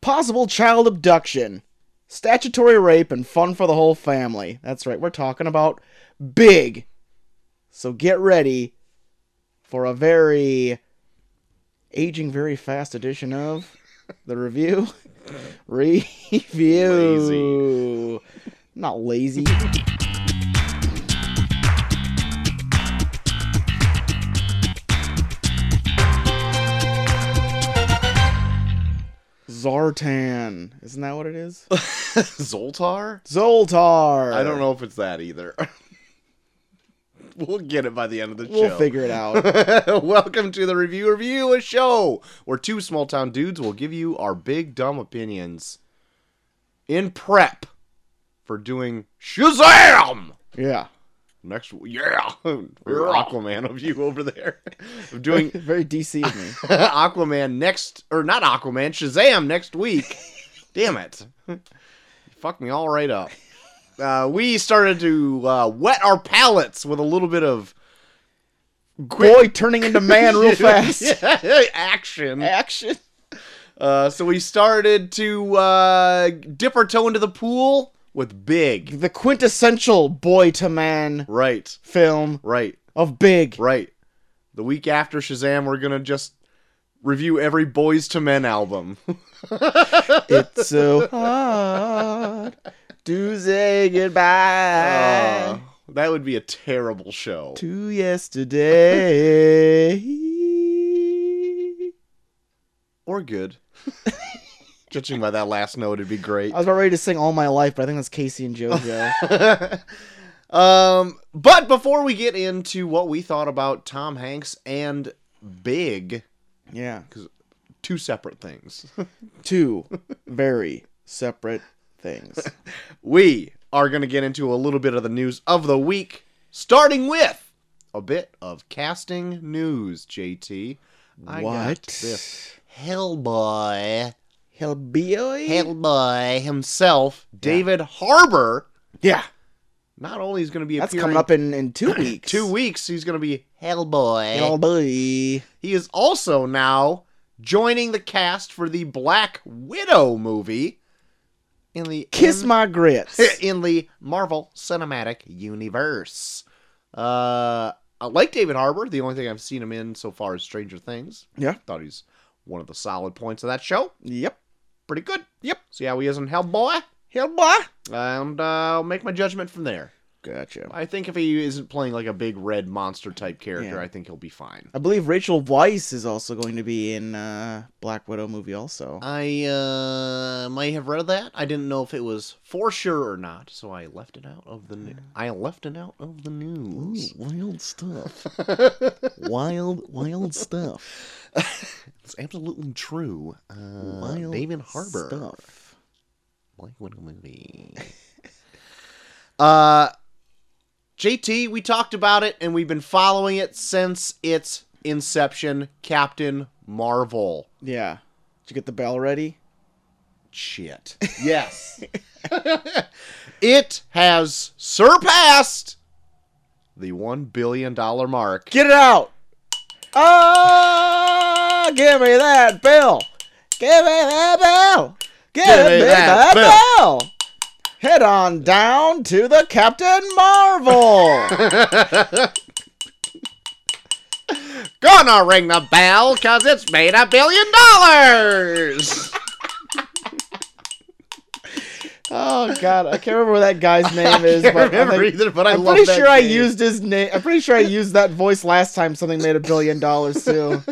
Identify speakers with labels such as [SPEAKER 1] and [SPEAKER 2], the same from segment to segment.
[SPEAKER 1] possible child abduction, statutory rape, and fun for the whole family. That's right, we're talking about big. So get ready for a very aging very fast edition of the review review. Not lazy. Zartan. Isn't that what it is?
[SPEAKER 2] Zoltar?
[SPEAKER 1] Zoltar.
[SPEAKER 2] I don't know if it's that either. we'll get it by the end of the
[SPEAKER 1] We'll
[SPEAKER 2] show.
[SPEAKER 1] figure it out.
[SPEAKER 2] Welcome to the Review Review, a show where two small town dudes will give you our big dumb opinions in prep for doing Shazam!
[SPEAKER 1] yeah.
[SPEAKER 2] Next, yeah, We're Aquaman of you over there, of doing
[SPEAKER 1] Very DC of me.
[SPEAKER 2] Aquaman next, or not Aquaman, Shazam next week. Damn it. Fuck me all right up. Uh, we started to uh, wet our palates with a little bit of
[SPEAKER 1] Boy turning into man real fast.
[SPEAKER 2] Yeah, action.
[SPEAKER 1] Action.
[SPEAKER 2] Uh, so we started to uh, dip our toe into the pool with Big.
[SPEAKER 1] The quintessential boy to man
[SPEAKER 2] Right,
[SPEAKER 1] film
[SPEAKER 2] right,
[SPEAKER 1] of big.
[SPEAKER 2] right. The week after Shazam, we're going to just review every Boys to Men album.
[SPEAKER 1] It's so hard to say goodbye
[SPEAKER 2] Uh, that would be a terrible show.
[SPEAKER 1] to yesterday.
[SPEAKER 2] or good. Judging by that last note, it'd be great.
[SPEAKER 1] I was about ready to sing all my life, but I think that's Casey and JoJo.
[SPEAKER 2] um, but before we get into what we thought about Tom Hanks and Big,
[SPEAKER 1] yeah.
[SPEAKER 2] two separate things,
[SPEAKER 1] Two very separate things.
[SPEAKER 2] we are going to get into a little bit of the news of the week, starting with a bit of casting news, JT. I
[SPEAKER 1] what?
[SPEAKER 2] Got this. Hellboy,
[SPEAKER 1] Hellboy?
[SPEAKER 2] Hellboy himself, David Harbour,
[SPEAKER 1] yeah.
[SPEAKER 2] not only is going to be
[SPEAKER 1] That's
[SPEAKER 2] appearing
[SPEAKER 1] coming up in, in two weeks.
[SPEAKER 2] two weeks, he's going to be Hellboy.
[SPEAKER 1] Hellboy.
[SPEAKER 2] He is also now joining the cast for the Black Widow movie in the
[SPEAKER 1] Kiss
[SPEAKER 2] in,
[SPEAKER 1] my grits.
[SPEAKER 2] in the Marvel Cinematic Universe. Uh, I like David Harbour. The only thing I've seen him in so far is Stranger Things.
[SPEAKER 1] Yeah.
[SPEAKER 2] Thought he's one of the solid points of that show.
[SPEAKER 1] Yep.
[SPEAKER 2] Pretty good.
[SPEAKER 1] Yep.
[SPEAKER 2] See how he is in Hellboy,
[SPEAKER 1] Hellboy.
[SPEAKER 2] and uh, I'll make my judgment from there.
[SPEAKER 1] Gotcha.
[SPEAKER 2] I think if he isn't playing like a big red monster type character,
[SPEAKER 1] Yeah.
[SPEAKER 2] I think he'll be fine.
[SPEAKER 1] I believe Rachel Weisz is also going to be in uh, Black Widow movie also.
[SPEAKER 2] I uh, might have read that. I didn't know if it was for sure or not, so I left it out of the. New- I left it out of the news.
[SPEAKER 1] wild stuff. wild, wild stuff.
[SPEAKER 2] It's absolutely true. Uh, David Harbour,
[SPEAKER 1] Stuff.
[SPEAKER 2] Black Widow movie. uh, JT, we talked about it, and we've been following it since its inception. Captain Marvel.
[SPEAKER 1] Yeah. Did you get the bell ready?
[SPEAKER 2] Shit. Yes. it has surpassed the one billion dollar mark.
[SPEAKER 1] Get it out! Oh, give me that bell! Give me that bell! Give, me, that, bell. Head on down to the Captain Marvel!
[SPEAKER 2] Gonna ring the bell cause it's made a billion dollars.
[SPEAKER 1] oh God, I can't remember what that guy's name is.
[SPEAKER 2] Can't
[SPEAKER 1] but I
[SPEAKER 2] remember
[SPEAKER 1] think-
[SPEAKER 2] either, but I
[SPEAKER 1] I'm
[SPEAKER 2] love
[SPEAKER 1] pretty
[SPEAKER 2] that
[SPEAKER 1] sure I
[SPEAKER 2] game.
[SPEAKER 1] used his name. I'm pretty sure I used that voice last time something made a billion dollars too.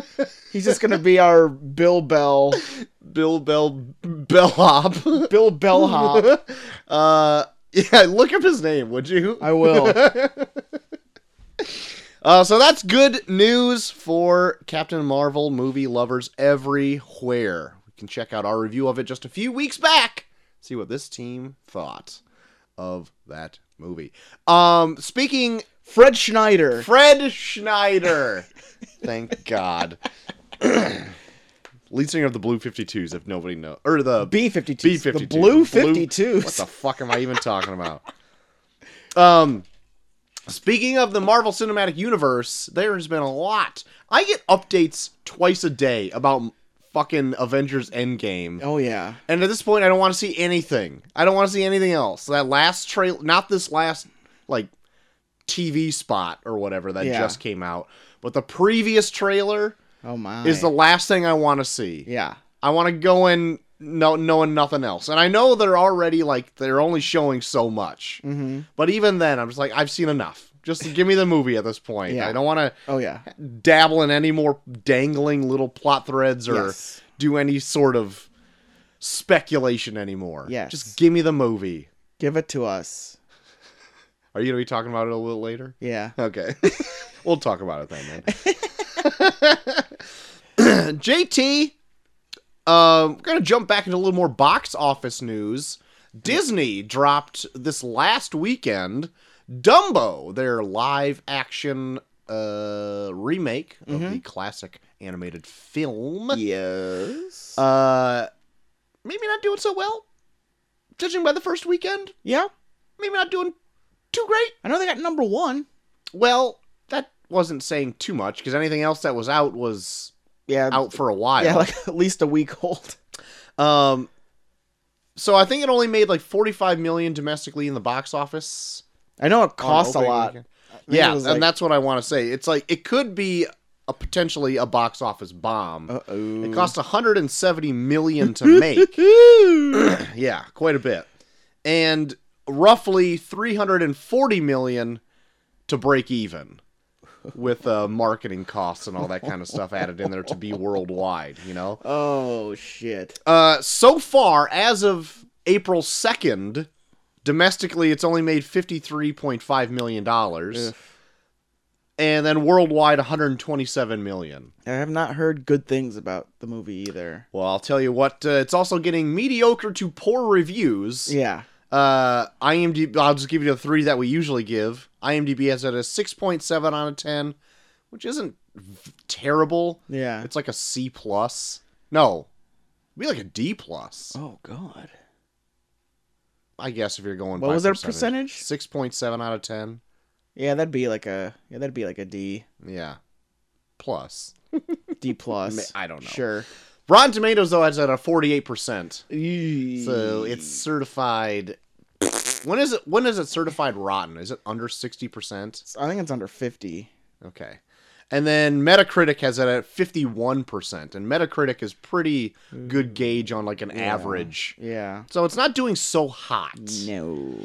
[SPEAKER 1] He's just gonna be our Bill Bell,
[SPEAKER 2] Bill Bell Bellhop.
[SPEAKER 1] Bill Bellhop.
[SPEAKER 2] uh, yeah, look up his name, would you?
[SPEAKER 1] I will.
[SPEAKER 2] Uh, so that's good news for Captain Marvel movie lovers everywhere. We can check out our review of it just a few weeks back. See what this team thought of that movie. Um, speaking
[SPEAKER 1] Fred Schneider.
[SPEAKER 2] Fred Schneider. Thank God. Lead singer of the Blue 52s, if nobody knows. Or the
[SPEAKER 1] B fifty two.
[SPEAKER 2] B fifty
[SPEAKER 1] The
[SPEAKER 2] two.
[SPEAKER 1] blue fifty two.
[SPEAKER 2] What the fuck am I even talking about? Um, speaking of the Marvel Cinematic Universe, there has been a lot. I get updates twice a day about fucking Avengers Endgame.
[SPEAKER 1] Oh yeah.
[SPEAKER 2] And at this point, I don't want to see anything. I don't want to see anything else. That last trail, not this last like TV spot or whatever that
[SPEAKER 1] Yeah.
[SPEAKER 2] just came out, but the previous trailer
[SPEAKER 1] Oh my.
[SPEAKER 2] is the last thing I want to see.
[SPEAKER 1] yeah.
[SPEAKER 2] I want to go in no knowing nothing else. And I know they're already like they're only showing so much,
[SPEAKER 1] Mm-hmm.
[SPEAKER 2] but even then, I'm just like I've seen enough. Just give me the movie at this point.
[SPEAKER 1] Yeah.
[SPEAKER 2] I don't want to
[SPEAKER 1] Oh yeah.
[SPEAKER 2] dabble in any more dangling little plot threads or
[SPEAKER 1] Yes.
[SPEAKER 2] do any sort of speculation anymore.
[SPEAKER 1] Yes.
[SPEAKER 2] Just give me the movie.
[SPEAKER 1] Give it to us.
[SPEAKER 2] Are you going to be talking about it a little later?
[SPEAKER 1] Yeah.
[SPEAKER 2] Okay. we'll talk about it then, man. JT, um, we're going to jump back into a little more box office news. Disney dropped this last weekend Dumbo, their live action uh, remake of the classic animated film.
[SPEAKER 1] Yes.
[SPEAKER 2] Uh, maybe not doing so well. Judging by the first weekend,
[SPEAKER 1] yeah.
[SPEAKER 2] maybe not doing too great.
[SPEAKER 1] I know they got number one.
[SPEAKER 2] Well, that wasn't saying too much because anything else that was out was
[SPEAKER 1] Yeah.
[SPEAKER 2] out for a while.
[SPEAKER 1] Yeah, like at least a week old.
[SPEAKER 2] um, so I think it only made like 45 million domestically in the box office.
[SPEAKER 1] I know it
[SPEAKER 2] on
[SPEAKER 1] costs a
[SPEAKER 2] opening
[SPEAKER 1] lot.
[SPEAKER 2] weekend.
[SPEAKER 1] I think it
[SPEAKER 2] Yeah,
[SPEAKER 1] was
[SPEAKER 2] and that's what I want to say. It's like it could be a potentially a box office bomb.
[SPEAKER 1] like, Uh-oh.
[SPEAKER 2] It cost 170 million to make. yeah, quite a bit. And roughly 340 million to break even with uh, marketing costs and all that kind of stuff added in there to be worldwide, you know?
[SPEAKER 1] oh shit.
[SPEAKER 2] Uh, so far, as of April 2nd, domestically, it's only made $53.5 million. And then worldwide, 127 million.
[SPEAKER 1] I have not heard good things about the movie either.
[SPEAKER 2] Well, I'll tell you what, uh, it's also getting mediocre to poor reviews.
[SPEAKER 1] Yeah.
[SPEAKER 2] Uh, IMDb. I'll just give you the three that we usually give. IMDb has it a six point seven out of ten, which isn't v- terrible.
[SPEAKER 1] Yeah.
[SPEAKER 2] It's like a C plus. No, it'd be like a D plus.
[SPEAKER 1] oh god.
[SPEAKER 2] I guess if you're going.
[SPEAKER 1] What
[SPEAKER 2] by
[SPEAKER 1] was their percentage?
[SPEAKER 2] Six point seven out of ten.
[SPEAKER 1] Yeah, that'd be like a yeah, that'd be like a D.
[SPEAKER 2] Yeah, plus.
[SPEAKER 1] D plus.
[SPEAKER 2] I don't know.
[SPEAKER 1] Sure.
[SPEAKER 2] Rotten Tomatoes though has it at a forty eight percent, so
[SPEAKER 1] So
[SPEAKER 2] it's certified. When is it? When is it certified rotten? Is it under sixty percent?
[SPEAKER 1] I think it's under fifty.
[SPEAKER 2] Okay. And then Metacritic has it at 51%. And Metacritic is pretty good gauge on like an average.
[SPEAKER 1] Yeah.
[SPEAKER 2] So it's not doing so hot.
[SPEAKER 1] No.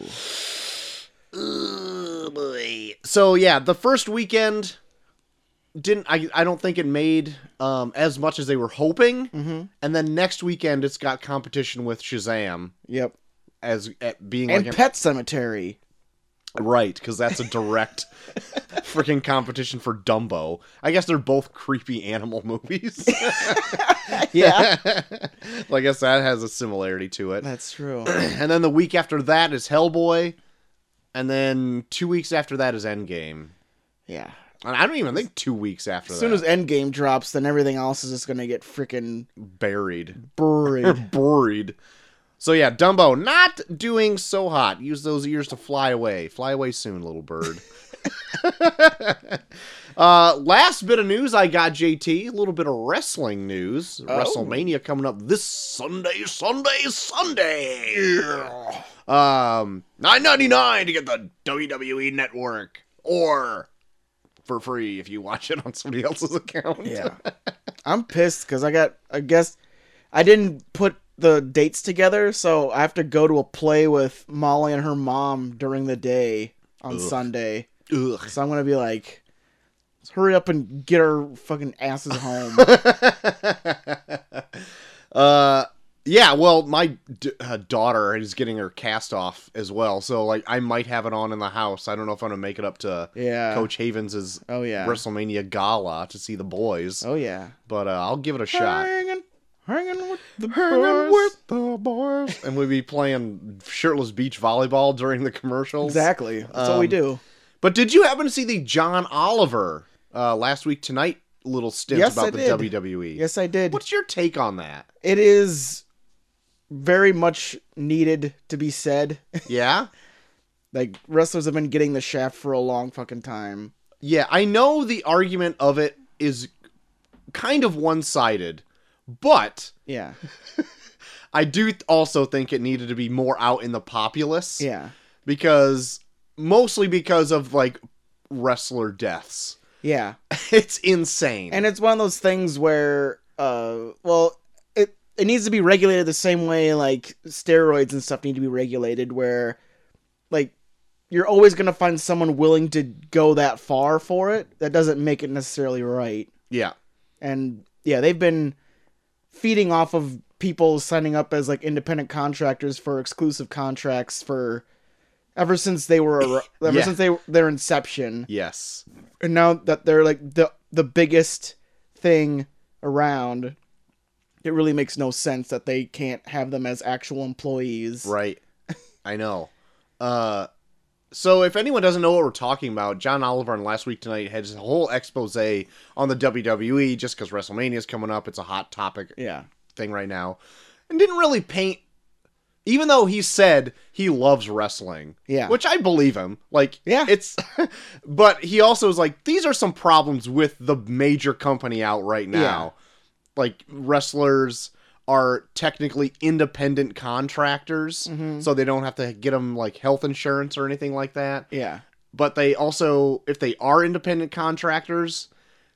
[SPEAKER 2] Ugh, boy. So yeah, the first weekend didn't I I don't think it made um as much as they were hoping.
[SPEAKER 1] Mhm.
[SPEAKER 2] And then next weekend it's got competition with Shazam
[SPEAKER 1] Yep.
[SPEAKER 2] as at being
[SPEAKER 1] And
[SPEAKER 2] like
[SPEAKER 1] Pet Cemetery.
[SPEAKER 2] a, right cuz that's a direct freaking competition for Dumbo. I guess they're both creepy animal movies.
[SPEAKER 1] yeah.
[SPEAKER 2] well, I guess that has a similarity to it.
[SPEAKER 1] That's true.
[SPEAKER 2] And then the week after that is Hellboy, and then two weeks after that is Endgame.
[SPEAKER 1] Yeah.
[SPEAKER 2] And I don't even think two weeks after
[SPEAKER 1] As
[SPEAKER 2] that
[SPEAKER 1] soon as Endgame drops, then everything else is just gonna get freaking
[SPEAKER 2] buried,
[SPEAKER 1] buried.
[SPEAKER 2] buried. So yeah, Dumbo not doing so hot. Use those ears to fly away, fly away soon, little bird. uh, last bit of news I got, JT. A little bit of wrestling news. WrestleMania coming up this Sunday, Sunday, Sunday. Um, nine ninety nine to get the WWE Network, or for free if you watch it on somebody else's account.
[SPEAKER 1] yeah. I'm pissed because I got. I guess I didn't put the dates together, so I have to go to a play with Molly and her mom during the day on Sunday.
[SPEAKER 2] Ugh.
[SPEAKER 1] So I'm gonna be like, "Let's hurry up and get our fucking asses home.
[SPEAKER 2] uh, yeah, well, my d- uh, daughter is getting her cast off as well, so like I might have it on in the house. I don't know if I'm gonna make it up to
[SPEAKER 1] yeah.
[SPEAKER 2] Coach Havens's
[SPEAKER 1] Oh yeah.
[SPEAKER 2] WrestleMania gala to see the boys,
[SPEAKER 1] Oh yeah.
[SPEAKER 2] but uh, I'll give it a shot.
[SPEAKER 1] Hanging, hanging with the
[SPEAKER 2] Hanging
[SPEAKER 1] boys.
[SPEAKER 2] with the boys, and we'll be playing shirtless beach volleyball during the commercials.
[SPEAKER 1] Exactly. That's what we
[SPEAKER 2] Um,
[SPEAKER 1] do.
[SPEAKER 2] But did you happen to see the John Oliver uh, last week tonight little stint
[SPEAKER 1] Yes,
[SPEAKER 2] about
[SPEAKER 1] I
[SPEAKER 2] the
[SPEAKER 1] did.
[SPEAKER 2] WWE?
[SPEAKER 1] Yes, I did.
[SPEAKER 2] What's your take on that?
[SPEAKER 1] It is very much needed to be said.
[SPEAKER 2] Yeah.
[SPEAKER 1] like wrestlers have been getting the shaft for a long fucking time.
[SPEAKER 2] Yeah, I know the argument of it is kind of one sided, But
[SPEAKER 1] Yeah.
[SPEAKER 2] I do th- also think it needed to be more out in the populace
[SPEAKER 1] Yeah.
[SPEAKER 2] because mostly because of like wrestler deaths.
[SPEAKER 1] Yeah.
[SPEAKER 2] It's insane.
[SPEAKER 1] And it's one of those things where, uh, well, it it needs to be regulated the same way like steroids and stuff need to be regulated, where like you're always gonna find someone willing to go that far for it. That doesn't make it necessarily right.
[SPEAKER 2] yeah.
[SPEAKER 1] And yeah, they've been feeding off of people signing up as like independent contractors for exclusive contracts for ever since they were ar- ever
[SPEAKER 2] Yeah.
[SPEAKER 1] since they their inception
[SPEAKER 2] Yes.
[SPEAKER 1] and now that they're like the the biggest thing around it really makes no sense that they can't have them as actual employees
[SPEAKER 2] Right. I know. Uh so if anyone doesn't know what we're talking about, John Oliver on last week tonight had his whole expose on the WWE just because WrestleMania is coming up. It's a hot topic
[SPEAKER 1] yeah
[SPEAKER 2] thing right now, and didn't really paint. Even though he said he loves wrestling,
[SPEAKER 1] yeah
[SPEAKER 2] which I believe him. Like,
[SPEAKER 1] Yeah.
[SPEAKER 2] it's. but he also is like, these are some problems with the major company out right now. Like wrestlers are technically independent contractors,
[SPEAKER 1] Mhm.
[SPEAKER 2] so they don't have to get them like health insurance or anything like that.
[SPEAKER 1] yeah
[SPEAKER 2] But they also, if they are independent contractors,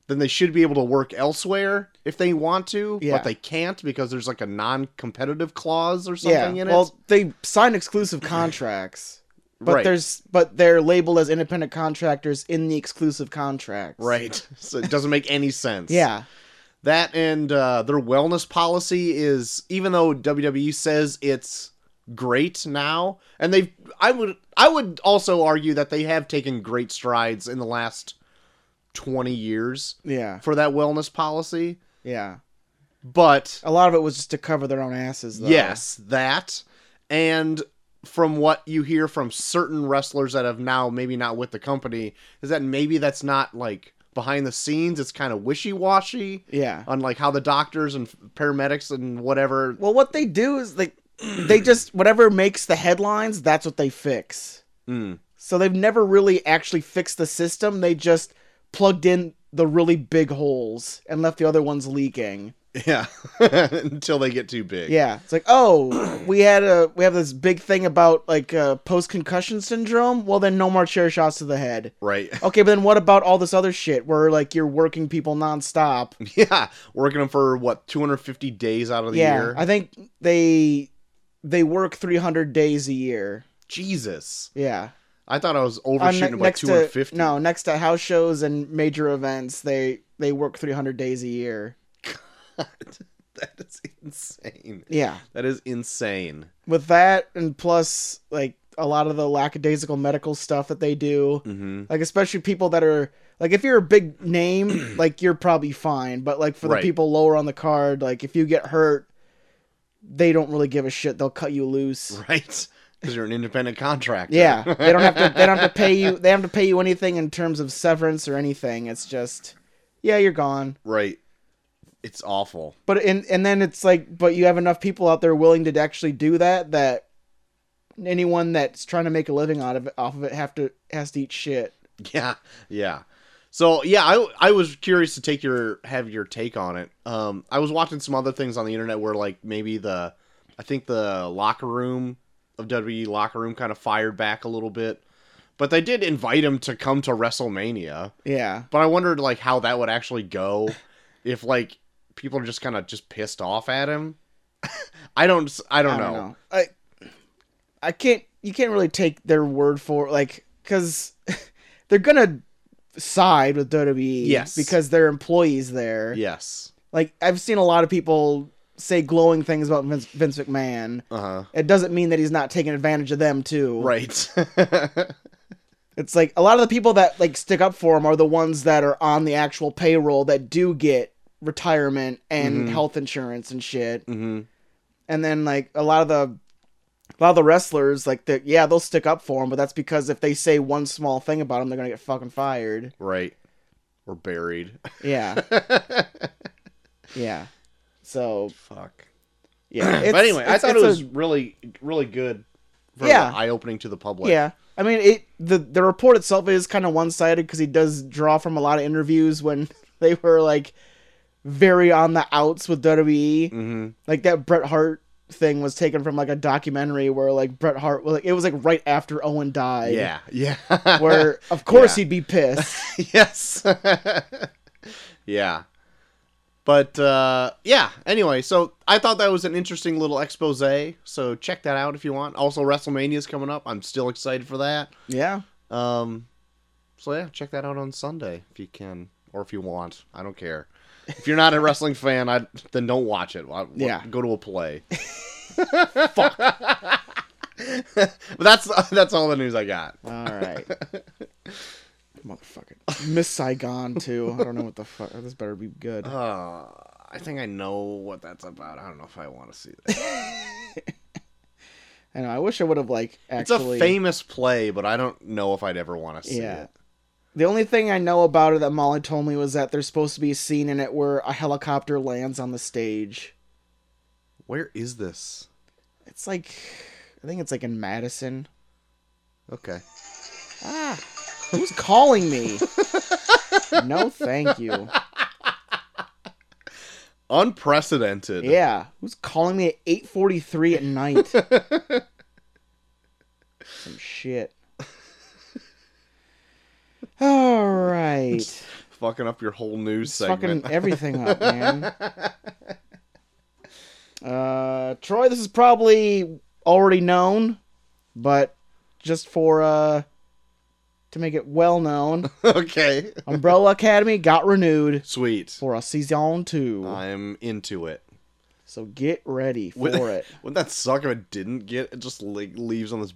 [SPEAKER 2] then they should be able to work elsewhere if they want to,
[SPEAKER 1] Yeah.
[SPEAKER 2] but they can't because there's like a non-competitive clause or
[SPEAKER 1] yeah
[SPEAKER 2] something in it.
[SPEAKER 1] well they sign exclusive contracts but
[SPEAKER 2] Right.
[SPEAKER 1] there's but they're labeled as independent contractors in the exclusive contracts
[SPEAKER 2] right. so it doesn't make any sense.
[SPEAKER 1] yeah
[SPEAKER 2] That and uh, their wellness policy is, even though WWE says it's great now, and they've, I would, I would also argue that they have taken great strides in the last twenty years
[SPEAKER 1] yeah
[SPEAKER 2] for that wellness policy.
[SPEAKER 1] yeah
[SPEAKER 2] But
[SPEAKER 1] a lot of it was just to cover their own asses though
[SPEAKER 2] yes, that, and from what you hear from certain wrestlers that have now maybe not with the company, is that maybe that's not like behind the scenes. It's kind of wishy washy.
[SPEAKER 1] yeah
[SPEAKER 2] on like how the doctors and paramedics and whatever.
[SPEAKER 1] well what they do is like they just whatever makes the headlines that's what they fix
[SPEAKER 2] Mm.
[SPEAKER 1] So they've never really actually fixed the system. They just plugged in the really big holes and left the other ones leaking.
[SPEAKER 2] Yeah, until they get too big.
[SPEAKER 1] Yeah, it's like, oh, we had a we have this big thing about like uh, post concussion syndrome. Well, then no more chair shots to the head.
[SPEAKER 2] Right.
[SPEAKER 1] Okay, but then what about all this other shit where like you're working people nonstop?
[SPEAKER 2] Yeah, working them for what 250 days out of the
[SPEAKER 1] yeah,
[SPEAKER 2] year.
[SPEAKER 1] I think they they work 300 days a year.
[SPEAKER 2] Jesus,
[SPEAKER 1] Yeah,
[SPEAKER 2] I thought I was
[SPEAKER 1] On ne-
[SPEAKER 2] overshooting by
[SPEAKER 1] next to
[SPEAKER 2] 250.
[SPEAKER 1] no next to house shows and major events, they they work 300 days a year.
[SPEAKER 2] God, that is insane.
[SPEAKER 1] Yeah.
[SPEAKER 2] That is insane.
[SPEAKER 1] with that and plus like a lot of the lackadaisical medical stuff that they do
[SPEAKER 2] Mm-hmm.
[SPEAKER 1] like especially people that are like if you're a big name like you're probably fine but like for the
[SPEAKER 2] Right.
[SPEAKER 1] people lower on the card like if you get hurt they don't really give a shit they'll cut you loose
[SPEAKER 2] Right, because you're an independent contractor.
[SPEAKER 1] yeah they don't have to they don't have to pay you they don't have to pay you anything in terms of severance or anything it's just yeah you're gone
[SPEAKER 2] right. It's awful.
[SPEAKER 1] but and and then it's like but you have enough people out there willing to actually do that that anyone that's trying to make a living out of it, off of it have to has to eat shit
[SPEAKER 2] Yeah, yeah. So yeah, I I was curious to take your have your take on it. Um, I was watching some other things on the internet where like maybe the I think the locker room of WWE locker room kind of fired back a little bit, but they did invite him to come to WrestleMania.
[SPEAKER 1] yeah
[SPEAKER 2] But I wondered like how that would actually go if like people are just kind of just pissed off at him. I don't s- I don't,
[SPEAKER 1] i don't
[SPEAKER 2] know.
[SPEAKER 1] know i i can't you can't really take their word for like because they're gonna side with wwe
[SPEAKER 2] Yes.
[SPEAKER 1] because their employees there
[SPEAKER 2] Yes.
[SPEAKER 1] like i've seen a lot of people say glowing things about vince, vince mcmahon
[SPEAKER 2] Uh huh.
[SPEAKER 1] it doesn't mean that he's not taking advantage of them too
[SPEAKER 2] Right.
[SPEAKER 1] It's like a lot of the people that like stick up for him are the ones that are on the actual payroll that do get retirement and
[SPEAKER 2] Mhm.
[SPEAKER 1] health insurance and shit.
[SPEAKER 2] hmm
[SPEAKER 1] And then like a lot of the a lot of the wrestlers like that yeah, they'll stick up for him, but that's because if they say one small thing about him, they're going to get fucking fired.
[SPEAKER 2] Right. We're buried.
[SPEAKER 1] Yeah. yeah. So,
[SPEAKER 2] Fuck.
[SPEAKER 1] yeah.
[SPEAKER 2] but anyway, I
[SPEAKER 1] it's-
[SPEAKER 2] thought it
[SPEAKER 1] it's a-
[SPEAKER 2] was really, really good. Very
[SPEAKER 1] Yeah.
[SPEAKER 2] eye opening to the public.
[SPEAKER 1] yeah. I mean, it the the report itself is kind of one sided because he does draw from a lot of interviews when they were like very on the outs with WWE.
[SPEAKER 2] Mm-hmm.
[SPEAKER 1] Like that Bret Hart thing was taken from like a documentary where like Bret Hart, well, like it was like right after Owen died.
[SPEAKER 2] Yeah, yeah.
[SPEAKER 1] Where of course
[SPEAKER 2] Yeah.
[SPEAKER 1] he'd be pissed.
[SPEAKER 2] yes. yeah. But uh, yeah, anyway, so I thought that was an interesting little expose. So check that out if you want. Also, WrestleMania's coming up. I'm still excited for that.
[SPEAKER 1] yeah.
[SPEAKER 2] Um, so yeah, check that out on Sunday if you can or if you want. I don't care. If you're not a wrestling fan, I then don't watch it. Why- why-
[SPEAKER 1] Yeah.
[SPEAKER 2] go to a play. Fuck. but that's that's all the news I got.
[SPEAKER 1] All right. Motherfucker. Miss Saigon too. I don't know what the fuck. This better be good.
[SPEAKER 2] Uh, I think I know what that's about. I don't know if I want to see that.
[SPEAKER 1] I know. I wish I would have like
[SPEAKER 2] it's
[SPEAKER 1] actually.
[SPEAKER 2] a famous play, but I don't know if I'd ever want to see
[SPEAKER 1] Yeah.
[SPEAKER 2] it.
[SPEAKER 1] The only thing I know about it that Molly told me was that there's supposed to be a scene in it where a helicopter lands on the stage.
[SPEAKER 2] Where is this?
[SPEAKER 1] It's like, I think it's like in Madison.
[SPEAKER 2] Okay.
[SPEAKER 1] Ah, who's calling me? no, thank you.
[SPEAKER 2] Unprecedented.
[SPEAKER 1] Yeah, who's calling me at 8:43 at night? Some shit. All right.
[SPEAKER 2] Fucking up your whole news segment.
[SPEAKER 1] fucking everything up, man. uh, Troy, this is probably already known, but just for uh, to make it well known,
[SPEAKER 2] okay.
[SPEAKER 1] Umbrella Academy got renewed
[SPEAKER 2] Sweet.
[SPEAKER 1] for a season two.
[SPEAKER 2] I'm into it.
[SPEAKER 1] So get ready for
[SPEAKER 2] Would-
[SPEAKER 1] it.
[SPEAKER 2] Wouldn't that suck if it didn't get? It just like leaves on this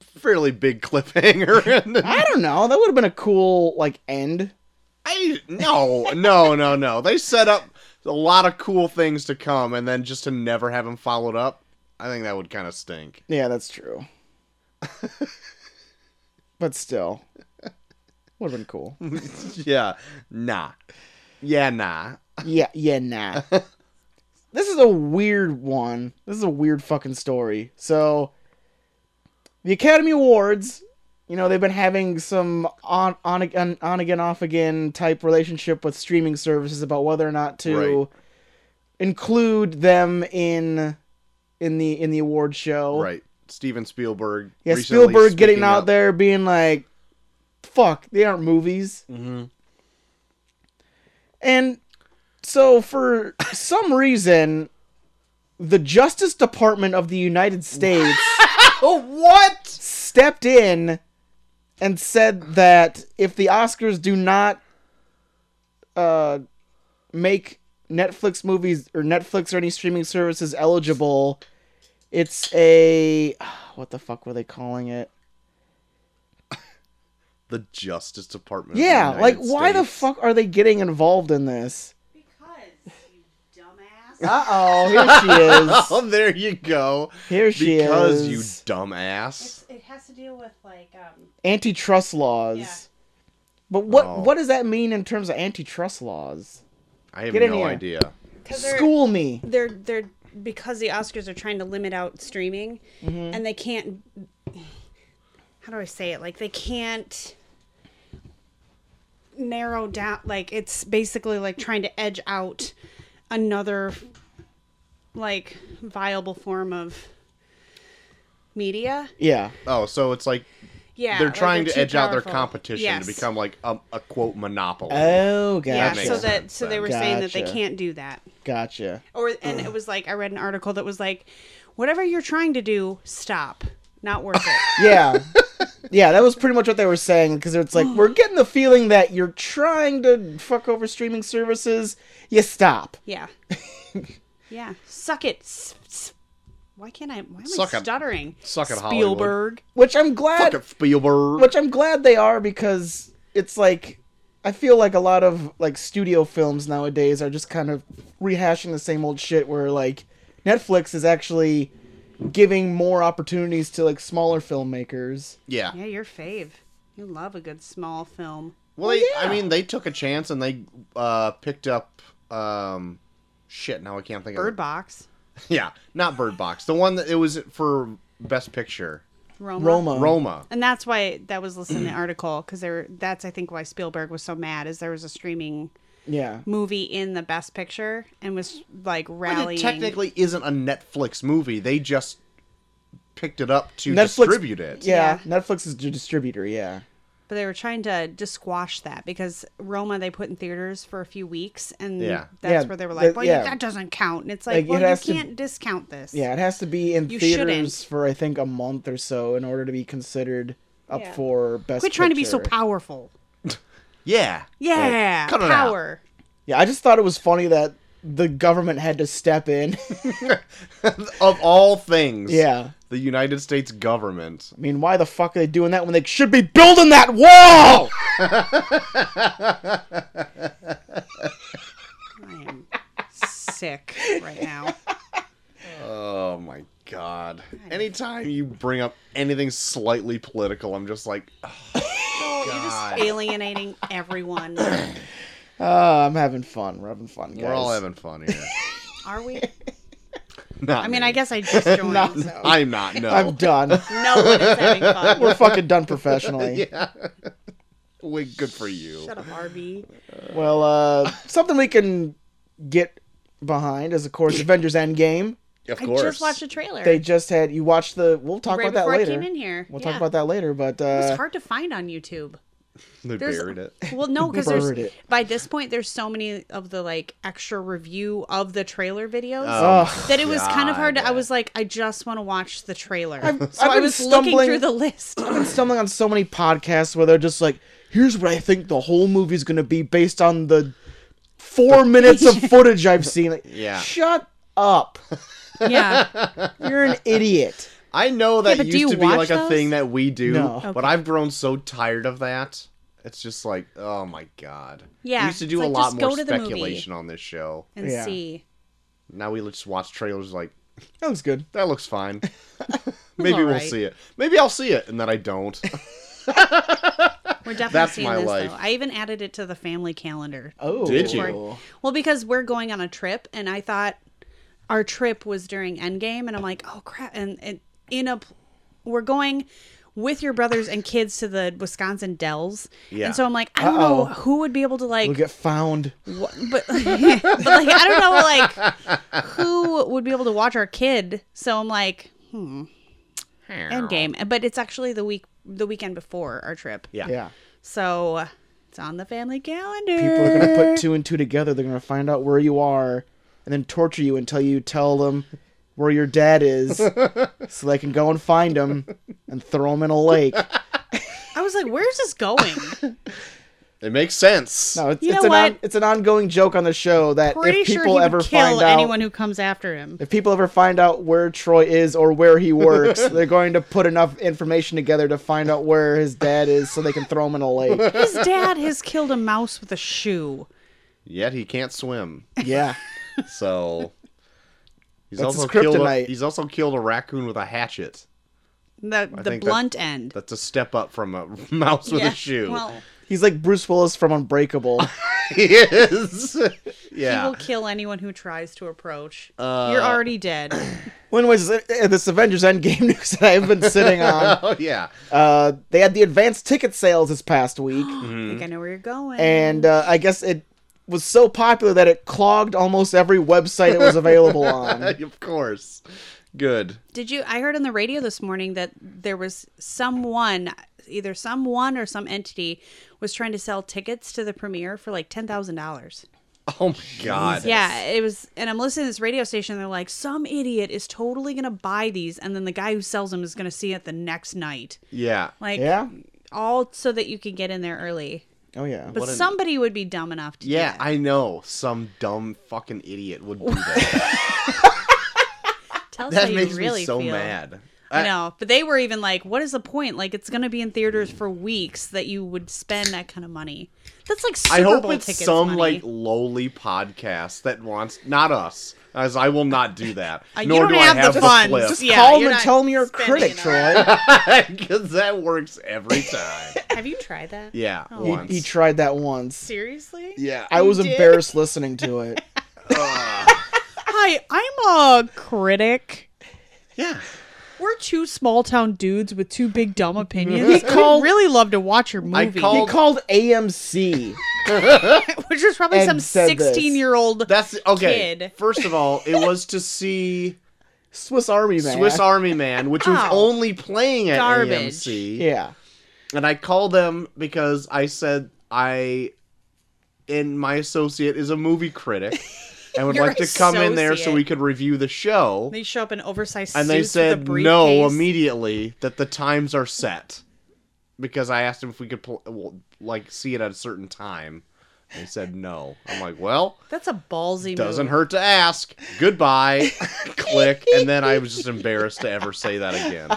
[SPEAKER 2] fairly big cliffhanger. And then-
[SPEAKER 1] I don't know. That would have been a cool like end.
[SPEAKER 2] I no no no no. They set up a lot of cool things to come, and then just to never have them followed up. I think that would kind of stink.
[SPEAKER 1] Yeah, that's true. but still, would have been cool.
[SPEAKER 2] yeah, nah. Yeah, nah.
[SPEAKER 1] Yeah, yeah, nah. this is a weird one. This is a weird fucking story. So, the Academy Awards, you know, they've been having some on on again, on again, off again type relationship with streaming services about whether or not to
[SPEAKER 2] Right.
[SPEAKER 1] include them in in the in the award show.
[SPEAKER 2] Right. Steven Spielberg.
[SPEAKER 1] Yeah,
[SPEAKER 2] recently
[SPEAKER 1] Spielberg getting
[SPEAKER 2] speaking
[SPEAKER 1] out
[SPEAKER 2] up.
[SPEAKER 1] there being like, "Fuck, they aren't movies."
[SPEAKER 2] Mhm.
[SPEAKER 1] And so, for some reason, the Justice Department of the United States
[SPEAKER 2] Oh, what?
[SPEAKER 1] stepped in and said that if the Oscars do not uh, make Netflix movies or Netflix or any streaming services eligible, it's a. What the fuck were they calling it?
[SPEAKER 2] The Justice Department. of the
[SPEAKER 1] Yeah,
[SPEAKER 2] United
[SPEAKER 1] like, why the
[SPEAKER 2] States.
[SPEAKER 1] fuck are they getting involved in this?
[SPEAKER 3] Because, you dumbass.
[SPEAKER 1] Uh oh, here
[SPEAKER 2] Oh, there you go.
[SPEAKER 1] she is. Here she
[SPEAKER 2] because
[SPEAKER 1] is.
[SPEAKER 2] you dumbass.
[SPEAKER 3] It's, it has to deal with like um
[SPEAKER 1] antitrust laws.
[SPEAKER 3] Yeah.
[SPEAKER 1] But what
[SPEAKER 2] Oh.
[SPEAKER 1] what does that mean in terms of antitrust laws?
[SPEAKER 2] I have
[SPEAKER 1] Get in
[SPEAKER 2] no
[SPEAKER 1] here.
[SPEAKER 2] idea.
[SPEAKER 3] because they're,
[SPEAKER 1] School me.
[SPEAKER 3] they're they're because the Oscars are trying to limit out streaming
[SPEAKER 2] Mm-hmm.
[SPEAKER 3] and they can't how do I say it like they can't narrow down like it's basically like trying to edge out another like viable form of media
[SPEAKER 1] Yeah.
[SPEAKER 2] Oh, so it's like
[SPEAKER 3] yeah
[SPEAKER 2] they're
[SPEAKER 3] like,
[SPEAKER 2] trying to
[SPEAKER 3] too
[SPEAKER 2] edge out their
[SPEAKER 3] powerful.
[SPEAKER 2] competition
[SPEAKER 3] Yes.
[SPEAKER 2] to become like a, a quote monopoly.
[SPEAKER 1] Oh, gotcha.
[SPEAKER 3] yeah
[SPEAKER 2] makes
[SPEAKER 3] so that
[SPEAKER 2] sense
[SPEAKER 3] so they
[SPEAKER 2] then.
[SPEAKER 3] were saying that they
[SPEAKER 1] Gotcha. Mm.
[SPEAKER 3] can't do that
[SPEAKER 1] Gotcha.
[SPEAKER 3] or and it was like I read an article that was like, whatever you're trying to do, stop. Not worth it.
[SPEAKER 1] Yeah. yeah, that was pretty much what they were saying because it's like we're getting the feeling that you're trying to fuck over streaming services. You stop.
[SPEAKER 3] yeah, yeah. Suck it. S- s- Why can't I? Why am
[SPEAKER 2] Suck
[SPEAKER 3] I
[SPEAKER 2] it.
[SPEAKER 3] stuttering?
[SPEAKER 2] Suck it, Hollywood.
[SPEAKER 3] Spielberg.
[SPEAKER 1] Which I'm glad
[SPEAKER 2] Fuck it, Spielberg.
[SPEAKER 1] which I'm glad they are because it's like I feel like a lot of like studio films nowadays are just kind of rehashing the same old shit where like Netflix is actually giving more opportunities to like smaller filmmakers.
[SPEAKER 2] yeah.
[SPEAKER 3] Yeah, your fave. You love a good small film.
[SPEAKER 2] Well, they, I mean, they took a chance and they uh, picked up. Um, shit, now I can't think
[SPEAKER 3] Bird
[SPEAKER 2] of
[SPEAKER 3] Box.
[SPEAKER 2] it. Yeah, not Bird Box. The one that it was for Best Picture.
[SPEAKER 3] Roma.
[SPEAKER 1] Roma.
[SPEAKER 2] Roma.
[SPEAKER 3] And that's why that was listed in the article because there. That's I think why Spielberg was so mad is there was a streaming
[SPEAKER 1] Yeah.
[SPEAKER 3] movie in the Best Picture and was like
[SPEAKER 2] But
[SPEAKER 3] rallying.
[SPEAKER 2] it technically isn't a Netflix movie. They just picked it up to
[SPEAKER 1] Netflix-
[SPEAKER 2] distribute it.
[SPEAKER 1] Yeah,
[SPEAKER 3] Yeah.
[SPEAKER 1] Netflix is the distributor. Yeah.
[SPEAKER 3] But they were trying to to squash that because Roma they put in theaters for a few weeks, and
[SPEAKER 2] Yeah.
[SPEAKER 1] Yeah,
[SPEAKER 3] that's where they were
[SPEAKER 1] that-
[SPEAKER 3] like, "Well, you-
[SPEAKER 1] yeah.
[SPEAKER 3] that doesn't count." And it's
[SPEAKER 1] Like,
[SPEAKER 3] like,
[SPEAKER 1] it
[SPEAKER 3] "Well, you
[SPEAKER 1] has to-
[SPEAKER 3] can't discount this."
[SPEAKER 1] Yeah, it has to be in
[SPEAKER 3] You
[SPEAKER 1] theaters
[SPEAKER 3] shouldn't.
[SPEAKER 1] for I think a month or so in order to be considered up
[SPEAKER 3] Yeah.
[SPEAKER 1] for best.
[SPEAKER 3] quit trying to be so
[SPEAKER 1] Picture.
[SPEAKER 3] powerful.
[SPEAKER 2] Yeah.
[SPEAKER 3] Yeah,
[SPEAKER 2] cut it out.
[SPEAKER 3] power.
[SPEAKER 1] Yeah, I just thought it was funny that the government had to step in.
[SPEAKER 2] of all things.
[SPEAKER 1] yeah.
[SPEAKER 2] The United States government.
[SPEAKER 1] I mean, why the fuck are they doing that when they should be building that
[SPEAKER 2] Oh.
[SPEAKER 1] wall?
[SPEAKER 3] I am sick right now.
[SPEAKER 2] Oh my god. Anytime you bring up anything slightly political, I'm just like, "Ugh,
[SPEAKER 3] Joel, Oh, You're just
[SPEAKER 2] God.
[SPEAKER 3] alienating everyone.
[SPEAKER 1] Uh, I'm having fun. We're having fun, guys.
[SPEAKER 2] we're all having fun here.
[SPEAKER 3] Are we?
[SPEAKER 2] Not
[SPEAKER 3] I mean,
[SPEAKER 2] me.
[SPEAKER 3] I guess I just joined.
[SPEAKER 1] Not-
[SPEAKER 3] so.
[SPEAKER 2] I'm not. No.
[SPEAKER 1] I'm done.
[SPEAKER 3] No one is having fun.
[SPEAKER 1] We're fucking done professionally.
[SPEAKER 2] yeah. Wait, good for you.
[SPEAKER 3] Shut up, RB.
[SPEAKER 1] Well, uh, something we can get behind is, of course, Avengers Endgame.
[SPEAKER 2] Of
[SPEAKER 3] I
[SPEAKER 2] course.
[SPEAKER 3] just watched a trailer.
[SPEAKER 1] They just had you watch the. We'll talk
[SPEAKER 3] right
[SPEAKER 1] about that
[SPEAKER 3] before
[SPEAKER 1] later.
[SPEAKER 3] I came in here.
[SPEAKER 1] We'll
[SPEAKER 3] yeah.
[SPEAKER 1] talk about that later, but
[SPEAKER 3] It's
[SPEAKER 1] uh,
[SPEAKER 3] hard to find on YouTube.
[SPEAKER 2] They
[SPEAKER 3] There's-
[SPEAKER 2] buried it.
[SPEAKER 3] Well, no, because there's
[SPEAKER 1] Buried it.
[SPEAKER 3] by this point there's so many of the like extra review of the trailer videos
[SPEAKER 2] Um.
[SPEAKER 1] Ugh.
[SPEAKER 3] that it was kind of hard. To, I
[SPEAKER 2] Oh, God.
[SPEAKER 3] was like, I just want to watch the trailer. so
[SPEAKER 1] I've
[SPEAKER 3] I
[SPEAKER 1] been
[SPEAKER 3] was
[SPEAKER 1] stumbling-
[SPEAKER 3] looking through the list.
[SPEAKER 1] I've been stumbling on so many podcasts where they're just like, "Here's what I think the whole movie's gonna be based on the four minutes of footage I've seen." Like,
[SPEAKER 2] Yeah.
[SPEAKER 1] Shut up!
[SPEAKER 3] yeah,
[SPEAKER 1] You're an idiot.
[SPEAKER 2] I know that
[SPEAKER 3] but do
[SPEAKER 2] used
[SPEAKER 3] you
[SPEAKER 2] to be
[SPEAKER 3] watch
[SPEAKER 2] like a
[SPEAKER 3] those?
[SPEAKER 2] thing that we do,
[SPEAKER 1] No.
[SPEAKER 2] but I've grown so tired of that. It's just like, oh my god.
[SPEAKER 3] Yeah,
[SPEAKER 2] We used to do
[SPEAKER 3] it's
[SPEAKER 2] a
[SPEAKER 3] like,
[SPEAKER 2] lot
[SPEAKER 3] just
[SPEAKER 2] more
[SPEAKER 3] go to the movie.
[SPEAKER 2] speculation on this show.
[SPEAKER 3] and
[SPEAKER 1] Yeah.
[SPEAKER 3] see.
[SPEAKER 2] Now we just watch trailers like
[SPEAKER 1] That was good.
[SPEAKER 2] that looks fine. Maybe
[SPEAKER 3] all
[SPEAKER 2] we'll
[SPEAKER 3] right.
[SPEAKER 2] see it. Maybe I'll see it, and then I don't.
[SPEAKER 3] We're definitely
[SPEAKER 2] That's
[SPEAKER 3] seeing
[SPEAKER 2] my
[SPEAKER 3] this
[SPEAKER 2] life.
[SPEAKER 3] though. I even added it to the family calendar.
[SPEAKER 1] Oh,
[SPEAKER 2] Did you?
[SPEAKER 3] Well, because we're going on a trip, and I thought our trip was during Endgame, and I'm like, oh crap! And, and in a, pl- we're going with your brothers and kids to the Wisconsin Dells,
[SPEAKER 2] Yeah.
[SPEAKER 3] and so I'm like, I don't
[SPEAKER 1] Uh-oh.
[SPEAKER 3] know who would be able to like,
[SPEAKER 1] We'll get found.
[SPEAKER 3] wha- but, but like, I don't know like who would be able to watch our kid. So I'm like, hmm, Endgame, but it's actually the week, the weekend before our trip,
[SPEAKER 2] Yeah.
[SPEAKER 1] Yeah.
[SPEAKER 3] so. It's on the family calendar.
[SPEAKER 1] People are gonna put two and two together. They're gonna find out where you are, and then torture you until you tell them where your dad is, so they can go and find him and throw him in a lake.
[SPEAKER 3] I was like, "Where's this going?"
[SPEAKER 2] It makes sense.
[SPEAKER 1] No, Oh, it's,
[SPEAKER 3] You
[SPEAKER 1] it's
[SPEAKER 3] know
[SPEAKER 1] an on,
[SPEAKER 3] what?
[SPEAKER 1] it's an ongoing joke on the show that
[SPEAKER 3] pretty
[SPEAKER 1] if people
[SPEAKER 3] sure he
[SPEAKER 1] ever
[SPEAKER 3] would kill
[SPEAKER 1] find out
[SPEAKER 3] anyone who comes after him.
[SPEAKER 1] if people ever find out where Troy is or where he works, they're going to put enough information together to find out where his dad is so they can throw him in a lake.
[SPEAKER 3] His dad has killed a mouse with a shoe.
[SPEAKER 2] Yet he can't swim,
[SPEAKER 1] Yeah.
[SPEAKER 2] so he's
[SPEAKER 1] That's his
[SPEAKER 2] also killed. A,
[SPEAKER 1] kryptonite.
[SPEAKER 2] he's also killed a raccoon with a hatchet.
[SPEAKER 3] The the
[SPEAKER 2] think
[SPEAKER 3] blunt end.
[SPEAKER 2] That's a step up from a mouse with
[SPEAKER 3] Yeah,
[SPEAKER 2] a shoe.
[SPEAKER 3] Well,
[SPEAKER 1] He's like Bruce Willis from Unbreakable.
[SPEAKER 2] he is. yeah.
[SPEAKER 3] he will kill anyone who tries to approach.
[SPEAKER 1] Uh,
[SPEAKER 3] You're already dead.
[SPEAKER 1] Well, anyways, uh, uh, this Avengers Endgame news that I've been sitting on,
[SPEAKER 2] Oh yeah.
[SPEAKER 1] uh, they had the advanced ticket sales this past week.
[SPEAKER 3] I think I know where you're going.
[SPEAKER 1] and uh, I guess it was so popular that it clogged almost every website it was available on.
[SPEAKER 2] of course. Good.
[SPEAKER 3] Did you? I heard on the radio this morning that there was someone, either someone or some entity, was trying to sell tickets to the premiere for like ten thousand dollars.
[SPEAKER 2] Oh my god.
[SPEAKER 3] Yeah, it was, and I'm listening to this radio station. And they're like, some idiot is totally gonna buy these, and then the guy who sells them is gonna see it the next night.
[SPEAKER 2] Yeah.
[SPEAKER 3] Like,
[SPEAKER 1] Yeah.
[SPEAKER 3] all so that you can get in there early.
[SPEAKER 1] Oh yeah.
[SPEAKER 3] But somebody would be dumb enough to. do
[SPEAKER 2] Yeah,
[SPEAKER 3] that.
[SPEAKER 2] I know. Some dumb fucking idiot would do that.
[SPEAKER 3] Tell us
[SPEAKER 2] that
[SPEAKER 3] how you
[SPEAKER 2] makes
[SPEAKER 3] really
[SPEAKER 2] me so
[SPEAKER 3] feel.
[SPEAKER 2] mad.
[SPEAKER 3] I know, but they were even like, "What is the point? Like, it's gonna be in theaters for weeks that you would spend that kind of money. That's like Super
[SPEAKER 2] I hope
[SPEAKER 3] Bowl
[SPEAKER 2] it's
[SPEAKER 3] tickets
[SPEAKER 2] some
[SPEAKER 3] money.
[SPEAKER 2] like lowly podcast that wants not us. As I will not do that.
[SPEAKER 3] Uh, you
[SPEAKER 2] nor
[SPEAKER 3] don't
[SPEAKER 2] do
[SPEAKER 3] have
[SPEAKER 2] I
[SPEAKER 3] the
[SPEAKER 2] have
[SPEAKER 3] funds.
[SPEAKER 2] the
[SPEAKER 1] Just
[SPEAKER 2] flip.
[SPEAKER 3] Yeah,
[SPEAKER 1] call him
[SPEAKER 3] you're
[SPEAKER 1] and
[SPEAKER 3] not
[SPEAKER 1] tell him you're a
[SPEAKER 3] spending
[SPEAKER 1] critic,
[SPEAKER 3] enough.
[SPEAKER 1] Troy.
[SPEAKER 2] Because that works every time.
[SPEAKER 3] Have you tried that?
[SPEAKER 2] Yeah,
[SPEAKER 1] He,
[SPEAKER 2] once.
[SPEAKER 1] he tried that once.
[SPEAKER 3] Seriously?
[SPEAKER 2] yeah.
[SPEAKER 1] I was
[SPEAKER 3] did?
[SPEAKER 1] embarrassed listening to it.
[SPEAKER 3] Hi, I'm a critic.
[SPEAKER 2] yeah.
[SPEAKER 3] We're two small town dudes with two big dumb opinions. We
[SPEAKER 1] called-
[SPEAKER 3] really love to watch your movie,
[SPEAKER 2] called-
[SPEAKER 1] He called AMC.
[SPEAKER 3] which was probably
[SPEAKER 1] and
[SPEAKER 3] some
[SPEAKER 1] said this.
[SPEAKER 3] sixteen-year-old.
[SPEAKER 2] That's okay.
[SPEAKER 3] Kid.
[SPEAKER 2] First of all, it was to see
[SPEAKER 1] Swiss Army Man.
[SPEAKER 2] Swiss Army Man, which was
[SPEAKER 3] Ow.
[SPEAKER 2] only playing at
[SPEAKER 3] Garbage.
[SPEAKER 2] AMC.
[SPEAKER 1] Yeah.
[SPEAKER 2] And I called them because I said I and my associate is a movie critic and would
[SPEAKER 3] Your
[SPEAKER 2] like to come in there so
[SPEAKER 3] associate.
[SPEAKER 2] we could review the show.
[SPEAKER 3] They show up in oversized
[SPEAKER 2] and they
[SPEAKER 3] suits with a
[SPEAKER 2] said no
[SPEAKER 3] briefcase.
[SPEAKER 2] immediately that the times are set because I asked them if we could pl- well, like see it at a certain time. They said no. I'm like, well,
[SPEAKER 3] That's a ballsy.
[SPEAKER 2] doesn't
[SPEAKER 3] move.
[SPEAKER 2] hurt to ask. Goodbye. Click, and then I was just embarrassed to ever say that again.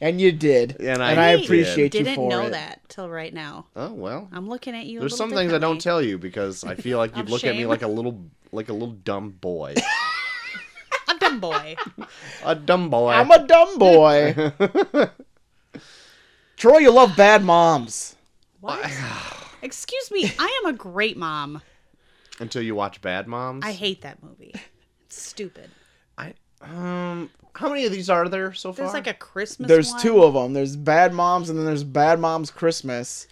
[SPEAKER 1] And you did.
[SPEAKER 2] And I
[SPEAKER 1] I,
[SPEAKER 2] did.
[SPEAKER 1] appreciate you
[SPEAKER 3] Didn't
[SPEAKER 1] for
[SPEAKER 3] know
[SPEAKER 1] it.
[SPEAKER 3] that till right now.
[SPEAKER 2] Oh well,
[SPEAKER 3] I'm looking at you. a
[SPEAKER 2] there's
[SPEAKER 3] little
[SPEAKER 2] some things I don't
[SPEAKER 3] differently.
[SPEAKER 2] tell you because I feel like you'd
[SPEAKER 3] Of
[SPEAKER 2] look at me
[SPEAKER 3] shame.
[SPEAKER 2] like a little like a little dumb boy,
[SPEAKER 3] I'm dumb boy.
[SPEAKER 2] a dumb boy.
[SPEAKER 1] I'm a dumb boy. Troy, you love bad moms.
[SPEAKER 3] What? Excuse me. I am a great mom.
[SPEAKER 2] Until you watch Bad Moms.
[SPEAKER 3] I hate that movie. It's stupid.
[SPEAKER 2] I- um, how many of these are there so far?
[SPEAKER 3] There's like a Christmas.
[SPEAKER 1] There's
[SPEAKER 3] one.
[SPEAKER 1] two of them. There's bad moms, and then there's bad moms Christmas.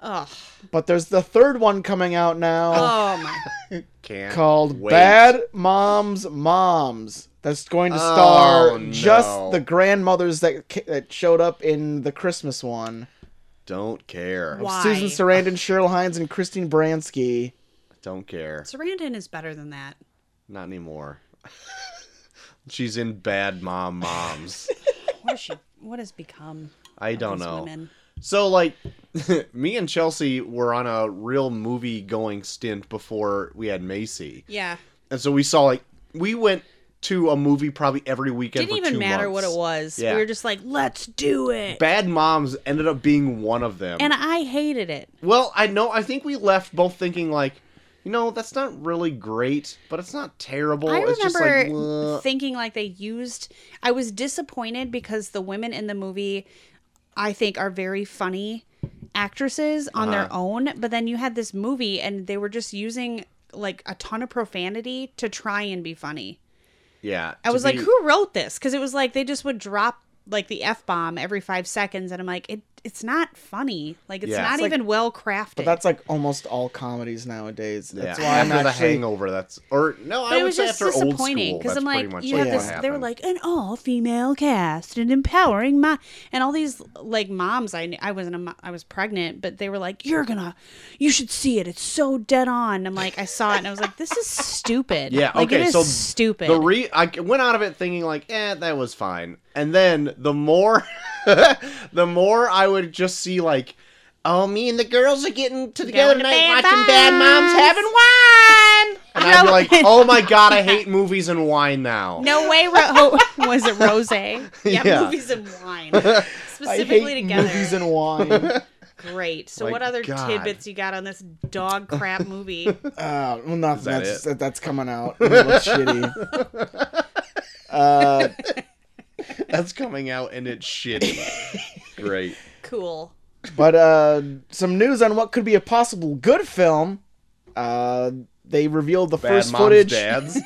[SPEAKER 3] Ugh.
[SPEAKER 1] But there's the third one coming out now
[SPEAKER 3] Oh my.
[SPEAKER 2] Can't
[SPEAKER 1] called
[SPEAKER 2] wait.
[SPEAKER 1] Bad Moms Moms. That's going to
[SPEAKER 2] Oh,
[SPEAKER 1] star just
[SPEAKER 2] no.
[SPEAKER 1] the grandmothers that ca- that showed up in the Christmas one.
[SPEAKER 2] Don't care.
[SPEAKER 3] Why?
[SPEAKER 1] Susan Sarandon, Cheryl Hines, and Christine Baranski.
[SPEAKER 2] Don't care.
[SPEAKER 3] Sarandon is better than that.
[SPEAKER 2] Not anymore. She's in Bad Mom Moms.
[SPEAKER 3] What is she? What has become?
[SPEAKER 2] I don't
[SPEAKER 3] these
[SPEAKER 2] know.
[SPEAKER 3] women?
[SPEAKER 2] So like me and Chelsea were on a real movie going stint before we had Macy.
[SPEAKER 3] Yeah.
[SPEAKER 2] And so we saw like we went to a movie probably every weekend.
[SPEAKER 3] Didn't
[SPEAKER 2] for
[SPEAKER 3] even
[SPEAKER 2] two
[SPEAKER 3] matter what
[SPEAKER 2] months.
[SPEAKER 3] it was.
[SPEAKER 2] Yeah.
[SPEAKER 3] We were just like, let's do it.
[SPEAKER 2] Bad Moms ended up being one of them.
[SPEAKER 3] and I hated it.
[SPEAKER 2] well, I know I think we left both thinking like, you know, that's not really great, but it's not terrible.
[SPEAKER 3] I
[SPEAKER 2] it's just
[SPEAKER 3] remember
[SPEAKER 2] like "Wah."
[SPEAKER 3] thinking like they used. I was disappointed because the women in the movie, I think, are very funny actresses on their
[SPEAKER 2] Uh-huh.
[SPEAKER 3] own. But then you had this movie, and they were just using like a ton of profanity to try and be funny.
[SPEAKER 2] Yeah.
[SPEAKER 3] I was like, who wrote this? Because it was like they just would drop like the f bomb every five seconds, and I'm like, it it's not funny. Like it's
[SPEAKER 2] Yeah.
[SPEAKER 3] not
[SPEAKER 2] It's
[SPEAKER 1] like-
[SPEAKER 3] even well crafted.
[SPEAKER 1] But that's like almost all comedies nowadays. That's
[SPEAKER 2] yeah,
[SPEAKER 1] why I'm
[SPEAKER 2] after the
[SPEAKER 1] actually
[SPEAKER 2] hangover, that's or no, I
[SPEAKER 3] But it
[SPEAKER 2] would
[SPEAKER 3] was
[SPEAKER 2] say
[SPEAKER 3] just
[SPEAKER 2] after old school.
[SPEAKER 3] disappointing
[SPEAKER 2] Because
[SPEAKER 3] because I'm like, you
[SPEAKER 2] like
[SPEAKER 3] have
[SPEAKER 2] what
[SPEAKER 3] this. They were
[SPEAKER 2] happened.
[SPEAKER 3] like an all female cast and empowering my and all these like moms. I kn- I wasn't a mo- I was pregnant, but they were like, you're gonna, you should see it. It's so dead on. And I'm like, I saw it and I was like, this is stupid.
[SPEAKER 2] Yeah.
[SPEAKER 3] like,
[SPEAKER 2] okay.
[SPEAKER 3] It is
[SPEAKER 2] so
[SPEAKER 3] stupid.
[SPEAKER 2] The re I went out of it thinking like, eh, that was fine. And then the more, the more I would just see like, oh, me and the girls are getting together
[SPEAKER 3] Going to
[SPEAKER 2] tonight,
[SPEAKER 3] Bad
[SPEAKER 2] watching Bad Moms
[SPEAKER 3] Moms.
[SPEAKER 2] having wine. And I'd be
[SPEAKER 3] No.
[SPEAKER 2] like, oh my god, I hate movies and wine now.
[SPEAKER 3] no way. Ro- was it Rose? Yeah,
[SPEAKER 2] Yeah.
[SPEAKER 3] movies and wine
[SPEAKER 1] I
[SPEAKER 3] specifically
[SPEAKER 1] hate
[SPEAKER 3] together.
[SPEAKER 1] movies and wine.
[SPEAKER 3] Great. So
[SPEAKER 2] My
[SPEAKER 3] what other
[SPEAKER 2] God.
[SPEAKER 3] tidbits you got on this dog crap movie?
[SPEAKER 1] Uh, well, nothing.
[SPEAKER 2] that
[SPEAKER 1] that's
[SPEAKER 2] it?
[SPEAKER 1] that- that's coming out. It looks shitty. Uh,
[SPEAKER 2] That's coming out and it's shitty. Great.
[SPEAKER 3] cool.
[SPEAKER 1] but uh, some news on what could be a possible good film. Uh, they revealed the
[SPEAKER 2] Bad
[SPEAKER 1] first
[SPEAKER 2] moms,
[SPEAKER 1] footage.
[SPEAKER 2] dads.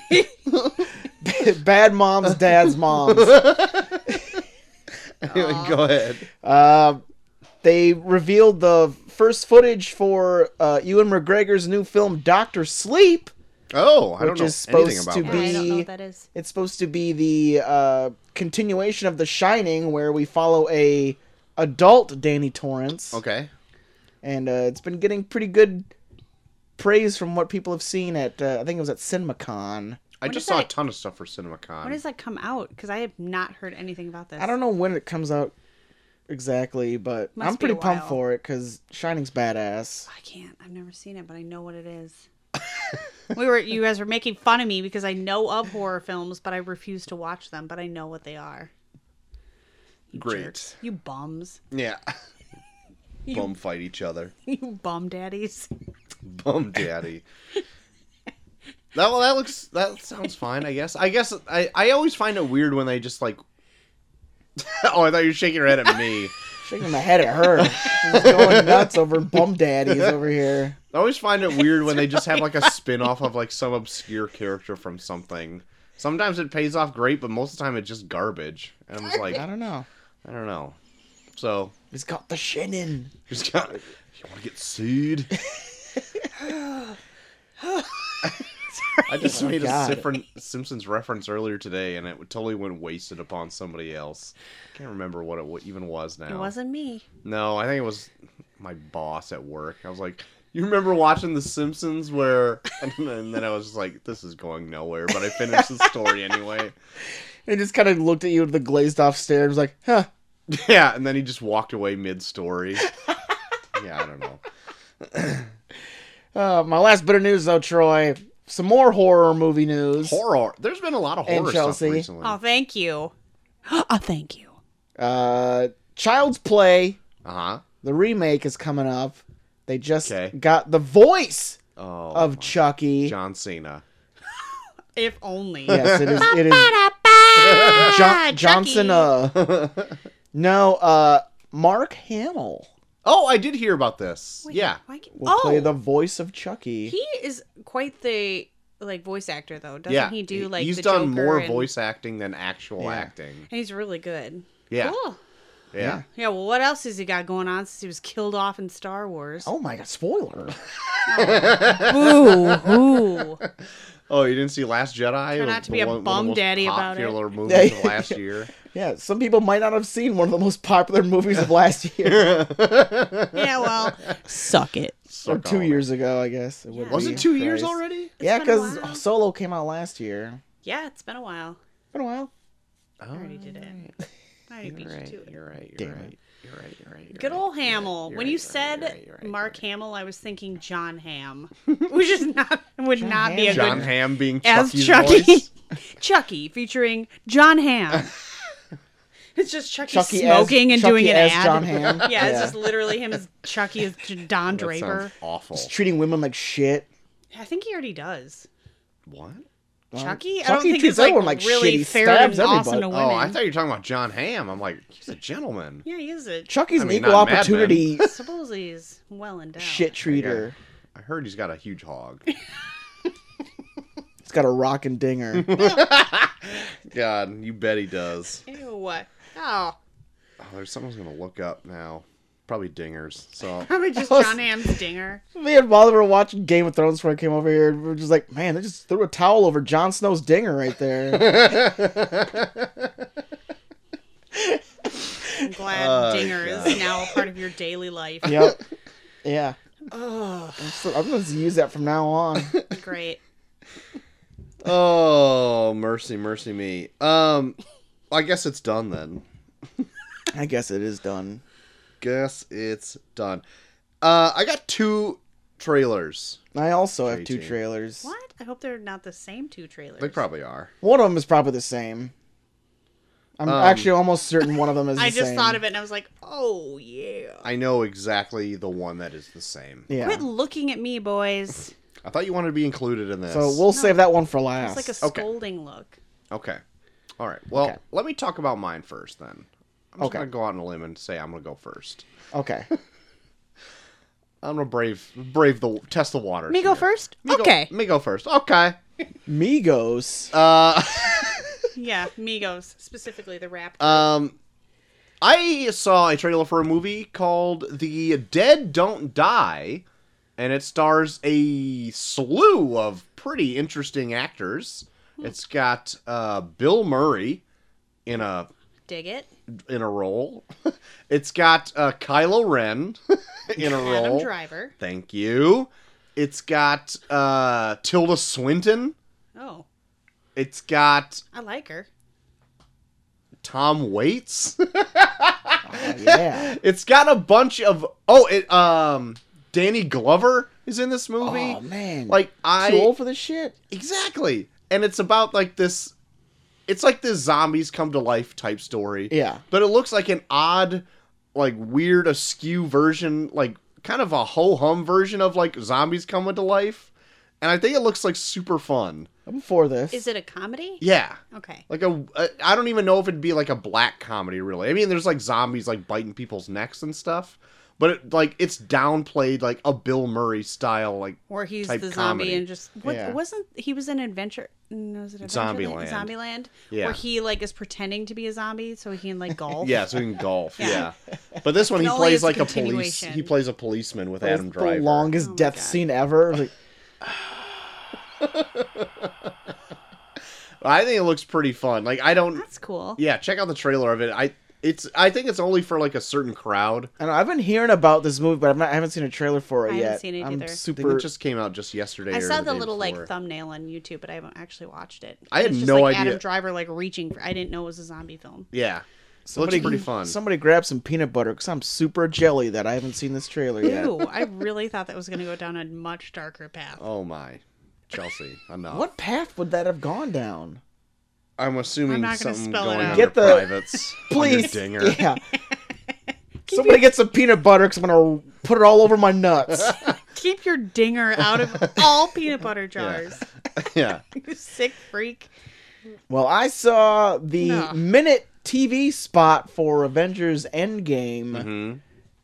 [SPEAKER 1] Bad moms, dads, moms.
[SPEAKER 2] Go ahead.
[SPEAKER 1] Uh, they revealed the first footage for uh, Ewan McGregor's new film Doctor Sleep.
[SPEAKER 2] Oh, I don't
[SPEAKER 1] Which
[SPEAKER 2] know
[SPEAKER 1] is
[SPEAKER 2] anything
[SPEAKER 1] supposed
[SPEAKER 2] about
[SPEAKER 1] to
[SPEAKER 2] that.
[SPEAKER 3] Yeah, I don't know
[SPEAKER 1] Be-
[SPEAKER 3] what that is.
[SPEAKER 1] It's supposed to be the uh, continuation of The Shining, where we follow a adult Danny Torrance.
[SPEAKER 2] Okay.
[SPEAKER 1] and uh, it's been getting pretty good praise from what people have seen at uh, I think it was at CinemaCon.
[SPEAKER 2] I
[SPEAKER 3] When
[SPEAKER 2] just
[SPEAKER 3] does
[SPEAKER 2] saw a
[SPEAKER 3] that-
[SPEAKER 2] ton of stuff for CinemaCon.
[SPEAKER 3] When does that come out? Because I have not heard anything about this.
[SPEAKER 1] I don't know when it comes out exactly, but
[SPEAKER 3] Must
[SPEAKER 1] I'm
[SPEAKER 3] be
[SPEAKER 1] pretty
[SPEAKER 3] a
[SPEAKER 1] pumped
[SPEAKER 3] while.
[SPEAKER 1] for it because Shining's badass.
[SPEAKER 3] I can't. I've never seen it, but I know what it is. we were. You guys were making fun of me because I know of horror films, but I refuse to watch them. But I know what they are. You
[SPEAKER 2] Great.
[SPEAKER 3] jerks. You bums.
[SPEAKER 2] Yeah. Bum fight each other.
[SPEAKER 3] You bum daddies.
[SPEAKER 2] Bum daddy. that well, that looks that sounds fine. I guess. I guess I I always find it weird when they just like. oh, I thought you were shaking your head at me.
[SPEAKER 1] Shaking my head at her, she's going nuts over bum daddies over here.
[SPEAKER 2] I always find it weird when they just have like a spin off of like some obscure character from something. Sometimes it pays off great, but most of the time it's just garbage. And I'm just like,
[SPEAKER 1] I don't know.
[SPEAKER 2] I don't know. So
[SPEAKER 1] He's got the Shannon.
[SPEAKER 2] just got. You want to get sued? I just
[SPEAKER 1] Oh,
[SPEAKER 2] made a
[SPEAKER 1] God.
[SPEAKER 2] different Simpsons reference earlier today, and it totally went wasted upon somebody else. I can't remember what it wa- even was now.
[SPEAKER 3] It wasn't me.
[SPEAKER 2] No, I think it was my boss at work. I was like, "You remember watching The Simpsons?" Where and then, and then I was just like, "This is going nowhere," but I finished the story anyway.
[SPEAKER 1] He just kind of looked at you with the glazed off stare and was like, huh.
[SPEAKER 2] Yeah, and then he just walked away mid-story. yeah, I don't know.
[SPEAKER 1] Uh, my last bit of news, though, Troy. Some more horror movie news.
[SPEAKER 2] Horror. There's been a lot of
[SPEAKER 1] And
[SPEAKER 2] horror
[SPEAKER 1] Chelsea.
[SPEAKER 2] stuff recently.
[SPEAKER 3] Oh, thank you. Oh, thank you.
[SPEAKER 1] Uh, Child's Play,
[SPEAKER 2] Uh huh.
[SPEAKER 1] the remake, is coming up. They just
[SPEAKER 2] Okay.
[SPEAKER 1] got the voice
[SPEAKER 2] Oh,
[SPEAKER 1] of Chucky.
[SPEAKER 2] John Cena.
[SPEAKER 3] If only.
[SPEAKER 1] Yes, it is. It is
[SPEAKER 3] John,
[SPEAKER 1] John- Johnson. Uh, no, uh, Mark Hamill
[SPEAKER 2] Oh, I did hear about this. yeah.
[SPEAKER 1] will play the voice of Chucky.
[SPEAKER 3] Oh, He is quite the like voice actor though. Doesn't
[SPEAKER 2] yeah.
[SPEAKER 3] he do like
[SPEAKER 2] He's
[SPEAKER 3] the
[SPEAKER 2] done
[SPEAKER 3] Joker
[SPEAKER 2] more
[SPEAKER 3] and-
[SPEAKER 2] voice acting than actual
[SPEAKER 1] Yeah.
[SPEAKER 2] acting.
[SPEAKER 3] and he's really good.
[SPEAKER 2] Yeah.
[SPEAKER 3] Cool.
[SPEAKER 2] Yeah.
[SPEAKER 1] Yeah.
[SPEAKER 3] Yeah, well what else has he got going on since he was killed off in Star Wars?
[SPEAKER 1] oh my god! Spoiler.
[SPEAKER 3] Ooh, ooh.
[SPEAKER 2] Oh, you didn't see Last Jedi?
[SPEAKER 3] Try not to be a
[SPEAKER 2] one,
[SPEAKER 3] bum
[SPEAKER 2] one of the most
[SPEAKER 3] daddy about it.
[SPEAKER 2] popular movies of
[SPEAKER 1] Yeah.
[SPEAKER 2] last year.
[SPEAKER 1] Yeah, some people might not have seen one of the most popular movies of last year
[SPEAKER 3] Yeah, well, suck it.
[SPEAKER 1] or
[SPEAKER 2] Suck
[SPEAKER 1] two
[SPEAKER 2] all
[SPEAKER 1] years ago, I guess. It would
[SPEAKER 2] that. Was
[SPEAKER 1] be.
[SPEAKER 2] it two years
[SPEAKER 1] Christ.
[SPEAKER 2] already?
[SPEAKER 1] Yeah,
[SPEAKER 3] It's been a while.
[SPEAKER 1] because Solo came out last year.
[SPEAKER 3] Yeah, it's been a while.
[SPEAKER 1] Been a while.
[SPEAKER 2] Oh,
[SPEAKER 3] I already did it. I already beat
[SPEAKER 2] You're right.
[SPEAKER 3] you to it.
[SPEAKER 2] You're right.
[SPEAKER 1] Damn
[SPEAKER 2] You're
[SPEAKER 1] it.
[SPEAKER 2] right. You're right. You're right. you're
[SPEAKER 3] Good
[SPEAKER 2] right,
[SPEAKER 3] old
[SPEAKER 2] you're right,
[SPEAKER 3] Hamill.
[SPEAKER 2] you're right,
[SPEAKER 3] when you
[SPEAKER 2] you're right,
[SPEAKER 3] said
[SPEAKER 2] you're right, you're right,
[SPEAKER 3] Mark
[SPEAKER 2] you're
[SPEAKER 3] Hamill, I was thinking John Ham, which is not would
[SPEAKER 1] John
[SPEAKER 3] not be
[SPEAKER 1] Hamm.
[SPEAKER 2] right.
[SPEAKER 3] a
[SPEAKER 2] John
[SPEAKER 3] good
[SPEAKER 2] Ham being
[SPEAKER 3] as
[SPEAKER 2] Chucky's
[SPEAKER 3] Chucky.
[SPEAKER 2] voice.
[SPEAKER 3] Chucky featuring John Ham. it's just Chucky,
[SPEAKER 1] Chucky as-
[SPEAKER 3] smoking and
[SPEAKER 1] Chucky
[SPEAKER 3] doing an
[SPEAKER 1] as
[SPEAKER 3] ad.
[SPEAKER 1] John Hamm.
[SPEAKER 3] Yeah, it's
[SPEAKER 1] Yeah.
[SPEAKER 3] just literally him as Chucky as J- Don
[SPEAKER 2] That sounds
[SPEAKER 3] Draper.
[SPEAKER 2] awful.
[SPEAKER 1] Just treating women like shit.
[SPEAKER 3] I think he already does.
[SPEAKER 2] What?
[SPEAKER 1] Chucky
[SPEAKER 3] Chucky? I don't think
[SPEAKER 1] treats
[SPEAKER 3] he's like,
[SPEAKER 1] everyone like shit.
[SPEAKER 3] really
[SPEAKER 1] He
[SPEAKER 3] fair
[SPEAKER 1] stabs
[SPEAKER 3] and awesome
[SPEAKER 1] everybody.
[SPEAKER 3] to women.
[SPEAKER 2] Oh, I thought you were talking about John Ham. I'm like, he's a gentleman.
[SPEAKER 3] yeah, he is a
[SPEAKER 1] Chucky's
[SPEAKER 2] I
[SPEAKER 1] an
[SPEAKER 2] mean,
[SPEAKER 1] equal
[SPEAKER 2] not Mad Men.
[SPEAKER 1] opportunity
[SPEAKER 3] supposedly he's well endowed.
[SPEAKER 1] shit treater.
[SPEAKER 2] I heard he's got a huge hog.
[SPEAKER 1] He's got a rockin' dinger.
[SPEAKER 2] God, you bet he does.
[SPEAKER 3] Ew. what? Oh.
[SPEAKER 2] Oh, there's something I was gonna look up now. Probably dingers. So
[SPEAKER 3] Probably just
[SPEAKER 1] Those-
[SPEAKER 3] John Ham's dinger.
[SPEAKER 1] Me and Molly were watching Game of Thrones before I came over here. and We are just like, man, they just threw a towel over Jon Snow's dinger right there.
[SPEAKER 3] I'm glad
[SPEAKER 2] Oh,
[SPEAKER 3] dinger
[SPEAKER 2] God.
[SPEAKER 3] is now a part of your daily life.
[SPEAKER 1] yep. Yeah.
[SPEAKER 3] Oh,
[SPEAKER 1] So I'm going to use that from now on.
[SPEAKER 3] great.
[SPEAKER 2] Oh, mercy, mercy me. Um, I guess it's done then.
[SPEAKER 1] I guess it is done.
[SPEAKER 2] Guess it's done. Uh, I got two trailers.
[SPEAKER 1] I also have two
[SPEAKER 2] JT.
[SPEAKER 1] trailers.
[SPEAKER 3] What? I hope they're not the same two trailers.
[SPEAKER 2] They probably are.
[SPEAKER 1] One of them is probably the same. I'm
[SPEAKER 2] Um,
[SPEAKER 1] actually almost certain one of them is the
[SPEAKER 3] I just
[SPEAKER 1] same.
[SPEAKER 3] thought of it and I was like, oh yeah.
[SPEAKER 2] I know exactly the one that is the same.
[SPEAKER 1] Yeah.
[SPEAKER 3] Quit looking at me, boys.
[SPEAKER 2] I thought you wanted to be included in this.
[SPEAKER 1] So we'll save that one for
[SPEAKER 3] It's
[SPEAKER 1] last.
[SPEAKER 3] like a
[SPEAKER 2] Okay.
[SPEAKER 3] scolding look.
[SPEAKER 2] Okay. All right. Well,
[SPEAKER 1] Okay.
[SPEAKER 2] let me talk about mine first then. I'm just
[SPEAKER 1] Okay.
[SPEAKER 2] gonna go out on a limb and say I'm gonna go first.
[SPEAKER 1] Okay.
[SPEAKER 2] I'm gonna brave brave the test the waters.
[SPEAKER 3] Me go
[SPEAKER 2] here.
[SPEAKER 3] first?
[SPEAKER 2] Me go-
[SPEAKER 3] okay.
[SPEAKER 2] me go first. Okay.
[SPEAKER 1] Migos.
[SPEAKER 2] Uh.
[SPEAKER 3] Yeah, Migos. Specifically the rap.
[SPEAKER 2] Um, I saw a trailer for a movie called The Dead Don't Die, and it stars a slew of pretty interesting actors.
[SPEAKER 3] Hmm.
[SPEAKER 2] It's got uh, Bill Murray in a
[SPEAKER 3] Dig it.
[SPEAKER 2] in a role. it's got uh, Kylo Ren in a
[SPEAKER 3] Adam
[SPEAKER 2] role.
[SPEAKER 3] Driver.
[SPEAKER 2] Thank you. It's got uh, Tilda Swinton.
[SPEAKER 3] Oh,
[SPEAKER 2] It's got
[SPEAKER 3] I like her.
[SPEAKER 2] Tom Waits.
[SPEAKER 1] yeah.
[SPEAKER 2] It's got a bunch of oh, it um, Danny Glover is in this movie.
[SPEAKER 1] Oh man.
[SPEAKER 2] Like
[SPEAKER 1] too
[SPEAKER 2] I
[SPEAKER 1] old for this shit.
[SPEAKER 2] exactly, and it's about like this. It's like this zombies come to life type story.
[SPEAKER 1] Yeah.
[SPEAKER 2] but it looks like an odd, like weird askew version, like kind of a ho hum version of like zombies coming to life, and I think it looks like super fun.
[SPEAKER 1] I'm for this.
[SPEAKER 3] Is it a comedy?
[SPEAKER 2] Yeah.
[SPEAKER 3] Okay.
[SPEAKER 2] Like a, a, I don't even know if it'd be like a black comedy, really. I mean, there's like zombies like biting people's necks and stuff, but it, like it's downplayed like a Bill Murray style like
[SPEAKER 3] Where he's
[SPEAKER 2] type
[SPEAKER 3] the zombie
[SPEAKER 2] comedy.
[SPEAKER 3] and just what
[SPEAKER 2] Yeah.
[SPEAKER 3] wasn't he was in Adventure? No, was it Adventure?
[SPEAKER 2] Zombieland.
[SPEAKER 3] Zombieland.
[SPEAKER 2] Yeah.
[SPEAKER 3] Where he like is pretending to be a zombie so he can like golf.
[SPEAKER 2] yeah, so he can golf.
[SPEAKER 3] Yeah.
[SPEAKER 2] Yeah. But this one he
[SPEAKER 3] But only
[SPEAKER 2] plays
[SPEAKER 3] it's a
[SPEAKER 2] like a police
[SPEAKER 3] continuation.
[SPEAKER 2] he plays a policeman with
[SPEAKER 1] That's
[SPEAKER 2] Adam
[SPEAKER 1] the
[SPEAKER 2] Driver.
[SPEAKER 1] longest
[SPEAKER 3] Oh my
[SPEAKER 1] death
[SPEAKER 3] God.
[SPEAKER 1] scene ever. Like,
[SPEAKER 2] I think it looks pretty fun. Like I don't
[SPEAKER 3] That's cool.
[SPEAKER 2] Yeah, check out the trailer of it. I it's I think it's only for like a certain crowd.
[SPEAKER 1] I, don't know, I've been hearing about this movie, but I'm not, I haven't seen a trailer for it
[SPEAKER 3] I haven't
[SPEAKER 1] yet.
[SPEAKER 3] seen it
[SPEAKER 1] I'm
[SPEAKER 3] either. I think
[SPEAKER 2] I think
[SPEAKER 1] super.
[SPEAKER 2] it just came out just yesterday.
[SPEAKER 3] I
[SPEAKER 2] or
[SPEAKER 3] saw the
[SPEAKER 2] day
[SPEAKER 3] little
[SPEAKER 2] before.
[SPEAKER 3] like thumbnail on YouTube, but I haven't actually watched it.
[SPEAKER 2] I had
[SPEAKER 3] It's just,
[SPEAKER 2] no
[SPEAKER 3] like,
[SPEAKER 2] idea.
[SPEAKER 3] Adam Driver like reaching for. I didn't know it was a zombie film.
[SPEAKER 2] Yeah. So
[SPEAKER 1] Somebody-
[SPEAKER 2] looks pretty fun.
[SPEAKER 1] Somebody grab some peanut butter because I'm super jelly that I haven't seen this trailer yet.
[SPEAKER 3] Ew! I really thought that was going to go down a much darker path.
[SPEAKER 2] Oh my. Chelsea, enough.
[SPEAKER 1] What path would that have gone down?
[SPEAKER 2] I'm assuming
[SPEAKER 3] I'm not gonna
[SPEAKER 2] something
[SPEAKER 3] spell it
[SPEAKER 2] going
[SPEAKER 3] out.
[SPEAKER 2] on
[SPEAKER 1] Get
[SPEAKER 2] your
[SPEAKER 1] the-
[SPEAKER 2] privates. on your
[SPEAKER 1] Please,
[SPEAKER 2] dinger.
[SPEAKER 1] yeah. Somebody get some peanut butter because I'm gonna put it all over my nuts.
[SPEAKER 3] Keep your dinger out of all peanut butter jars.
[SPEAKER 2] yeah.
[SPEAKER 3] you sick freak.
[SPEAKER 1] Well, I saw the
[SPEAKER 3] No.
[SPEAKER 1] minute TV spot for Avengers Endgame
[SPEAKER 2] Mm-hmm.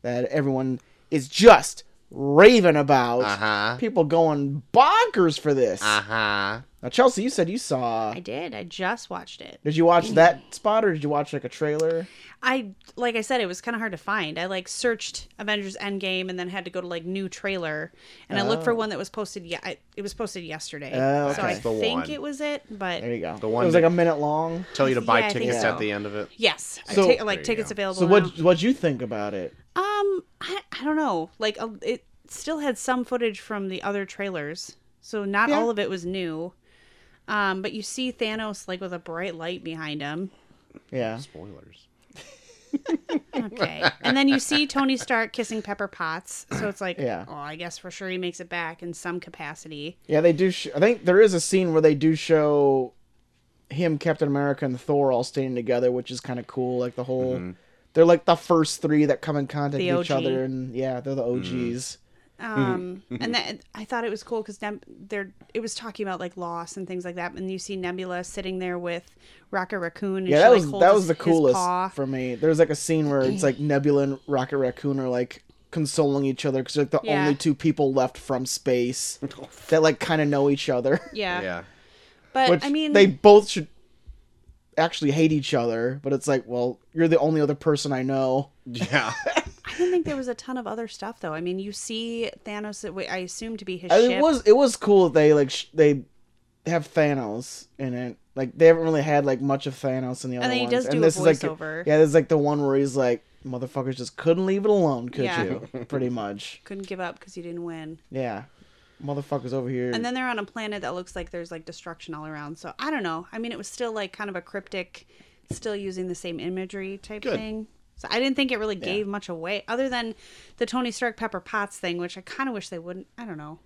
[SPEAKER 1] that everyone is just raving about.
[SPEAKER 2] Uh-huh.
[SPEAKER 1] People going bonkers for this.
[SPEAKER 2] Uh-huh.
[SPEAKER 1] Now, Chelsea, you said you saw.
[SPEAKER 3] I did. I just watched it.
[SPEAKER 1] Did you watch that spot or did you watch like a trailer?
[SPEAKER 3] I like I said, it was kind of hard to find. I like searched Avengers Endgame and then had to go to like new trailer, and I looked for one that was posted. Yeah, I- it was posted yesterday,
[SPEAKER 1] Oh, okay.
[SPEAKER 3] so I
[SPEAKER 1] That's
[SPEAKER 2] the
[SPEAKER 3] think
[SPEAKER 2] one.
[SPEAKER 3] it was it. But
[SPEAKER 1] There you go.
[SPEAKER 2] The one
[SPEAKER 1] it was
[SPEAKER 2] that-
[SPEAKER 1] like a minute long.
[SPEAKER 2] Tell you to buy
[SPEAKER 3] Yeah, I think
[SPEAKER 2] tickets
[SPEAKER 1] so.
[SPEAKER 2] at the end of it.
[SPEAKER 3] yes, I
[SPEAKER 1] So-
[SPEAKER 3] take-
[SPEAKER 2] There
[SPEAKER 3] like
[SPEAKER 2] you
[SPEAKER 3] tickets
[SPEAKER 2] go.
[SPEAKER 3] available.
[SPEAKER 1] So
[SPEAKER 3] now.
[SPEAKER 1] what what'd you think about it?
[SPEAKER 3] Um, I, I don't know. Like, uh, it still had some footage from the other trailers, so not
[SPEAKER 1] Yeah.
[SPEAKER 3] all of it was new. Um, but you see Thanos like with a bright light behind him.
[SPEAKER 1] Yeah.
[SPEAKER 2] Spoilers.
[SPEAKER 3] Okay, and then you see Tony Stark kissing Pepper Potts. So it's like,
[SPEAKER 1] Yeah.
[SPEAKER 3] oh, I guess for sure he makes it back in some capacity.
[SPEAKER 1] Yeah, they do. Sh- I think there is a scene where they do show him, Captain America, and Thor all standing together, which is kind of cool. Like the whole, they're like the first three that come in contact
[SPEAKER 3] The
[SPEAKER 1] with each
[SPEAKER 3] OG.
[SPEAKER 1] other, and yeah, they're the OGs. Mm-hmm.
[SPEAKER 3] Um, and that I thought it was cool because they're it was talking about like loss and things like that. And you see Nebula sitting there with Rocket Raccoon. And
[SPEAKER 1] Yeah,
[SPEAKER 3] she,
[SPEAKER 1] that
[SPEAKER 3] like,
[SPEAKER 1] was
[SPEAKER 3] holds
[SPEAKER 1] that
[SPEAKER 3] his-
[SPEAKER 1] was the
[SPEAKER 3] his
[SPEAKER 1] coolest
[SPEAKER 3] paw.
[SPEAKER 1] for me. There's like a scene where it's like Nebula and Rocket Raccoon are like consoling each other because they're like the
[SPEAKER 3] Yeah.
[SPEAKER 1] only two people left from space that like kind of know each other.
[SPEAKER 3] yeah.
[SPEAKER 2] Yeah.
[SPEAKER 3] but
[SPEAKER 1] Which
[SPEAKER 3] I mean
[SPEAKER 1] they both should actually hate each other, but it's like, well, you're the only other person I know.
[SPEAKER 2] Yeah.
[SPEAKER 3] I didn't think there was a ton of other stuff though. I mean, you see Thanos, that we- I assume to be his
[SPEAKER 1] I mean,
[SPEAKER 3] ship.
[SPEAKER 1] Uh, it was it was cool that they like sh- they have Thanos in it. Like they haven't really had like much of Thanos in the other
[SPEAKER 3] and then he
[SPEAKER 1] ones.
[SPEAKER 3] does do
[SPEAKER 1] and
[SPEAKER 3] a
[SPEAKER 1] this is like
[SPEAKER 3] voiceover.
[SPEAKER 1] yeah, there's like the one where he's like, "Motherfuckers just couldn't leave it alone, could
[SPEAKER 3] Yeah.
[SPEAKER 1] you?" Pretty much.
[SPEAKER 3] Couldn't give up because you didn't win.
[SPEAKER 1] Yeah, motherfuckers over here.
[SPEAKER 3] And then they're on a planet that looks like there's like destruction all around. So I don't know. I mean, it was still like kind of a cryptic, still using the same imagery type
[SPEAKER 2] Good.
[SPEAKER 3] thing. So I didn't think it really gave much away, other than the Tony Stark Pepper Potts thing, which I kind of wish they wouldn't. I don't know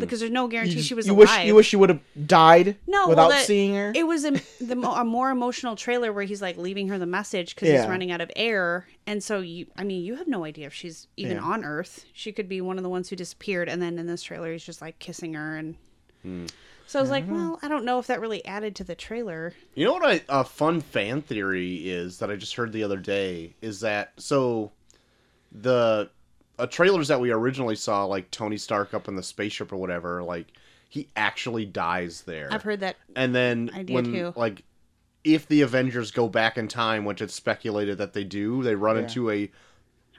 [SPEAKER 3] because there's no guarantee
[SPEAKER 1] Mm. you,
[SPEAKER 3] she was
[SPEAKER 1] you
[SPEAKER 3] alive.
[SPEAKER 1] wish you wish you would have died
[SPEAKER 3] No, well,
[SPEAKER 1] without
[SPEAKER 3] that-
[SPEAKER 1] seeing her.
[SPEAKER 3] It was a, the, mo- a more emotional trailer where he's like leaving her the message because
[SPEAKER 1] Yeah.
[SPEAKER 3] he's running out of air, and so you, I mean, you have no idea if she's even
[SPEAKER 1] Yeah.
[SPEAKER 3] on Earth. She could be one of the ones who disappeared, and then in this trailer, he's just like kissing her, and
[SPEAKER 1] Hmm.
[SPEAKER 3] so I was like, well, I don't know if that really added to the trailer.
[SPEAKER 2] You know what I, a fun fan theory is that I just heard the other day is that so the uh, trailers that we originally saw like Tony Stark up in the spaceship or whatever like he actually dies there.
[SPEAKER 3] I've heard that.
[SPEAKER 2] And then
[SPEAKER 3] I did
[SPEAKER 2] when
[SPEAKER 3] too.
[SPEAKER 2] like if the Avengers go back in time, which it's speculated that they do, they run
[SPEAKER 1] Yeah.
[SPEAKER 2] into a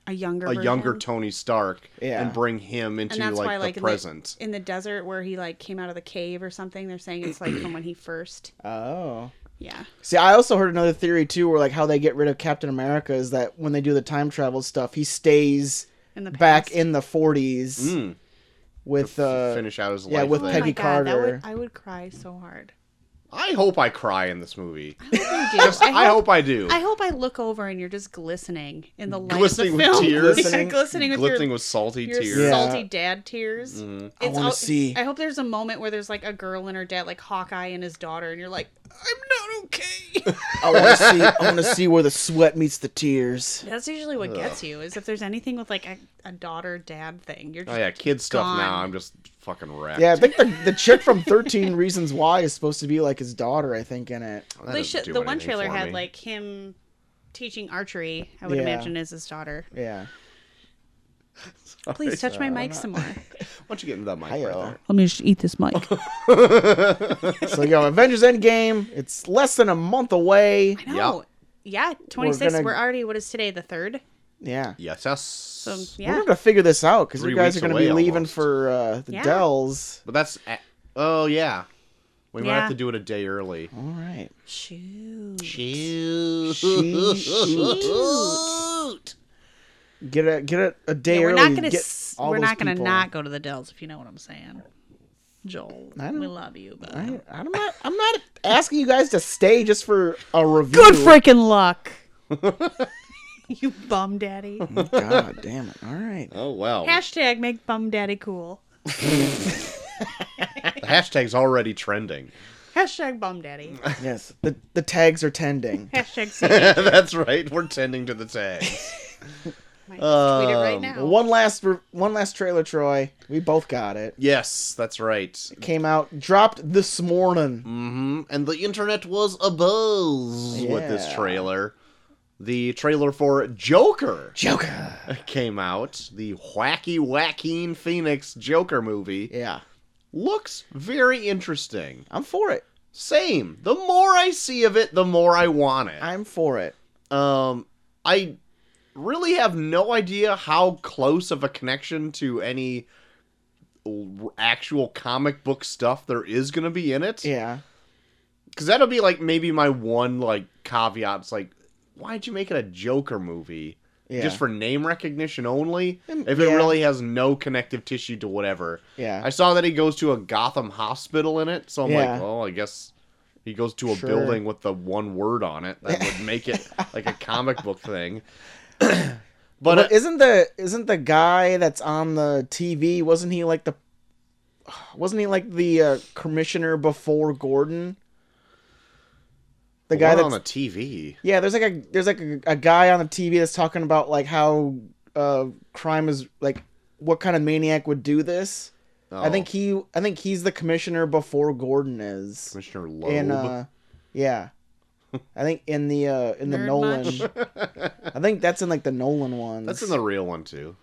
[SPEAKER 3] A younger,
[SPEAKER 2] a
[SPEAKER 3] version.
[SPEAKER 2] younger Tony Stark
[SPEAKER 1] Yeah.
[SPEAKER 2] and bring him into
[SPEAKER 3] and that's
[SPEAKER 2] like
[SPEAKER 3] why,
[SPEAKER 2] the
[SPEAKER 3] like in the-
[SPEAKER 2] present.
[SPEAKER 3] in the desert where he like came out of the cave or something, they're saying it's like from when he first.
[SPEAKER 1] oh.
[SPEAKER 3] Yeah,
[SPEAKER 1] See, I also heard another theory too, where like how they get rid of Captain America is that when they do the time travel stuff, he stays
[SPEAKER 3] in the
[SPEAKER 1] back
[SPEAKER 3] past.
[SPEAKER 1] in the 40s
[SPEAKER 2] Mm.
[SPEAKER 1] with
[SPEAKER 2] F-
[SPEAKER 1] uh,
[SPEAKER 2] finish out his
[SPEAKER 1] yeah,
[SPEAKER 2] life
[SPEAKER 1] with
[SPEAKER 2] there.
[SPEAKER 3] Oh
[SPEAKER 1] Peggy
[SPEAKER 3] my God, that
[SPEAKER 1] Carter.
[SPEAKER 3] would, I would cry so hard.
[SPEAKER 2] I hope I cry in this movie.
[SPEAKER 3] I hope you do.
[SPEAKER 2] Just- I hope I do.
[SPEAKER 3] I hope I look over and you're just glistening in the light
[SPEAKER 2] Glistening
[SPEAKER 3] of
[SPEAKER 2] with
[SPEAKER 3] the film.
[SPEAKER 2] tears.
[SPEAKER 3] yeah,
[SPEAKER 1] Glistening-
[SPEAKER 3] glistening with
[SPEAKER 2] Glistening
[SPEAKER 3] your,
[SPEAKER 2] with salty
[SPEAKER 3] your
[SPEAKER 2] tears. Mm-hmm.
[SPEAKER 1] Yeah.
[SPEAKER 3] salty dad tears.
[SPEAKER 1] I
[SPEAKER 3] It's
[SPEAKER 1] wanna
[SPEAKER 3] all-
[SPEAKER 1] see.
[SPEAKER 3] I hope there's a moment where there's like a girl and her dad, like Hawkeye and his daughter, and you're like, I'm not okay.
[SPEAKER 1] I want to see. I want to see where the sweat meets the tears.
[SPEAKER 3] That's usually what gets you is if there's anything with like a, a daughter dad thing, you're
[SPEAKER 2] Oh
[SPEAKER 3] just
[SPEAKER 2] yeah, kid stuff
[SPEAKER 3] Gone.
[SPEAKER 2] now. I'm just fucking wrecked.
[SPEAKER 1] Yeah, I think the the chick from Thirteen Reasons Why is supposed to be like his daughter. I think in it.
[SPEAKER 2] That
[SPEAKER 3] they
[SPEAKER 2] doesn't
[SPEAKER 3] should,
[SPEAKER 2] do
[SPEAKER 3] the one
[SPEAKER 2] anything
[SPEAKER 3] trailer
[SPEAKER 2] for
[SPEAKER 3] had
[SPEAKER 2] me.
[SPEAKER 3] like him teaching archery. I would
[SPEAKER 1] Yeah.
[SPEAKER 3] imagine is his daughter.
[SPEAKER 1] Yeah.
[SPEAKER 3] Please touch my mic some more.
[SPEAKER 2] Why don't you get into that mic
[SPEAKER 1] Hi-yo.
[SPEAKER 2] right there?
[SPEAKER 3] Uh, Let me just eat this mic.
[SPEAKER 1] So you know, Avengers Endgame. It's less than a month away.
[SPEAKER 3] I know. Yeah, 26. We're,
[SPEAKER 1] gonna-
[SPEAKER 3] already, what is today, the 3rd?
[SPEAKER 1] Yeah.
[SPEAKER 2] Yes, yes.
[SPEAKER 3] So,
[SPEAKER 1] We're
[SPEAKER 3] yeah.
[SPEAKER 1] gonna have to figure this out because you
[SPEAKER 2] Three
[SPEAKER 1] guys are
[SPEAKER 2] weeks
[SPEAKER 1] gonna be
[SPEAKER 2] away
[SPEAKER 1] leaving
[SPEAKER 2] almost.
[SPEAKER 1] for uh, the
[SPEAKER 3] Yeah.
[SPEAKER 1] Dells.
[SPEAKER 2] But that's. a- Oh yeah, we might
[SPEAKER 3] Yeah.
[SPEAKER 2] have to do it a day early.
[SPEAKER 1] All right.
[SPEAKER 3] Shoot.
[SPEAKER 2] Shoot.
[SPEAKER 3] Shoot.
[SPEAKER 1] Get a get a, a day
[SPEAKER 3] Yeah, we're
[SPEAKER 1] early.
[SPEAKER 3] not gonna
[SPEAKER 1] get
[SPEAKER 3] s-
[SPEAKER 1] all
[SPEAKER 3] we're
[SPEAKER 1] those
[SPEAKER 3] not gonna
[SPEAKER 1] people.
[SPEAKER 3] not go to the Dells if you know what I'm saying. Joel,
[SPEAKER 1] I don't-
[SPEAKER 3] we love you, but
[SPEAKER 1] I, I'm not. I'm not asking you guys to stay just for a review.
[SPEAKER 3] good freaking luck. you bum daddy.
[SPEAKER 1] God damn it! All right.
[SPEAKER 2] Oh wow.
[SPEAKER 3] Hashtag make bum daddy cool.
[SPEAKER 2] the hashtag's already trending.
[SPEAKER 3] Hashtag bum daddy.
[SPEAKER 1] Yes. The the tags are tending.
[SPEAKER 3] Hashtag see.
[SPEAKER 2] that's right. We're tending to the tag.
[SPEAKER 3] Might just tweet it right
[SPEAKER 2] Um,
[SPEAKER 3] now.
[SPEAKER 1] One last re- one last trailer, Troy. We both got it.
[SPEAKER 2] yes, that's right.
[SPEAKER 1] Came out, dropped this morning.
[SPEAKER 2] hmm And the internet was abuzz with this
[SPEAKER 1] Yeah.
[SPEAKER 2] trailer. The trailer for Joker
[SPEAKER 1] Joker.
[SPEAKER 2] came out. The wacky Joaquin Phoenix Joker movie
[SPEAKER 1] Yeah,
[SPEAKER 2] looks very interesting.
[SPEAKER 1] I'm for it.
[SPEAKER 2] Same. The more I see of it, the more I want it.
[SPEAKER 1] I'm for it.
[SPEAKER 2] Um, I really have no idea how close of a connection to any l- actual comic book stuff there is going to be in it.
[SPEAKER 1] Yeah.
[SPEAKER 2] Because that'll be like maybe my one like caveat. It's like, why'd you make it a Joker movie?
[SPEAKER 1] Yeah.
[SPEAKER 2] Just for name recognition only?
[SPEAKER 1] Mm,
[SPEAKER 2] If it
[SPEAKER 1] yeah.
[SPEAKER 2] really has no connective tissue to whatever.
[SPEAKER 1] Yeah.
[SPEAKER 2] I saw that he goes to a Gotham hospital in it, so I'm
[SPEAKER 1] Yeah.
[SPEAKER 2] like, well, I guess he goes to a
[SPEAKER 1] Sure.
[SPEAKER 2] building with the one word on it that would make it like a comic book thing. but
[SPEAKER 1] But
[SPEAKER 2] uh,
[SPEAKER 1] isn't the isn't the guy that's on the TV? Wasn't he like the? Wasn't he like the uh, commissioner before Gordon? The guy
[SPEAKER 2] one
[SPEAKER 1] that's
[SPEAKER 2] on the TV.
[SPEAKER 1] yeah. There's like a there's like a, a guy on the TV that's talking about like how uh, crime is like what kind of maniac would do this. I
[SPEAKER 2] Oh,
[SPEAKER 1] think he I think he's the commissioner before Gordon is.
[SPEAKER 2] Commissioner Loeb.
[SPEAKER 1] in uh yeah i think in the uh in the
[SPEAKER 3] Nerd
[SPEAKER 1] nolan
[SPEAKER 3] much?
[SPEAKER 1] i think that's in like the nolan one
[SPEAKER 2] That's in the real one too.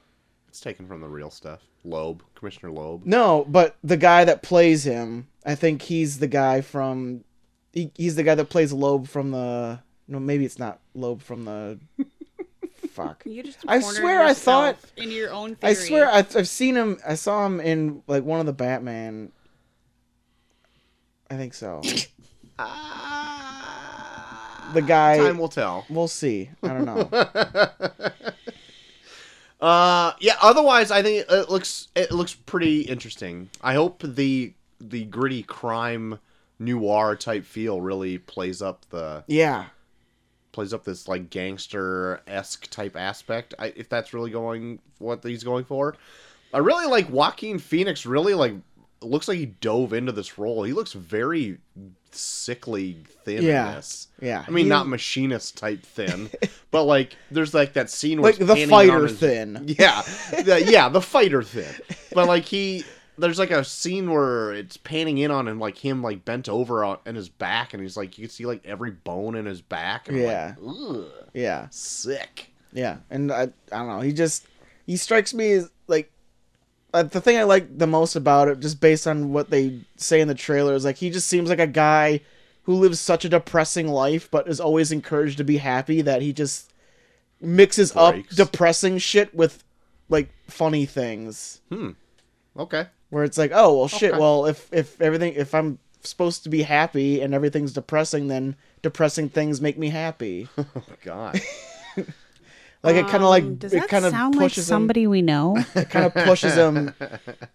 [SPEAKER 2] It's taken from the real stuff. Loeb, Commissioner Loeb.
[SPEAKER 1] no but the guy that plays him i think he's the guy from he, he's the guy that plays loeb from the no maybe it's not loeb from the fuck
[SPEAKER 3] You just
[SPEAKER 1] I
[SPEAKER 3] cornered
[SPEAKER 1] swear I
[SPEAKER 3] yourself
[SPEAKER 1] thought-
[SPEAKER 3] in your own theory.
[SPEAKER 1] i swear I've, I've seen him i saw him in like one of the batman i think so the guy
[SPEAKER 2] Time will tell.
[SPEAKER 1] we'll see i don't know
[SPEAKER 2] Uh, yeah. Otherwise, I think it looks it looks pretty interesting. I hope the the gritty crime noir type feel really plays up the
[SPEAKER 1] yeah
[SPEAKER 2] plays up this like gangster esque type aspect. I, if that's really going what he's going for, I really like Joaquin Phoenix. Really like looks like he dove into this role. He looks very sickly thin.
[SPEAKER 1] Yeah.
[SPEAKER 2] In this.
[SPEAKER 1] yeah
[SPEAKER 2] I mean,
[SPEAKER 1] He-
[SPEAKER 2] not machinist type thin, but like there's like that scene where
[SPEAKER 1] like
[SPEAKER 2] he's
[SPEAKER 1] the
[SPEAKER 2] panning on
[SPEAKER 1] fighter
[SPEAKER 2] his-
[SPEAKER 1] thin
[SPEAKER 2] yeah, the, yeah, the fighter thing. But like he, there's like a scene where it's panning in on him, like him like bent over on in his back, and he's like you can see like every bone in his back. And I'm
[SPEAKER 1] Yeah.
[SPEAKER 2] like, Ugh,
[SPEAKER 1] yeah
[SPEAKER 2] sick.
[SPEAKER 1] Yeah, and I, I don't know. He just he strikes me as like uh, the thing I like the most about it, just based on what they say in the trailer, is like he just seems like a guy who lives such a depressing life, but is always encouraged to be happy. That he just mixes
[SPEAKER 2] Breaks.
[SPEAKER 1] up depressing shit with like funny things,
[SPEAKER 2] Okay.
[SPEAKER 1] where it's like, oh well, shit.
[SPEAKER 2] Okay.
[SPEAKER 1] Well, if if everything, if I'm supposed to be happy and everything's depressing, then depressing things make me happy.
[SPEAKER 2] Oh God.
[SPEAKER 1] Like it kind of like
[SPEAKER 3] Um, Does
[SPEAKER 1] it
[SPEAKER 3] that
[SPEAKER 1] kind of
[SPEAKER 3] sound like
[SPEAKER 1] pushes him.
[SPEAKER 3] somebody we know?
[SPEAKER 1] kind of pushes him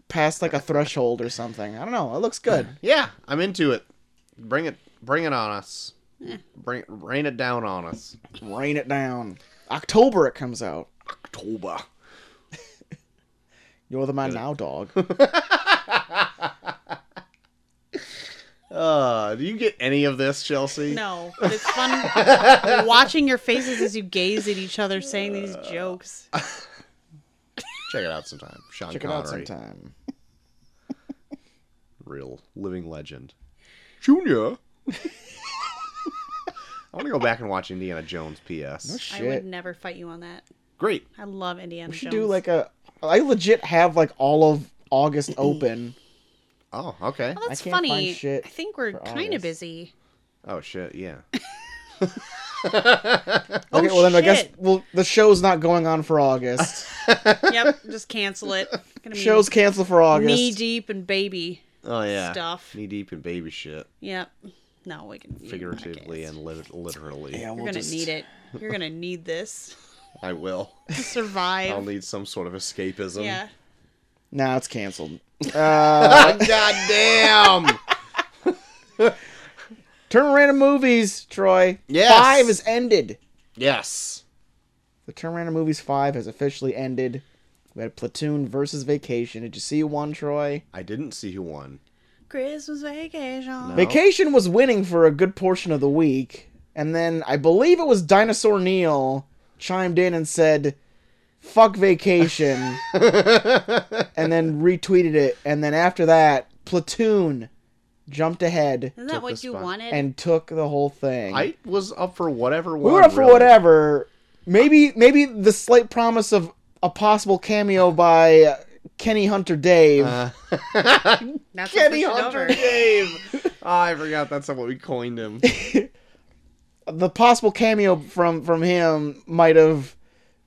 [SPEAKER 1] past like a threshold or something. I don't know. It looks good.
[SPEAKER 2] yeah, I'm into it. Bring it, bring it on us. Bring rain it down on us.
[SPEAKER 1] Rain it down. October it comes out.
[SPEAKER 2] October.
[SPEAKER 1] You're the man now, dog.
[SPEAKER 2] Uh, do you get any of this, Chelsea?
[SPEAKER 3] No, but it's fun watching your faces as you gaze at each other saying these jokes.
[SPEAKER 2] Check it out sometime. Sean
[SPEAKER 1] Check it
[SPEAKER 2] Connery,
[SPEAKER 1] out sometime.
[SPEAKER 2] real living legend. Junior. I want to go back and watch Indiana Jones. P.S.
[SPEAKER 1] No
[SPEAKER 3] I would
[SPEAKER 1] shit.
[SPEAKER 3] never fight you on that.
[SPEAKER 2] Great.
[SPEAKER 3] I love Indiana
[SPEAKER 1] We should
[SPEAKER 3] Jones.
[SPEAKER 1] do like a I legit have like all of August open.
[SPEAKER 2] Oh, okay.
[SPEAKER 3] Well, that's
[SPEAKER 1] can't
[SPEAKER 3] funny.
[SPEAKER 1] find shit
[SPEAKER 3] I think we're kind
[SPEAKER 1] August.
[SPEAKER 3] of busy.
[SPEAKER 2] Oh shit, yeah.
[SPEAKER 1] Okay,
[SPEAKER 3] Oh,
[SPEAKER 1] well then I guess
[SPEAKER 3] shit.
[SPEAKER 1] well the show's not going on for August.
[SPEAKER 3] yep, just cancel it. Gonna be
[SPEAKER 1] Show's canceled for August.
[SPEAKER 3] knee deep and baby.
[SPEAKER 2] Oh yeah.
[SPEAKER 3] Stuff.
[SPEAKER 2] Knee deep in baby shit,
[SPEAKER 3] Yep. No, we can
[SPEAKER 2] figuratively and lit- literally.
[SPEAKER 1] Yeah,
[SPEAKER 3] You're
[SPEAKER 1] we'll
[SPEAKER 3] gonna
[SPEAKER 1] just-
[SPEAKER 3] need it. You're gonna need this
[SPEAKER 2] I will.
[SPEAKER 3] to survive.
[SPEAKER 2] I'll need some sort of escapism.
[SPEAKER 3] yeah.
[SPEAKER 1] Nah, it's canceled.
[SPEAKER 2] Ah, God damn.
[SPEAKER 1] Turnaround of movies, Troy.
[SPEAKER 2] Yes.
[SPEAKER 1] Five has ended.
[SPEAKER 2] yes.
[SPEAKER 1] The Turnaround of movies five has officially ended. We had Platoon versus Vacation. Did you see one, Troy?
[SPEAKER 2] I didn't see who won.
[SPEAKER 3] Christmas vacation.
[SPEAKER 2] No.
[SPEAKER 1] Vacation was winning for a good portion of the week, and then I believe it was Dinosaur Neil chimed in and said, "Fuck Vacation," and then retweeted it. And then after that, Platoon jumped ahead
[SPEAKER 3] Isn't
[SPEAKER 2] Took
[SPEAKER 3] that
[SPEAKER 2] this
[SPEAKER 3] what you
[SPEAKER 2] one.
[SPEAKER 3] wanted?
[SPEAKER 1] and took the whole thing.
[SPEAKER 2] I was up for whatever
[SPEAKER 1] we
[SPEAKER 2] one.
[SPEAKER 1] were up for
[SPEAKER 2] really.
[SPEAKER 1] whatever. Maybe maybe the slight promise of a possible cameo by uh, Kenny Hunter Dave.
[SPEAKER 2] Uh.
[SPEAKER 3] That's what
[SPEAKER 2] Kenny
[SPEAKER 3] pushed it
[SPEAKER 2] Hunter
[SPEAKER 3] over.
[SPEAKER 2] Dave. oh, I forgot that's not what we coined him.
[SPEAKER 1] the possible cameo from from him might have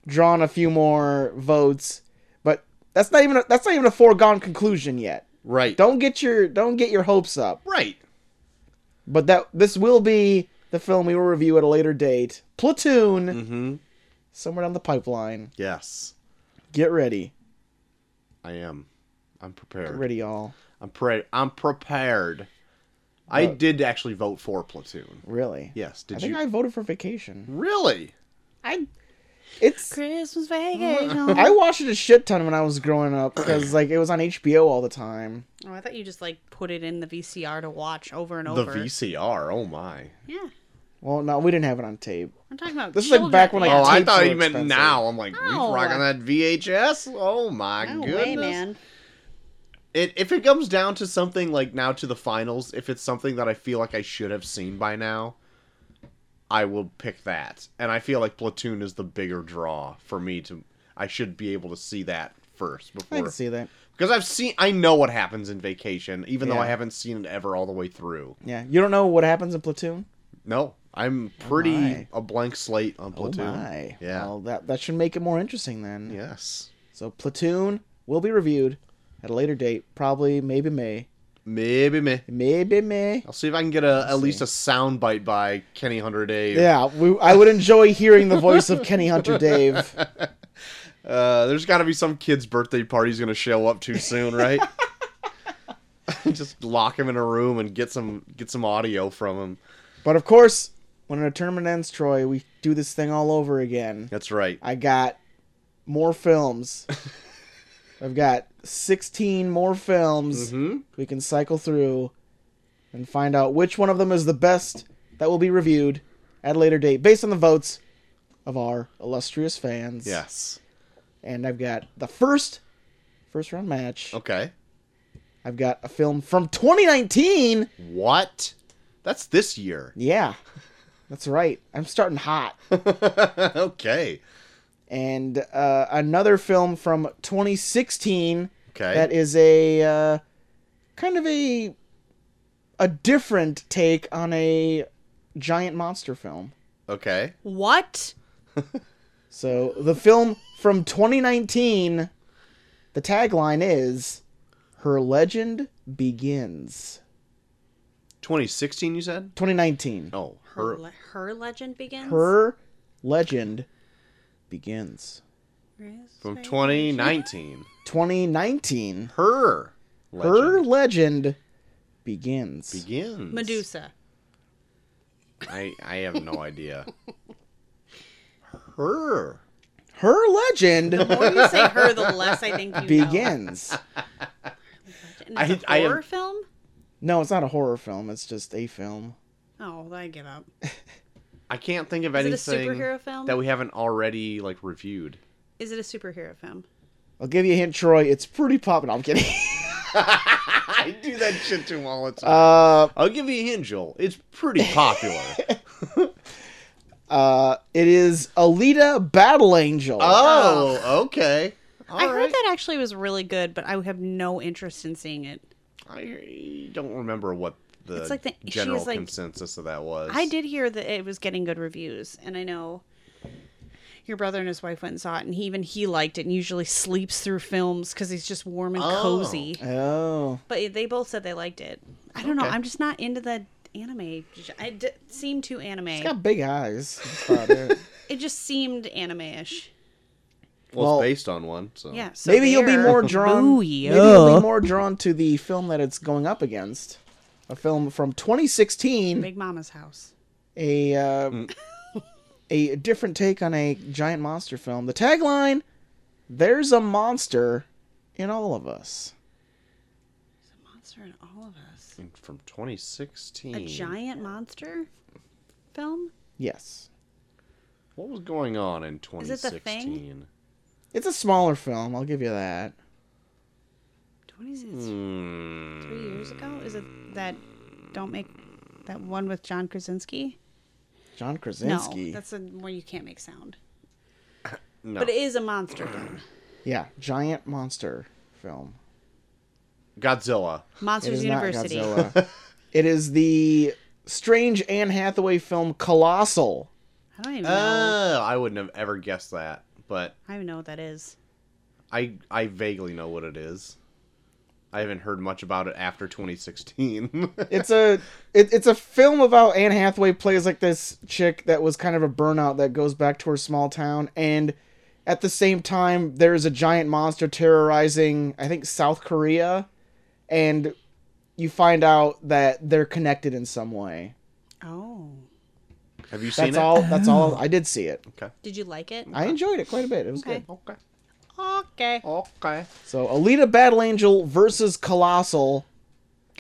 [SPEAKER 1] drawn a few more votes, but that's not even a, that's not even a foregone conclusion yet.
[SPEAKER 2] Right.
[SPEAKER 1] Don't get your don't get your hopes up.
[SPEAKER 2] Right.
[SPEAKER 1] But that this will be the film we will review at a later date. Platoon,
[SPEAKER 2] Mm-hmm.
[SPEAKER 1] somewhere down the pipeline.
[SPEAKER 2] Yes.
[SPEAKER 1] Get ready,
[SPEAKER 2] I am. I'm
[SPEAKER 1] get
[SPEAKER 2] prepared.
[SPEAKER 1] ready, y'all.
[SPEAKER 2] I'm pre- I'm prepared. I did actually vote for Platoon.
[SPEAKER 1] Really?
[SPEAKER 2] Yes.
[SPEAKER 1] I
[SPEAKER 2] Did
[SPEAKER 1] think
[SPEAKER 2] you?
[SPEAKER 1] I voted for Vacation.
[SPEAKER 2] Really?
[SPEAKER 1] I, it's
[SPEAKER 3] Christmas vacation.
[SPEAKER 1] I watched it a shit ton when I was growing up because like it was on HBO all the time.
[SPEAKER 3] oh, I thought you just like put it in the VCR to watch over and
[SPEAKER 2] The
[SPEAKER 3] over.
[SPEAKER 2] VCR. Oh my.
[SPEAKER 3] yeah.
[SPEAKER 1] Well, no, we didn't have it on tape.
[SPEAKER 3] I'm talking about
[SPEAKER 1] This is, like,
[SPEAKER 3] children.
[SPEAKER 1] back when I-
[SPEAKER 3] yeah.
[SPEAKER 2] Oh, I
[SPEAKER 1] tapes
[SPEAKER 2] thought
[SPEAKER 1] were
[SPEAKER 2] you meant
[SPEAKER 1] expensive.
[SPEAKER 2] now. I'm like,
[SPEAKER 3] No.
[SPEAKER 2] we rocking that VHS. Oh my
[SPEAKER 3] No
[SPEAKER 2] goodness.
[SPEAKER 3] way, man.
[SPEAKER 2] It, if it comes down to something like now to the finals, if it's something that I feel like I should have seen by now, I will pick that. And I feel like Platoon is the bigger draw for me to. I should be able to see that first
[SPEAKER 1] I
[SPEAKER 2] before
[SPEAKER 1] can see that.
[SPEAKER 2] because I've seen. I know what happens in Vacation, even though I
[SPEAKER 1] Yeah.
[SPEAKER 2] haven't seen it ever all the way through.
[SPEAKER 1] Yeah, you don't know what happens in Platoon.
[SPEAKER 2] No, I'm pretty
[SPEAKER 1] Oh, my.
[SPEAKER 2] a blank slate on Platoon.
[SPEAKER 1] Oh my!
[SPEAKER 2] Yeah.
[SPEAKER 1] Well, that that should make it more interesting then.
[SPEAKER 2] Yes.
[SPEAKER 1] So Platoon will be reviewed at a later date, probably maybe May,
[SPEAKER 2] Maybe me.
[SPEAKER 1] maybe May.
[SPEAKER 2] I'll see if I can get a at least a sound bite by Kenny Hunter Dave.
[SPEAKER 1] Yeah, we, I would enjoy hearing the voice of Kenny Hunter Dave.
[SPEAKER 2] Uh, there's got to be some kid's birthday party's gonna show up too soon, right? Just lock him in a room and get some get some audio from him.
[SPEAKER 1] But of course, when a tournament ends, Troy, we do this thing all over again.
[SPEAKER 2] That's right.
[SPEAKER 1] I got more films. I've got 16 more films
[SPEAKER 2] Mhm.
[SPEAKER 1] we can cycle through and find out which one of them is the best that will be reviewed at a later date based on the votes of our illustrious fans.
[SPEAKER 2] Yes.
[SPEAKER 1] And I've got the first first round match.
[SPEAKER 2] Okay.
[SPEAKER 1] I've got a film from 2019.
[SPEAKER 2] What? That's this year.
[SPEAKER 1] Yeah. That's right. I'm starting hot.
[SPEAKER 2] okay.
[SPEAKER 1] and uh, another film from 2016
[SPEAKER 2] Okay.
[SPEAKER 1] that is a uh, kind of a a different take on a giant monster film.
[SPEAKER 2] Okay.
[SPEAKER 3] What?
[SPEAKER 1] So the film from 2019, the tagline is "Her legend begins."
[SPEAKER 2] 2016, you said?
[SPEAKER 1] 2019,
[SPEAKER 2] Oh,
[SPEAKER 3] Her
[SPEAKER 2] her.
[SPEAKER 3] le- her legend begins.
[SPEAKER 1] her legend begins.
[SPEAKER 3] Christmas
[SPEAKER 2] From
[SPEAKER 3] vacation.
[SPEAKER 2] 2019.
[SPEAKER 1] 2019, her
[SPEAKER 2] Her. Legend
[SPEAKER 1] legend begins.
[SPEAKER 2] begins.
[SPEAKER 3] Medusa.
[SPEAKER 2] I I have no idea. Her.
[SPEAKER 1] her legend
[SPEAKER 3] The more you say her, the less I think you know.
[SPEAKER 1] begins.
[SPEAKER 3] And it's a
[SPEAKER 2] I- I am-
[SPEAKER 3] horror film.
[SPEAKER 1] No, it's not a horror film. It's just a film.
[SPEAKER 3] Oh, I give up.
[SPEAKER 2] I can't think of
[SPEAKER 3] Is it a
[SPEAKER 2] anything
[SPEAKER 3] superhero film?
[SPEAKER 2] that we haven't already like reviewed.
[SPEAKER 3] Is it a superhero film?
[SPEAKER 1] I'll give you a hint, Troy. It's pretty pop. No, I'm kidding.
[SPEAKER 2] I do that shit to him all the time.
[SPEAKER 1] Uh,
[SPEAKER 2] I'll give you a hint, Joel. It's pretty popular.
[SPEAKER 1] uh, it is Alita Battle Angel.
[SPEAKER 2] oh, okay.
[SPEAKER 3] I
[SPEAKER 2] All
[SPEAKER 3] heard
[SPEAKER 2] right.
[SPEAKER 3] that actually was really good, but I have no interest in seeing it.
[SPEAKER 2] I don't remember what the,
[SPEAKER 3] It's like the- she
[SPEAKER 2] general
[SPEAKER 3] is like-
[SPEAKER 2] consensus of that was.
[SPEAKER 3] I did hear that it was getting good reviews, and I know your brother and his wife went and saw it, and he even he liked it, and usually sleeps through films because he's just warm and
[SPEAKER 2] Oh.
[SPEAKER 3] cozy.
[SPEAKER 1] Oh.
[SPEAKER 3] But they both said they liked it. I don't know.
[SPEAKER 2] Okay.
[SPEAKER 3] I'm just not into the anime. I d- seemed too anime.
[SPEAKER 1] He's got big eyes. That's about it.
[SPEAKER 3] It just seemed anime-ish.
[SPEAKER 2] Well,
[SPEAKER 1] Well-
[SPEAKER 2] it's based on one. So.
[SPEAKER 3] Yeah. So
[SPEAKER 1] maybe you'll be
[SPEAKER 3] there-
[SPEAKER 1] more drawn.
[SPEAKER 3] Boo,
[SPEAKER 1] maybe you'll
[SPEAKER 3] yeah.
[SPEAKER 1] be more drawn to the film that it's going up against. A film from 2016.
[SPEAKER 3] Big Mama's house.
[SPEAKER 1] a uh, a different take on a giant monster film. The tagline: "There's a monster in all of us."
[SPEAKER 3] Monster in all of us.
[SPEAKER 2] From 2016.
[SPEAKER 3] A
[SPEAKER 1] Hmm.
[SPEAKER 3] giant monster film.
[SPEAKER 1] Yes,
[SPEAKER 2] What was going on in
[SPEAKER 3] it The Thing?
[SPEAKER 2] 2016?
[SPEAKER 1] it's a smaller film. I'll give you that.
[SPEAKER 3] Twenty
[SPEAKER 2] Hmm.
[SPEAKER 3] three years ago. Is it that? Don't make that one with John Krasinski.
[SPEAKER 1] John Krasinski. Oh.
[SPEAKER 3] No, that's the one you can't make sound.
[SPEAKER 2] No.
[SPEAKER 3] But it is a monster film.
[SPEAKER 1] yeah, giant monster film.
[SPEAKER 2] Godzilla.
[SPEAKER 1] It
[SPEAKER 3] Monsters
[SPEAKER 1] is
[SPEAKER 3] University.
[SPEAKER 1] not Godzilla. it is the strange Anne Hathaway film Colossal.
[SPEAKER 3] I don't even know.
[SPEAKER 2] Oh, I wouldn't have ever guessed that, but
[SPEAKER 3] I don't even know what that is.
[SPEAKER 2] I I vaguely know what it is. I haven't heard much about it after 2016.
[SPEAKER 1] it's a it, it's a film about Anne Hathaway plays like this chick that was kind of a burnout that goes back to her small town and at the same time there is a giant monster terrorizing I think South Korea and you find out that they're connected in some way.
[SPEAKER 3] Oh,
[SPEAKER 2] have you seen
[SPEAKER 1] That's
[SPEAKER 2] it?
[SPEAKER 1] all that's all I did see it.
[SPEAKER 2] Okay.
[SPEAKER 3] did you like it?
[SPEAKER 1] I enjoyed it quite a bit. It was good.
[SPEAKER 3] Okay.
[SPEAKER 2] Okay.
[SPEAKER 3] Okay.
[SPEAKER 2] Okay.
[SPEAKER 1] So Alita Battle Angel versus Colossal.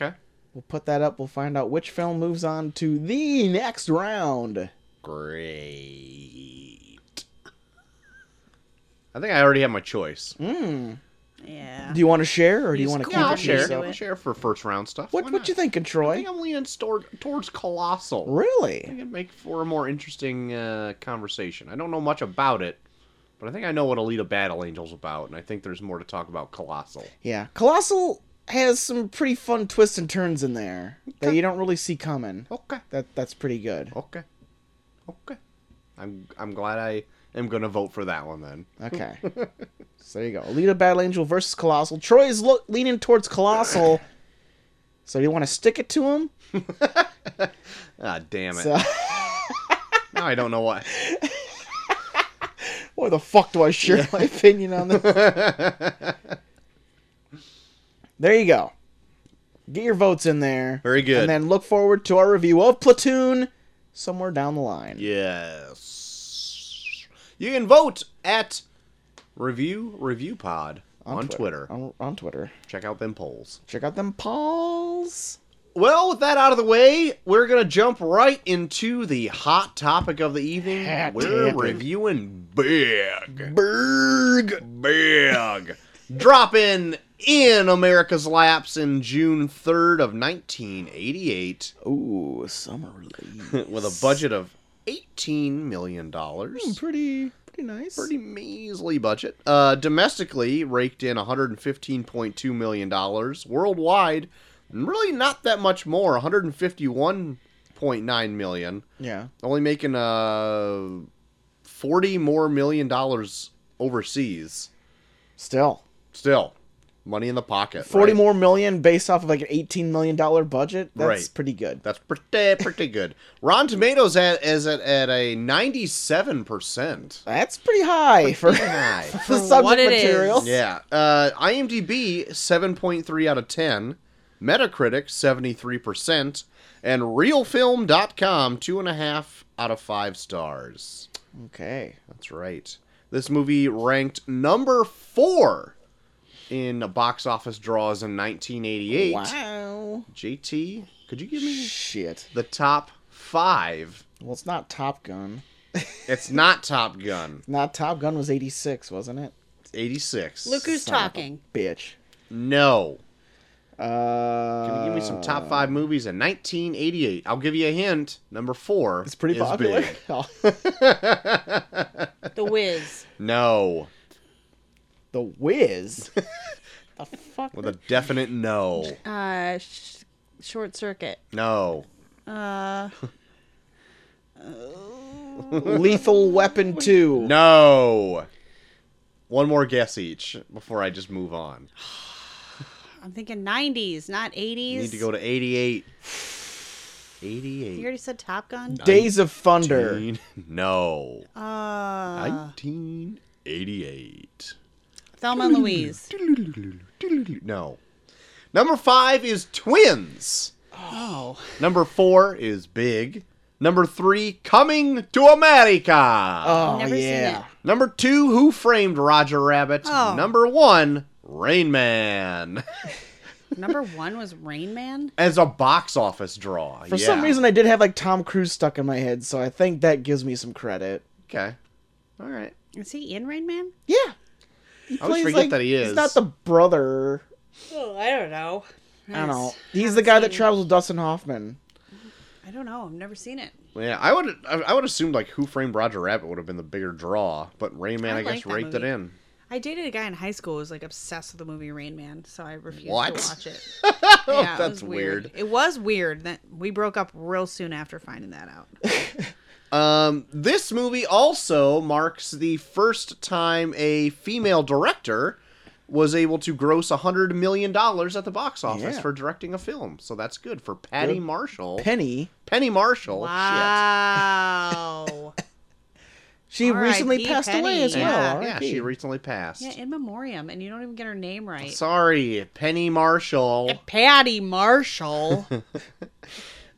[SPEAKER 2] Okay.
[SPEAKER 1] We'll put that up. We'll find out which film moves on to the next round.
[SPEAKER 2] Great. I think I already have my choice.
[SPEAKER 3] Yeah.
[SPEAKER 1] Do you want to share or do you
[SPEAKER 3] Use
[SPEAKER 1] want to
[SPEAKER 3] cool
[SPEAKER 1] keep
[SPEAKER 2] Yeah, I'll
[SPEAKER 1] it to
[SPEAKER 2] share.
[SPEAKER 1] yourself?
[SPEAKER 2] I'll share for first round stuff.
[SPEAKER 1] What
[SPEAKER 2] Why
[SPEAKER 1] what you
[SPEAKER 2] not?
[SPEAKER 1] thinking,
[SPEAKER 2] I
[SPEAKER 1] Troy?
[SPEAKER 2] think I'm leaning toward, towards colossal.
[SPEAKER 1] Really?
[SPEAKER 2] think it'd make for a more interesting uh, conversation. I don't know much about it, but I think I know what Alita Battle Angel's about, and I think there's more to talk about Colossal.
[SPEAKER 1] Yeah. Colossal has some pretty fun twists and turns in there that you don't really see coming.
[SPEAKER 2] Okay.
[SPEAKER 1] That that's pretty good.
[SPEAKER 2] Okay. Okay. I'm I'm glad I am gonna vote for that one then.
[SPEAKER 1] Okay. so there you go. Alita Battle Angel versus Colossal. Troy is lo- leaning towards Colossal. So you want to stick it to him?
[SPEAKER 2] Ah, damn it.
[SPEAKER 1] So,
[SPEAKER 2] now I don't know what.
[SPEAKER 1] why the fuck do I share my opinion on this? there you go. Get your votes in there.
[SPEAKER 2] Very good.
[SPEAKER 1] And then look forward to our review of Platoon somewhere down the line.
[SPEAKER 2] Yes. You can vote at Review Review Pod on, Twitter. Oh.
[SPEAKER 1] On, on Twitter.
[SPEAKER 2] Check out them polls.
[SPEAKER 1] Check out them polls.
[SPEAKER 2] Well, with that out of the way, we're gonna jump right into the hot topic of the evening.
[SPEAKER 1] Hot
[SPEAKER 2] we're
[SPEAKER 1] topic.
[SPEAKER 2] reviewing big, big, big. Dropping in America's laps in June 3rd of 1988
[SPEAKER 1] Ooh, summer release.
[SPEAKER 2] with a budget of 18 million
[SPEAKER 1] Hmm,
[SPEAKER 2] dollars.
[SPEAKER 1] pretty, pretty nice.
[SPEAKER 2] Pretty measly budget. Uh, domestically raked in 115.2 million dollars. Worldwide, really not that much more. 151.9 million.
[SPEAKER 1] Yeah.
[SPEAKER 2] Only making uh 40 more million dollars overseas.
[SPEAKER 1] Still,
[SPEAKER 2] Still, money in the pocket.
[SPEAKER 1] forty
[SPEAKER 2] right?
[SPEAKER 1] more million based off of like an eighteen million dollar budget. That's
[SPEAKER 2] Right.
[SPEAKER 1] pretty good.
[SPEAKER 2] That's pretty pretty good. Rotten Tomatoes at, is at, at a 97 percent.
[SPEAKER 1] That's pretty high for
[SPEAKER 2] High.
[SPEAKER 1] the
[SPEAKER 3] For
[SPEAKER 1] subject
[SPEAKER 3] what it is.
[SPEAKER 1] material.
[SPEAKER 2] Yeah. Uh, IMDb 7.3 out of 10, Metacritic 73%, and RealFilm.com 2.5 out of 5 stars.
[SPEAKER 1] Okay.
[SPEAKER 2] That's right. This movie ranked number 4 in box office draws in 1988.
[SPEAKER 3] Oh.
[SPEAKER 1] Wow.
[SPEAKER 2] JT, could you give me
[SPEAKER 1] Shit.
[SPEAKER 2] the top 5?
[SPEAKER 1] Well, it's not Top Gun.
[SPEAKER 2] It's not Top Gun.
[SPEAKER 1] Not Top Gun was eighty six, wasn't it?
[SPEAKER 2] It's 86.
[SPEAKER 3] Look who's
[SPEAKER 1] Son of a
[SPEAKER 3] talking.
[SPEAKER 1] Bitch.
[SPEAKER 2] No.
[SPEAKER 1] Uh.
[SPEAKER 2] Can you give me some top five movies in 1988? I'll give you a hint. Number four.
[SPEAKER 1] It's pretty
[SPEAKER 2] is
[SPEAKER 1] popular.
[SPEAKER 2] big.
[SPEAKER 1] Oh,
[SPEAKER 3] The Wiz.
[SPEAKER 2] No.
[SPEAKER 1] The Wiz. the fuck?
[SPEAKER 2] With a definite no.
[SPEAKER 3] Uh, sh- short circuit.
[SPEAKER 2] No.
[SPEAKER 3] Uh,
[SPEAKER 1] Lethal Weapon Two.
[SPEAKER 2] No. One more guess each before I just move on.
[SPEAKER 3] I'm thinking 90s, not 80s.
[SPEAKER 2] You need to go to 88.
[SPEAKER 3] You
[SPEAKER 2] 88.
[SPEAKER 3] already said Top Gun.
[SPEAKER 1] Days of Thunder.
[SPEAKER 2] No.
[SPEAKER 3] Uh,
[SPEAKER 2] 1988.
[SPEAKER 3] Thelma and Louise.
[SPEAKER 2] No. Number five is twins.
[SPEAKER 3] Oh,
[SPEAKER 2] Number four is big. Number three, coming to America.
[SPEAKER 1] Oh
[SPEAKER 3] Never seen
[SPEAKER 1] yeah.
[SPEAKER 3] it.
[SPEAKER 2] Number two, Who Framed Roger Rabbit?
[SPEAKER 3] Oh.
[SPEAKER 2] Number one, Rain Man.
[SPEAKER 3] number one was Rain Man.
[SPEAKER 2] As a box office draw.
[SPEAKER 1] For
[SPEAKER 2] yeah.
[SPEAKER 1] some reason, I did have like Tom Cruise stuck in my head, so I think that gives me some credit.
[SPEAKER 2] Okay. All right.
[SPEAKER 3] Is he in Rain Man?
[SPEAKER 1] Yeah. He
[SPEAKER 2] I always
[SPEAKER 1] plays,
[SPEAKER 2] forget that he
[SPEAKER 1] He's
[SPEAKER 2] is.
[SPEAKER 1] not the brother.
[SPEAKER 3] Oh, I don't know.
[SPEAKER 1] I don't know. He's the guy that travels with Dustin Hoffman.
[SPEAKER 3] I don't know. I've never seen it.
[SPEAKER 2] Yeah, I would I I would assume like Who Framed Roger Rabbit would have been the bigger draw, but Rain Man
[SPEAKER 3] I
[SPEAKER 2] I,
[SPEAKER 3] like
[SPEAKER 2] guess
[SPEAKER 3] that
[SPEAKER 2] raked it
[SPEAKER 3] movie.
[SPEAKER 2] in.
[SPEAKER 3] I dated a guy in high school who was like obsessed with the movie Rain Man, so I refused
[SPEAKER 2] What?
[SPEAKER 3] to watch it.
[SPEAKER 2] Oh,
[SPEAKER 3] Yeah, it
[SPEAKER 2] that's
[SPEAKER 3] was
[SPEAKER 2] weird.
[SPEAKER 3] It was weird that we broke up real soon after finding that out.
[SPEAKER 2] Um, this movie also marks the first time a female director was able to gross a hundred million dollars at the box office
[SPEAKER 1] Yeah.
[SPEAKER 2] for directing a film. So that's good for Patty
[SPEAKER 1] Good.
[SPEAKER 2] Marshall.
[SPEAKER 1] Penny.
[SPEAKER 2] Penny Marshall. Shit.
[SPEAKER 3] Wow.
[SPEAKER 1] She
[SPEAKER 3] R.I.P.
[SPEAKER 1] recently passed away
[SPEAKER 3] Penny.
[SPEAKER 1] as well.
[SPEAKER 3] Yeah.
[SPEAKER 2] Yeah,
[SPEAKER 1] R.I.P.
[SPEAKER 2] she recently passed.
[SPEAKER 3] yeah, in memoriam, and you don't even get her name right.
[SPEAKER 2] Sorry, Penny Marshall.
[SPEAKER 3] Patty Marshall.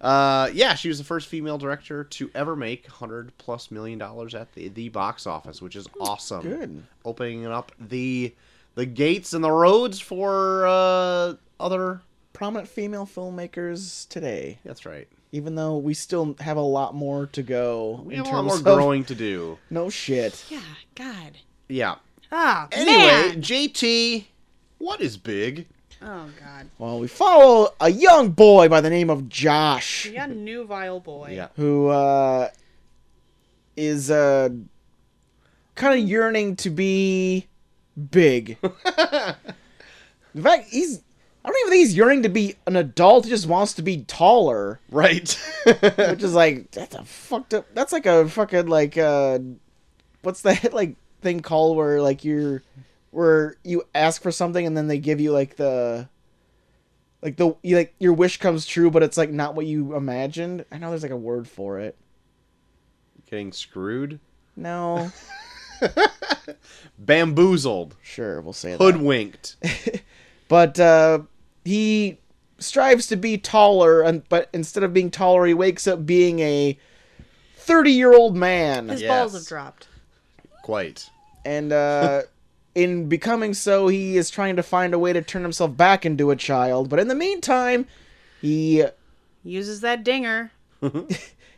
[SPEAKER 2] Uh, yeah, she was the first female director to ever make hundred plus million dollars at the, the box office, which is awesome.
[SPEAKER 1] good.
[SPEAKER 2] opening up the the gates and the roads for uh, other.
[SPEAKER 1] Prominent female filmmakers today,
[SPEAKER 2] That's right.
[SPEAKER 1] even though we still have a lot more to go
[SPEAKER 2] We
[SPEAKER 1] in
[SPEAKER 2] have a lot
[SPEAKER 1] terms
[SPEAKER 2] more
[SPEAKER 1] of
[SPEAKER 2] growing to do.
[SPEAKER 1] No shit.
[SPEAKER 3] yeah, God.
[SPEAKER 2] Yeah.
[SPEAKER 3] Oh,
[SPEAKER 2] Anyway,
[SPEAKER 3] man.
[SPEAKER 2] JT, what is big?
[SPEAKER 3] Oh, God.
[SPEAKER 1] Well, we follow a young boy by the name of Josh,
[SPEAKER 3] Yeah, new vile boy.
[SPEAKER 2] Yeah.
[SPEAKER 1] who uh, is uh, kind of yearning to be big. In fact, he's. I don't even think he's yearning to be an adult. He just wants to be taller,
[SPEAKER 2] Right.
[SPEAKER 1] which is like that's a fucked up. That's like a fucking like uh, what's that like thing called where like you're where you ask for something and then they give you like the like the you, like your wish comes true, but it's like not what you imagined. I know there's like a word for it.
[SPEAKER 2] Getting screwed.
[SPEAKER 1] No,
[SPEAKER 2] Bamboozled.
[SPEAKER 1] sure, we'll say that.
[SPEAKER 2] Hoodwinked.
[SPEAKER 1] But uh, he strives to be taller, and but instead of being taller, he wakes up being a thirty-year-old man.
[SPEAKER 3] His
[SPEAKER 2] Yes.
[SPEAKER 3] balls have dropped.
[SPEAKER 2] Quite.
[SPEAKER 1] And uh, in becoming so, he is trying to find a way to turn himself back into a child. But in the meantime, he
[SPEAKER 3] Uses that dinger.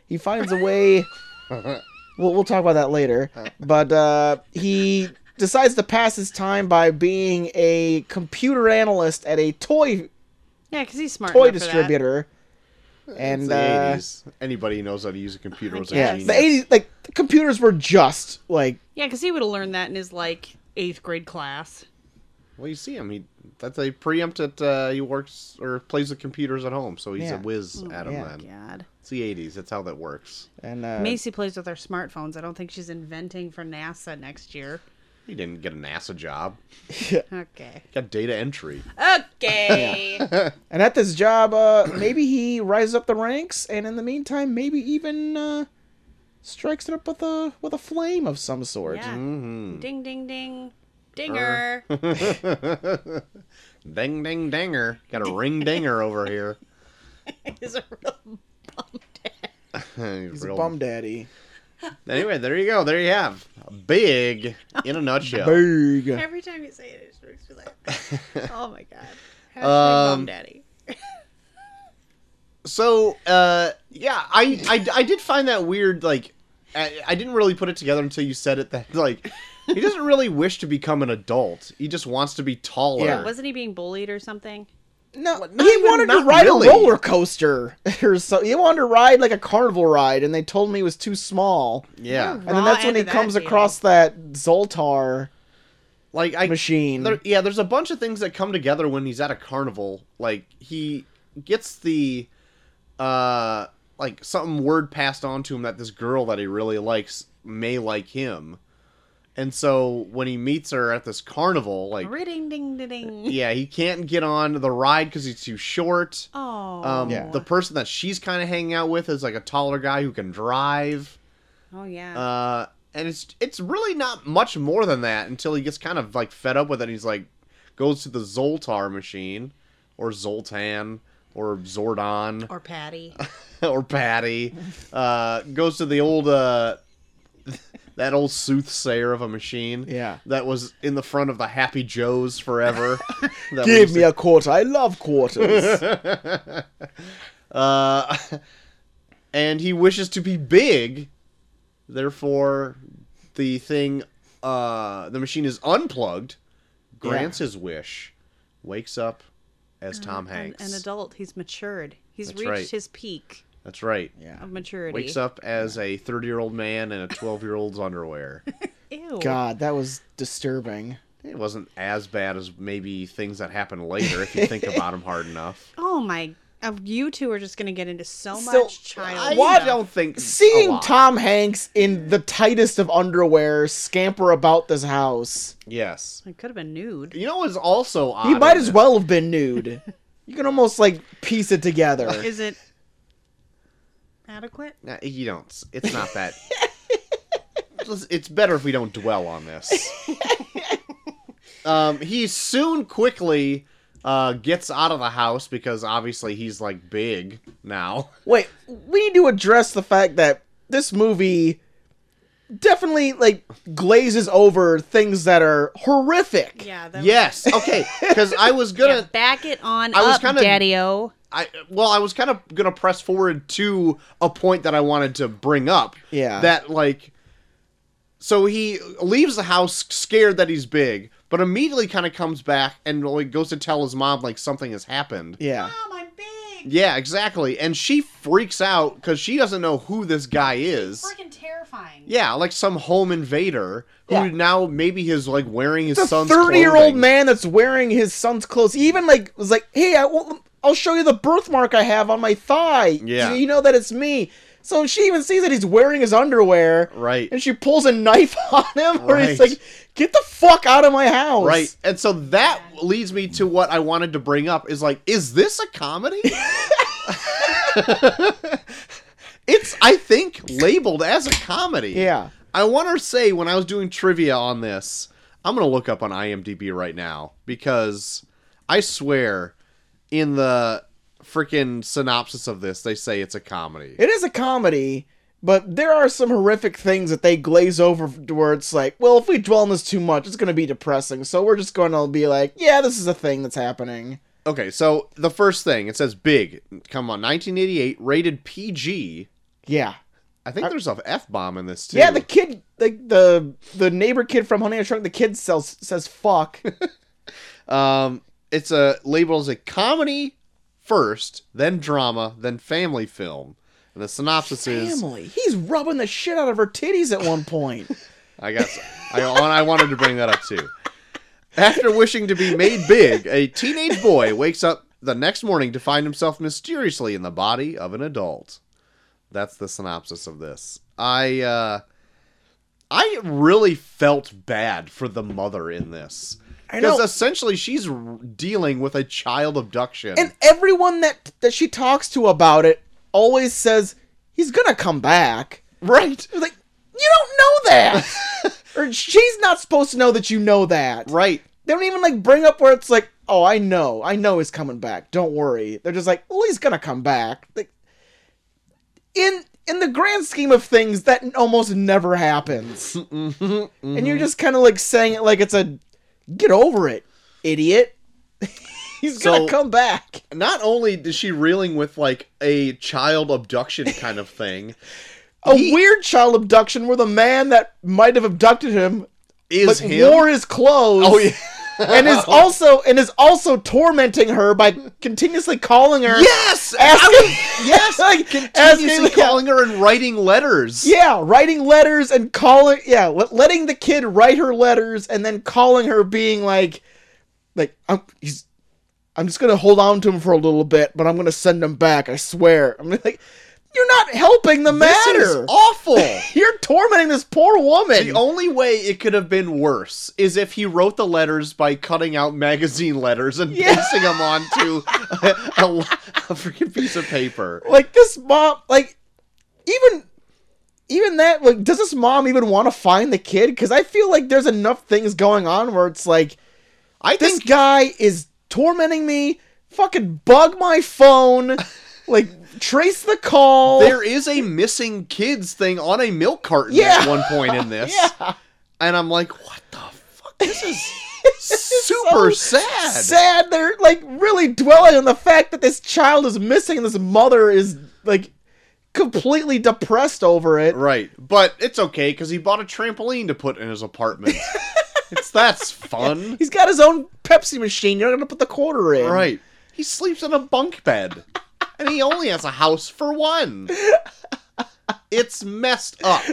[SPEAKER 1] he finds a way. we'll, we'll talk about that later. But uh, he decides to pass his time by being a computer analyst at a toy
[SPEAKER 3] Yeah, because he's smart.
[SPEAKER 1] toy
[SPEAKER 3] enough for that.
[SPEAKER 1] distributor. And
[SPEAKER 2] It's the
[SPEAKER 1] uh,
[SPEAKER 2] 80s. Anybody who knows how to use a computer
[SPEAKER 3] I
[SPEAKER 2] was a
[SPEAKER 1] yeah,
[SPEAKER 2] genius.
[SPEAKER 1] the eighties like the computers were just like
[SPEAKER 3] Yeah, because he would have learned that in his like eighth grade class.
[SPEAKER 2] Well, you see him. He that's a preempted. Uh, he works or plays with computers at home, so he's a
[SPEAKER 1] Yeah.
[SPEAKER 2] whiz at 'em
[SPEAKER 1] yeah.
[SPEAKER 2] Then
[SPEAKER 3] God.
[SPEAKER 2] it's the '80s. That's how that works.
[SPEAKER 1] and uh,
[SPEAKER 3] Macy plays with our smartphones. I don't think she's inventing for NASA next year.
[SPEAKER 2] He didn't get a NASA job.
[SPEAKER 3] Okay.
[SPEAKER 2] He got data entry.
[SPEAKER 3] Okay.
[SPEAKER 1] and at this job, uh, maybe he rises up the ranks, and in the meantime, maybe even uh, strikes it up with a with a flame of some sort.
[SPEAKER 3] Yeah.
[SPEAKER 2] Mm-hmm.
[SPEAKER 3] Ding ding ding. Dinger.
[SPEAKER 2] Ding ding dinger. Got a ring dinger over here.
[SPEAKER 3] is a real bum dad.
[SPEAKER 1] He's
[SPEAKER 2] Real-
[SPEAKER 1] a bum daddy.
[SPEAKER 2] Anyway, there you go. There you have big in a nutshell.
[SPEAKER 1] Big.
[SPEAKER 3] Every time you say it, it just makes me laugh. oh my god. Hashtag
[SPEAKER 2] Um,
[SPEAKER 3] bum daddy.
[SPEAKER 2] So, uh, yeah, I, I I did find that weird. Like, I, I didn't really put it together until you said it. That like. He doesn't really wish to become an adult. He just wants to be taller.
[SPEAKER 1] Yeah.
[SPEAKER 3] Wasn't he being bullied or something?
[SPEAKER 1] No,
[SPEAKER 2] not
[SPEAKER 1] he
[SPEAKER 2] even-
[SPEAKER 1] wanted to
[SPEAKER 2] not
[SPEAKER 1] ride
[SPEAKER 2] really.
[SPEAKER 1] a roller coaster or so. He wanted to ride like a carnival ride, and they told him he was too small.
[SPEAKER 2] Yeah.
[SPEAKER 1] And then
[SPEAKER 3] Raw
[SPEAKER 1] that's when
[SPEAKER 3] end
[SPEAKER 1] he
[SPEAKER 3] of that
[SPEAKER 1] comes
[SPEAKER 3] deal.
[SPEAKER 1] across that Zoltar
[SPEAKER 2] Like I
[SPEAKER 1] machine.
[SPEAKER 2] There, yeah, there's a bunch of things that come together when he's at a carnival. Like he gets the uh like some word passed on to him that this girl that he really likes may like him. And so when he meets her at this carnival, like
[SPEAKER 3] Ring ding ding ding.
[SPEAKER 2] yeah, he can't get on the ride because he's too short.
[SPEAKER 3] Oh.
[SPEAKER 2] Um,
[SPEAKER 1] Yeah.
[SPEAKER 2] The person that she's kind of hanging out with is like a taller guy who can drive.
[SPEAKER 3] oh yeah.
[SPEAKER 2] Uh, and it's it's really not much more than that until he gets kind of like fed up with it. He's like, goes to the Zoltar machine, or Zoltan, or Zordon,
[SPEAKER 3] or Patty.
[SPEAKER 2] or Patty. Uh, goes to the old uh, that old soothsayer of a machine.
[SPEAKER 1] Yeah.
[SPEAKER 2] That was in the front of the Happy Joes forever. That we used
[SPEAKER 1] Give
[SPEAKER 2] to
[SPEAKER 1] me a quarter. I love quarters.
[SPEAKER 2] Uh, and he wishes to be big. Therefore, the thing, uh, the machine is unplugged. Grants his wish. Wakes up as Tom
[SPEAKER 3] An,
[SPEAKER 2] Hanks.
[SPEAKER 3] an adult. He's matured. He's
[SPEAKER 2] That's
[SPEAKER 3] reached
[SPEAKER 2] right.
[SPEAKER 3] his peak
[SPEAKER 2] That's right.
[SPEAKER 1] yeah.
[SPEAKER 3] of maturity.
[SPEAKER 2] Wakes up as a 30 year old man in a 12 year old's underwear.
[SPEAKER 3] Ew.
[SPEAKER 1] God, that was disturbing.
[SPEAKER 2] It wasn't as bad as maybe things that happen later if you think about them hard enough.
[SPEAKER 3] Oh my. Uh, you two are just gonna get into so much
[SPEAKER 2] I
[SPEAKER 3] child.
[SPEAKER 1] What?
[SPEAKER 2] don't think a
[SPEAKER 1] Seeing
[SPEAKER 2] lot.
[SPEAKER 1] Tom Hanks in the tightest of underwear scamper about this house.
[SPEAKER 2] Yes.
[SPEAKER 3] It could have been nude.
[SPEAKER 2] You know what's also odd?
[SPEAKER 1] He
[SPEAKER 2] in
[SPEAKER 1] might as
[SPEAKER 2] this?
[SPEAKER 1] well have been nude. You can almost like piece it together.
[SPEAKER 3] Is it adequate?
[SPEAKER 2] Nah, you don't. It's not that. It's- it's better if we don't dwell on this. um, he soon quickly uh, gets out of the house because obviously he's like big now.
[SPEAKER 1] Wait, we need to address the fact that this movie definitely like glazes over things that are horrific.
[SPEAKER 3] Yeah. That
[SPEAKER 2] yes. Okay. Because I was gonna.
[SPEAKER 3] Yeah, back it on
[SPEAKER 2] I was
[SPEAKER 3] up,
[SPEAKER 2] kinda-
[SPEAKER 3] Daddy-O.
[SPEAKER 2] I well, I was kind of gonna press forward to a point that I wanted to bring up.
[SPEAKER 1] Yeah.
[SPEAKER 2] That like, so he leaves the house scared that he's big, but immediately kind of comes back and like goes to tell his mom like something has happened.
[SPEAKER 1] Yeah.
[SPEAKER 3] Mom, I'm big.
[SPEAKER 2] Yeah, exactly. And she freaks out because she doesn't know who this guy is.
[SPEAKER 3] Freaking terrifying.
[SPEAKER 2] Yeah, like some home invader who
[SPEAKER 1] Yeah.
[SPEAKER 2] now maybe is like wearing his
[SPEAKER 1] The
[SPEAKER 2] son's
[SPEAKER 1] 30 year old
[SPEAKER 2] clothing.
[SPEAKER 1] man that's wearing his son's clothes, he even like was like, hey, I will, I'll show you the birthmark I have on my thigh.
[SPEAKER 2] Yeah.
[SPEAKER 1] So you know that it's me. So she even sees that he's wearing his underwear.
[SPEAKER 2] Right.
[SPEAKER 1] And she pulls a knife on him, where he's
[SPEAKER 2] Right.
[SPEAKER 1] like, get the fuck out of my house.
[SPEAKER 2] Right. And so that leads me to what I wanted to bring up is like, is this a comedy? it's, I think, labeled as a comedy.
[SPEAKER 1] Yeah.
[SPEAKER 2] I want to say when I was doing trivia on this, I'm going to look up on IMDb right now because I swear in the freaking synopsis of this, they say it's a comedy.
[SPEAKER 1] It is a comedy, but there are some horrific things that they glaze over to where it's like, well, if we dwell on this too much, it's going to be depressing. So we're just going to be like, yeah, this is a thing that's happening.
[SPEAKER 2] Okay, so the first thing it says big. Come on, 1988, rated PG.
[SPEAKER 1] Yeah.
[SPEAKER 2] I think there's a f bomb in this too.
[SPEAKER 1] Uh, Yeah, the kid, like the the neighbor kid from Honey I Shrunk the Kid sells, says fuck.
[SPEAKER 2] um, it's a labeled as a comedy first, then drama, then family film. And the synopsis is
[SPEAKER 1] Family. He's rubbing the shit out of her titties at one point.
[SPEAKER 2] I guess I and I wanted to bring that up too. After wishing to be made big, a teenage boy wakes up the next morning to find himself mysteriously in the body of an adult. That's the synopsis of this. I uh I really felt bad for the mother in this.
[SPEAKER 1] I
[SPEAKER 2] Because
[SPEAKER 1] know.
[SPEAKER 2] essentially she's r- dealing with a child abduction.
[SPEAKER 1] and everyone that that she talks to about it always says he's going to come back.
[SPEAKER 2] right.
[SPEAKER 1] They're like, you don't know that. or she's not supposed to know that you know that.
[SPEAKER 2] Right.
[SPEAKER 1] They don't even like bring up where it's like, oh, I know, I know he's coming back. Don't worry. They're just like, well, he's gonna come back. Like, in in the grand scheme of things, that n- almost never happens. And you're just kind of like saying it like it's a get over it, idiot. he's
[SPEAKER 2] So-
[SPEAKER 1] gonna come back.
[SPEAKER 2] Not only is she reeling with like a child abduction kind of thing,
[SPEAKER 1] A weird child abduction where the man that might have abducted him
[SPEAKER 2] is
[SPEAKER 1] like,
[SPEAKER 2] him
[SPEAKER 1] wore his clothes.
[SPEAKER 2] Oh yeah.
[SPEAKER 1] and is also and is also tormenting her by continuously calling her.
[SPEAKER 2] Yes,
[SPEAKER 1] Asking-
[SPEAKER 2] I- yes,
[SPEAKER 1] Like,
[SPEAKER 2] continuously
[SPEAKER 1] asking-
[SPEAKER 2] calling her and writing letters.
[SPEAKER 1] Yeah, writing letters and calling. Yeah, let, letting the kid write her letters and then calling her, being like, like I'm. He's, I'm just gonna hold on to him for a little bit, but I'm gonna send him back. I swear. I'm like, you're not helping the
[SPEAKER 2] this
[SPEAKER 1] matter.
[SPEAKER 2] is awful.
[SPEAKER 1] You're tormenting this poor woman.
[SPEAKER 2] The only way it could have been worse is if he wrote the letters by cutting out magazine letters and
[SPEAKER 1] Yeah.
[SPEAKER 2] pasting them onto a, a, a freaking piece of paper.
[SPEAKER 1] like this mom, like even even that, like, does this mom even want to find the kid? Because I feel like there's enough things going on where it's like
[SPEAKER 2] I
[SPEAKER 1] this
[SPEAKER 2] think
[SPEAKER 1] guy is tormenting me. Fucking bug my phone. like trace the call.
[SPEAKER 2] there is a missing kids thing on a milk carton
[SPEAKER 1] Yeah.
[SPEAKER 2] at one point in this,
[SPEAKER 1] yeah,
[SPEAKER 2] and I'm like, what the fuck? This is
[SPEAKER 1] is
[SPEAKER 2] super
[SPEAKER 1] so
[SPEAKER 2] sad.
[SPEAKER 1] sad. They're like really dwelling on the fact that this child is missing. and This mother is like completely depressed over it.
[SPEAKER 2] Right, but it's okay because he bought a trampoline to put in his apartment. it's that's fun.
[SPEAKER 1] He's got his own Pepsi machine. You're not gonna put the quarter in.
[SPEAKER 2] Right. He sleeps in a bunk bed. and he only has a house for one. It's messed up.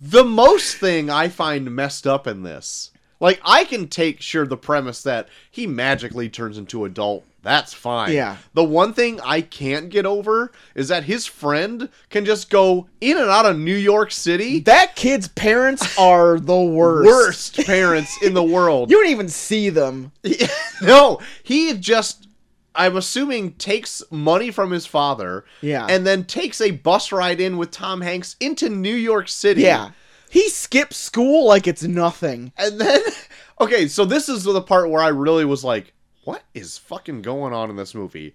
[SPEAKER 2] The most thing I find messed up in this. Like I can take sure the premise that he magically turns into adult. That's fine.
[SPEAKER 1] Yeah.
[SPEAKER 2] The one thing I can't get over is that his friend can just go in and out of New York City.
[SPEAKER 1] That kid's parents are the worst.
[SPEAKER 2] Worst parents in the world.
[SPEAKER 1] You don't even see them.
[SPEAKER 2] no, he just I'm assuming takes money from his father.
[SPEAKER 1] Yeah.
[SPEAKER 2] And then takes a bus ride in with Tom Hanks into New York City.
[SPEAKER 1] Yeah. He skips school like it's nothing.
[SPEAKER 2] And then okay, so this is the part where I really was like, what is fucking going on in this movie?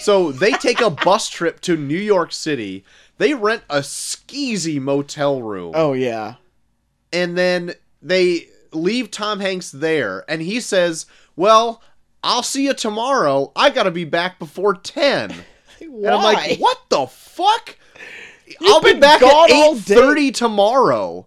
[SPEAKER 2] So they take a bus trip to New York City. They rent a skeezy motel room.
[SPEAKER 1] Oh yeah.
[SPEAKER 2] and then they leave Tom Hanks there, and he says, "Well, I'll see you tomorrow. I gotta be back before 10.
[SPEAKER 1] Why?
[SPEAKER 2] And I'm like, "What the fuck? I'll
[SPEAKER 1] been
[SPEAKER 2] be back
[SPEAKER 1] gone
[SPEAKER 2] at
[SPEAKER 1] all
[SPEAKER 2] eight
[SPEAKER 1] day."
[SPEAKER 2] thirty tomorrow.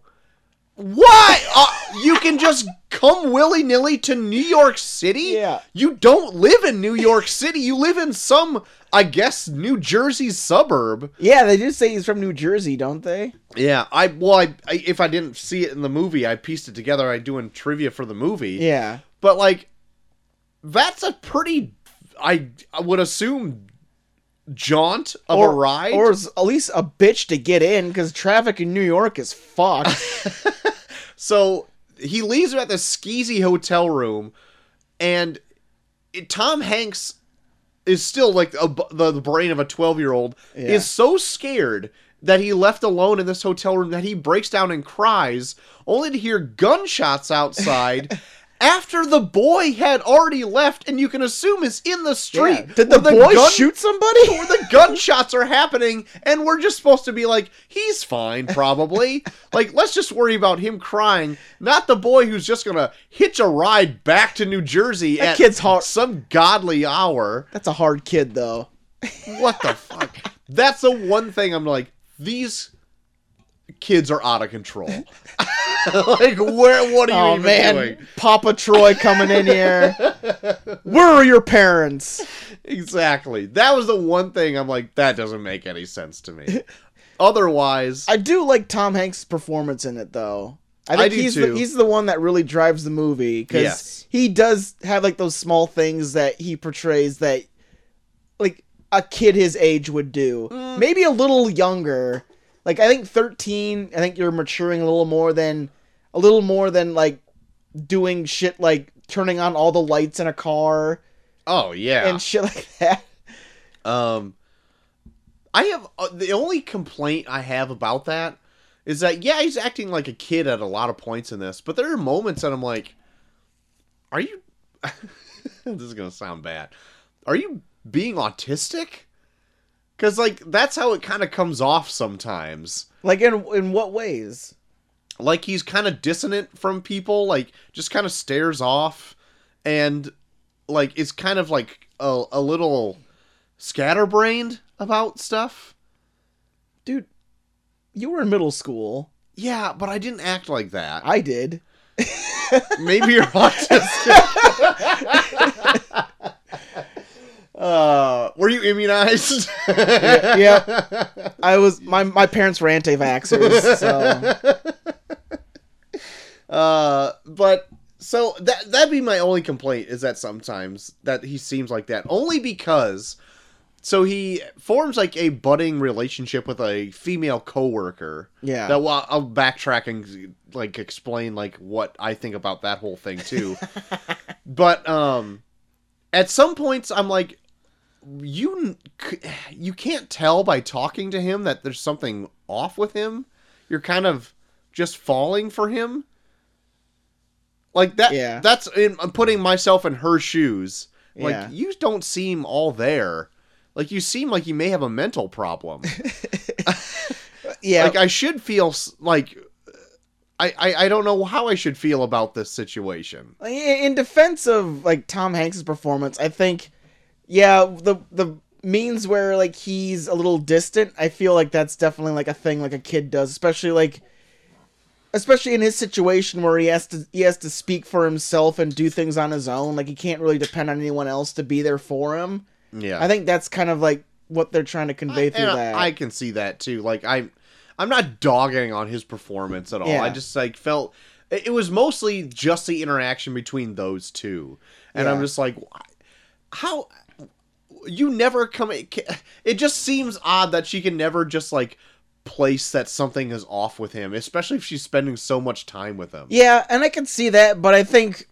[SPEAKER 2] Why? Uh, you can just come willy nilly to New York City?
[SPEAKER 1] Yeah.
[SPEAKER 2] You don't live in New York City. You live in some, I guess, New Jersey suburb.
[SPEAKER 1] Yeah, they do say he's from New Jersey, don't they?
[SPEAKER 2] Yeah, I well, I, I if I didn't see it in the movie, I pieced it together. I doing trivia for the movie.
[SPEAKER 1] Yeah.
[SPEAKER 2] but like, that's a pretty, I I would assume, jaunt of a ride.
[SPEAKER 1] Or is at least a bitch to get in because traffic in New York is fucked.
[SPEAKER 2] so he leaves her at the skeezy hotel room, and it, Tom Hanks is still like a, bu- the, the brain of a twelve year old.
[SPEAKER 1] Yeah.
[SPEAKER 2] Is so scared that he left alone in this hotel room that he breaks down and cries, only to hear gunshots outside. After the boy had already left, and you can assume is in the street.
[SPEAKER 1] Yeah. Did the,
[SPEAKER 2] where
[SPEAKER 1] boy
[SPEAKER 2] gun-
[SPEAKER 1] shoot somebody?
[SPEAKER 2] where the gunshots are happening and we're just supposed to be like he's fine probably like let's just worry about him crying not the boy who's just gonna hitch a ride back to new jersey
[SPEAKER 1] That
[SPEAKER 2] at
[SPEAKER 1] kid's hard-
[SPEAKER 2] some godly hour
[SPEAKER 1] That's a hard kid though.
[SPEAKER 2] what the fuck that's the one thing i'm like these kids are out of control like where what
[SPEAKER 1] Oh
[SPEAKER 2] are you even
[SPEAKER 1] man,
[SPEAKER 2] doing
[SPEAKER 1] Papa Troy coming in here. Where are your parents?
[SPEAKER 2] exactly that was the one thing i'm like that doesn't make any sense to me otherwise
[SPEAKER 1] I do like Tom Hanks' performance in it though. I
[SPEAKER 2] I
[SPEAKER 1] think
[SPEAKER 2] do,
[SPEAKER 1] he's
[SPEAKER 2] too.
[SPEAKER 1] the he's the one that really drives the movie because
[SPEAKER 2] Yes.
[SPEAKER 1] he does have like those small things that he portrays that like a kid his age would do,
[SPEAKER 2] Mm.
[SPEAKER 1] maybe a little younger. Like I think thirteen, I think you're maturing a little more than a little more than like doing shit like turning on all the lights in a car
[SPEAKER 2] oh yeah
[SPEAKER 1] and shit like that.
[SPEAKER 2] Um, I have uh, the only complaint I have about that is that yeah, he's acting like a kid at a lot of points in this, but there are moments that I'm like, are you? this is gonna sound bad. Are you being autistic? Because like that's how it kind of comes off sometimes.
[SPEAKER 1] Like in in what ways?
[SPEAKER 2] Like he's kind of dissonant from people, like just kind of stares off, and like is kind of like a, a little scatterbrained about stuff.
[SPEAKER 1] Dude, you were in middle school.
[SPEAKER 2] Yeah, but I didn't act like that.
[SPEAKER 1] I did.
[SPEAKER 2] Maybe you're autistic. uh, were you immunized?
[SPEAKER 1] yeah, I was. My my parents were anti-vaxxers, so
[SPEAKER 2] Uh, but so that that'd be my only complaint is that sometimes that he seems like that only because so he forms like a budding relationship with a female coworker.
[SPEAKER 1] Yeah.
[SPEAKER 2] That well, I'll backtrack and like explain like what I think about that whole thing too. but um, at some points I'm like, you n- c- you can't tell by talking to him that there's something off with him. You're kind of just falling for him. Like that.
[SPEAKER 1] Yeah.
[SPEAKER 2] That's in, I'm putting myself in her shoes. Like
[SPEAKER 1] Yeah.
[SPEAKER 2] you don't seem all there. Like you seem like you may have a mental problem.
[SPEAKER 1] yeah.
[SPEAKER 2] Like I should feel s- like I, I I don't know how I should feel about this situation.
[SPEAKER 1] Like, in in defense of like Tom Hanks's performance, I think yeah, the the means where like he's a little distant, I feel like that's definitely like a thing like a kid does, especially like especially in his situation where he has to he has to speak for himself and do things on his own, like he can't really depend on anyone else to be there for him.
[SPEAKER 2] Yeah.
[SPEAKER 1] I think that's kind of like what they're trying to convey through
[SPEAKER 2] and I-
[SPEAKER 1] that.
[SPEAKER 2] I can see that too. Like I'm, I'm not dogging on his performance at all.
[SPEAKER 1] Yeah.
[SPEAKER 2] I just like felt it it was mostly just the interaction between those two, and I'm
[SPEAKER 1] Yeah.
[SPEAKER 2] just like, wh- how you never come. It ca- it just seems odd that she can never just like place that something is off with him, especially if she's spending so much time with him.
[SPEAKER 1] Yeah, and I can see that, but I think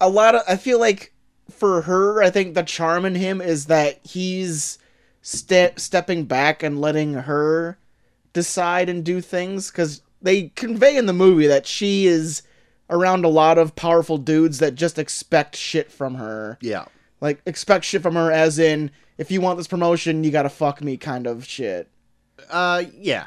[SPEAKER 1] a lot of I feel like for her, I think the charm in him is that he's ste- stepping back and letting her decide and do things cuz they convey in the movie that she is around a lot of powerful dudes that just expect shit from her.
[SPEAKER 2] Yeah.
[SPEAKER 1] Like expect shit from her as in if you want this promotion, you got to fuck me kind of shit.
[SPEAKER 2] Uh. Yeah.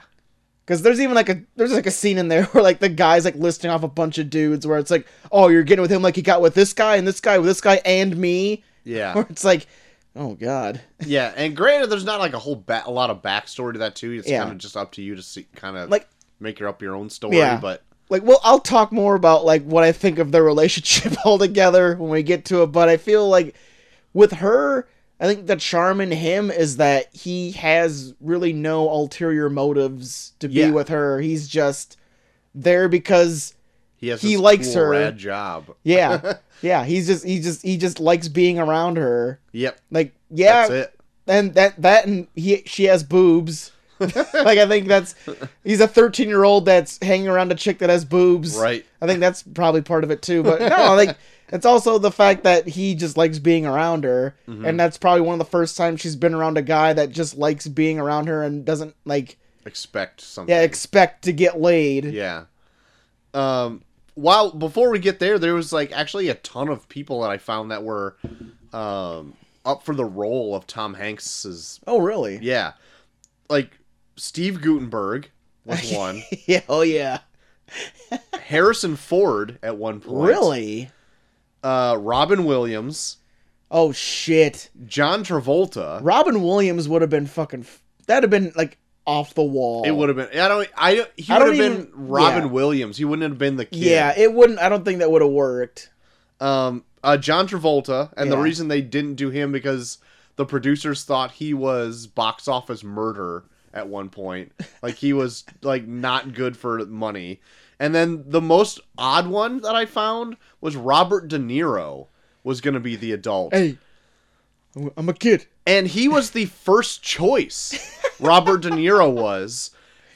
[SPEAKER 1] Cause there's even like a there's like a scene in there where like the guy's like listing off a bunch of dudes where it's like, oh, you're getting with him like you got with this guy and this guy with this guy and me.
[SPEAKER 2] Yeah.
[SPEAKER 1] Where it's like, oh god,
[SPEAKER 2] yeah. And granted, there's not like a whole ba- a lot of backstory to that too. It's
[SPEAKER 1] Yeah.
[SPEAKER 2] kind of just up to you to see kind of
[SPEAKER 1] like
[SPEAKER 2] make your up your own story.
[SPEAKER 1] Yeah.
[SPEAKER 2] But
[SPEAKER 1] like well, I'll talk more about like what I think of their relationship altogether when we get to it. But I feel like with her, I think the charm in him is that he has really no ulterior motives to be
[SPEAKER 2] Yeah.
[SPEAKER 1] with her. He's just there because
[SPEAKER 2] he has
[SPEAKER 1] He
[SPEAKER 2] this
[SPEAKER 1] likes
[SPEAKER 2] cool,
[SPEAKER 1] her.
[SPEAKER 2] Rad job.
[SPEAKER 1] yeah, yeah. He's just he just he just likes being around her.
[SPEAKER 2] Yep.
[SPEAKER 1] Like yeah,
[SPEAKER 2] That's it.
[SPEAKER 1] and that that and he she has boobs. like I think that's he's a 13 year old that's hanging around a chick that has boobs.
[SPEAKER 2] Right.
[SPEAKER 1] I think that's probably part of it too. But no, like it's also the fact that he just likes being around her,
[SPEAKER 2] Mm-hmm.
[SPEAKER 1] and that's probably one of the first times she's been around a guy that just likes being around her and doesn't like
[SPEAKER 2] Expect something.
[SPEAKER 1] yeah expect to get laid.
[SPEAKER 2] yeah. Um. While before we get there, there was like actually a ton of people that I found that were, um, up for the role of Tom Hanks's.
[SPEAKER 1] Oh really?
[SPEAKER 2] Yeah. Like Steve Gutenberg was one.
[SPEAKER 1] Yeah. Oh yeah.
[SPEAKER 2] Harrison Ford at one point.
[SPEAKER 1] Really?
[SPEAKER 2] Uh, Robin Williams.
[SPEAKER 1] Oh shit.
[SPEAKER 2] John Travolta.
[SPEAKER 1] Robin Williams would have been fucking. F- that'd have been like off the wall.
[SPEAKER 2] It would have been. I don't. I. don't- He
[SPEAKER 1] I
[SPEAKER 2] would
[SPEAKER 1] don't
[SPEAKER 2] have been
[SPEAKER 1] even-
[SPEAKER 2] Robin
[SPEAKER 1] yeah.
[SPEAKER 2] Williams. He wouldn't have been the kid.
[SPEAKER 1] Yeah, it wouldn't. I don't think that would have worked.
[SPEAKER 2] um, uh, John Travolta, and the
[SPEAKER 1] Yeah.
[SPEAKER 2] reason they didn't do him because the producers thought he was box office murder at one point, like he was like not good for money. And then the most odd one that I found was Robert De Niro was going to be the adult,
[SPEAKER 1] Hey, I'm- I'm a kid.
[SPEAKER 2] and he was the first choice. Robert De Niro was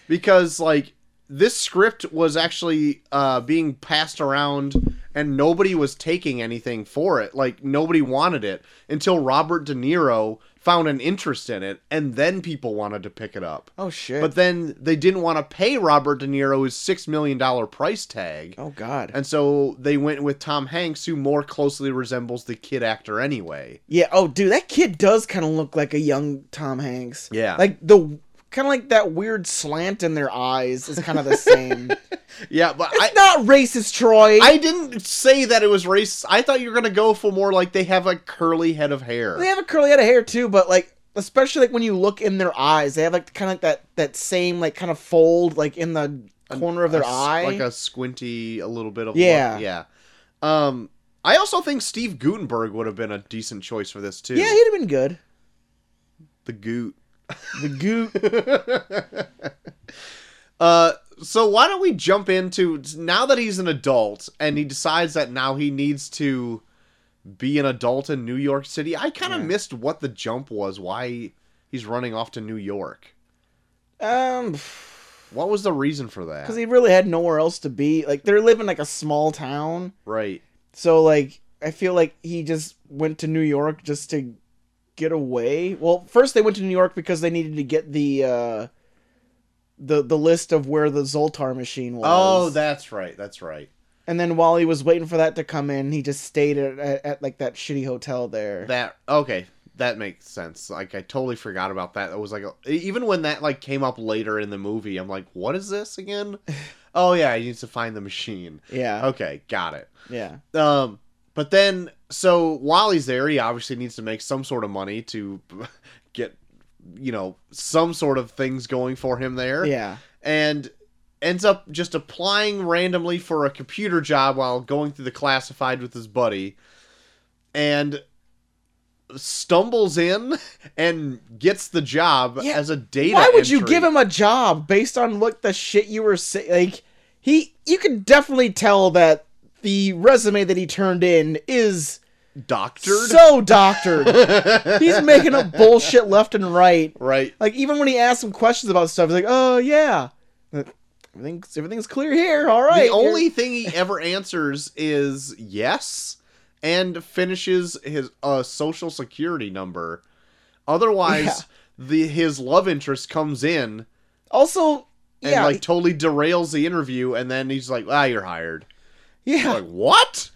[SPEAKER 2] because like this script was actually uh, being passed around and nobody was taking anything for it. Like nobody wanted it until Robert De Niro found an interest in it, and then people wanted to pick it up.
[SPEAKER 1] Oh shit.
[SPEAKER 2] But then they didn't want to pay Robert De Niro his six million dollar price tag.
[SPEAKER 1] oh god.
[SPEAKER 2] And so they went with Tom Hanks, who more closely resembles the kid actor anyway.
[SPEAKER 1] yeah. Oh dude, that kid does kind of look like a young Tom Hanks.
[SPEAKER 2] Yeah.
[SPEAKER 1] Like the kind of like that weird slant in their eyes is kind of the same.
[SPEAKER 2] Yeah, but I,
[SPEAKER 1] it's not racist, Troy.
[SPEAKER 2] I didn't say that it was racist. I thought you were gonna go for more like they have a curly head of hair.
[SPEAKER 1] they have a curly head of hair too, but like especially like when you look in their eyes, they have like kind of like that that same like kind of fold like in the corner of their
[SPEAKER 2] a s-
[SPEAKER 1] eye.
[SPEAKER 2] like a squinty, a little bit of
[SPEAKER 1] Yeah.
[SPEAKER 2] look. yeah. Um, I also think Steve Gutenberg would have been a decent choice for this too.
[SPEAKER 1] yeah, he'd have been good.
[SPEAKER 2] the Goot.
[SPEAKER 1] The goo.
[SPEAKER 2] Uh, so why don't we jump into now that he's an adult and he decides that now he needs to be an adult in New York City? I kind of missed what the jump was. Why he's running off to New York?
[SPEAKER 1] um,
[SPEAKER 2] What was the reason for that?
[SPEAKER 1] because he really had nowhere else to be. Like they're living like a small town,
[SPEAKER 2] right.
[SPEAKER 1] so like I feel like he just went to New York just to get away. Well, first they went to New York because they needed to get the uh, the the list of where the Zoltar machine was.
[SPEAKER 2] Oh, that's right. That's right.
[SPEAKER 1] And then while he was waiting for that to come in, he just stayed at, at, at like that shitty hotel there.
[SPEAKER 2] That okay. That makes sense. Like I totally forgot about that. That was like a, e, even when that like came up later in the movie, I'm like, what is this again? oh yeah, he needs to find the machine.
[SPEAKER 1] yeah,
[SPEAKER 2] Okay, got it.
[SPEAKER 1] yeah,
[SPEAKER 2] Um, but then, so while he's there, he obviously needs to make some sort of money to get, you know, some sort of things going for him there.
[SPEAKER 1] yeah.
[SPEAKER 2] And ends up just applying randomly for a computer job while going through the classified with his buddy. And stumbles in and gets the job
[SPEAKER 1] Yeah,
[SPEAKER 2] as a data
[SPEAKER 1] Why would you
[SPEAKER 2] entry.
[SPEAKER 1] give him a job based on what the shit you were saying? Like he, you could definitely tell that the resume that he turned in is
[SPEAKER 2] doctored?
[SPEAKER 1] so doctored. He's making up bullshit left and right.
[SPEAKER 2] right.
[SPEAKER 1] Like even when he asked him questions about stuff, he's like, "Oh yeah, everything's everything's clear here. All right."
[SPEAKER 2] the only thing he ever answers is yes and finishes his uh, social security number otherwise
[SPEAKER 1] Yeah.
[SPEAKER 2] the his love interest comes in
[SPEAKER 1] also,
[SPEAKER 2] and
[SPEAKER 1] yeah,
[SPEAKER 2] like totally derails the interview and then he's like ah you're hired
[SPEAKER 1] yeah.
[SPEAKER 2] like what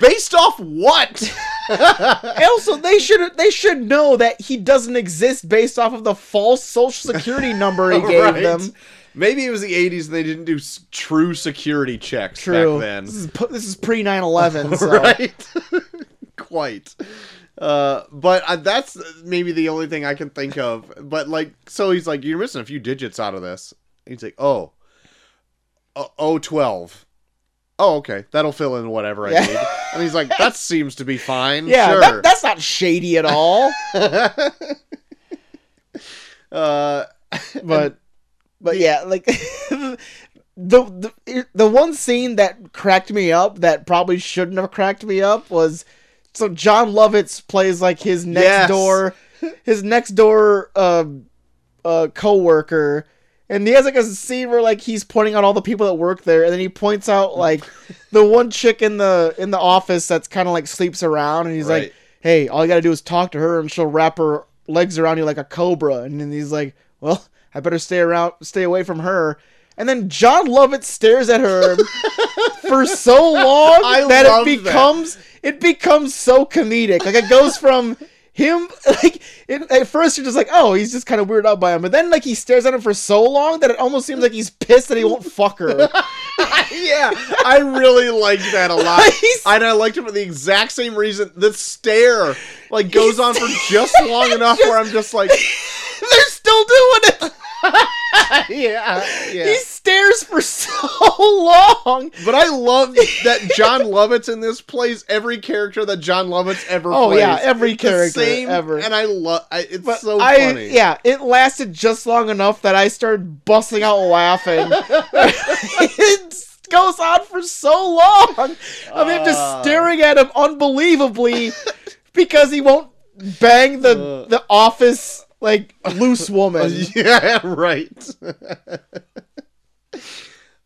[SPEAKER 2] based off what
[SPEAKER 1] And also, they should they should know that he doesn't exist based off of the false social security number he gave
[SPEAKER 2] Right?
[SPEAKER 1] them.
[SPEAKER 2] maybe it was the 80s and they didn't do s- true security checks
[SPEAKER 1] True.
[SPEAKER 2] back then
[SPEAKER 1] This is pu- this is pre 9/11, so
[SPEAKER 2] right quite uh but uh, that's maybe the only thing i can think of but like so he's like you're missing a few digits out of this he's like oh uh, oh 12 oh okay that'll fill in whatever i
[SPEAKER 1] Yeah.
[SPEAKER 2] need and he's like that seems to be fine
[SPEAKER 1] yeah,
[SPEAKER 2] sure
[SPEAKER 1] that, that's not shady at all.
[SPEAKER 2] uh
[SPEAKER 1] But but yeah, like the, the the one scene that cracked me up that probably shouldn't have cracked me up was so John Lovitz plays like his next
[SPEAKER 2] Yes.
[SPEAKER 1] door his next door uh, uh coworker and he has like a scene where like he's pointing out all the people that work there and then he points out like the one chick in the in the office that's kind of like sleeps around and he's
[SPEAKER 2] Right.
[SPEAKER 1] like hey all you gotta do is talk to her and she'll wrap her legs around you like a cobra and then he's like well i better stay around stay away from her and then john lovett stares at her for so long
[SPEAKER 2] I
[SPEAKER 1] that it
[SPEAKER 2] love that.
[SPEAKER 1] becomes it becomes so comedic. Like it goes from him like it, at first you're just like oh he's just kind of weirded out by him, but then like he stares at him for so long that it almost seems like he's pissed that he won't fuck her.
[SPEAKER 2] yeah i really liked that a lot
[SPEAKER 1] He's-
[SPEAKER 2] and i liked it for the exact same reason the stare like goes on for just long enough where i'm just like
[SPEAKER 1] They're still doing it.
[SPEAKER 2] yeah yeah
[SPEAKER 1] He stares for so long.
[SPEAKER 2] But I love that John Lovitz in this plays every character that John Lovitz ever
[SPEAKER 1] Oh,
[SPEAKER 2] plays.
[SPEAKER 1] yeah, every
[SPEAKER 2] It's the
[SPEAKER 1] character ever.
[SPEAKER 2] And I love I, it's
[SPEAKER 1] But
[SPEAKER 2] so
[SPEAKER 1] I
[SPEAKER 2] funny.
[SPEAKER 1] yeah, it lasted just long enough that I started busting out laughing. it goes on for so long of him just
[SPEAKER 2] Ah.
[SPEAKER 1] staring at him unbelievably because he won't bang the
[SPEAKER 2] Uh.
[SPEAKER 1] the office like loose woman.
[SPEAKER 2] yeah, right.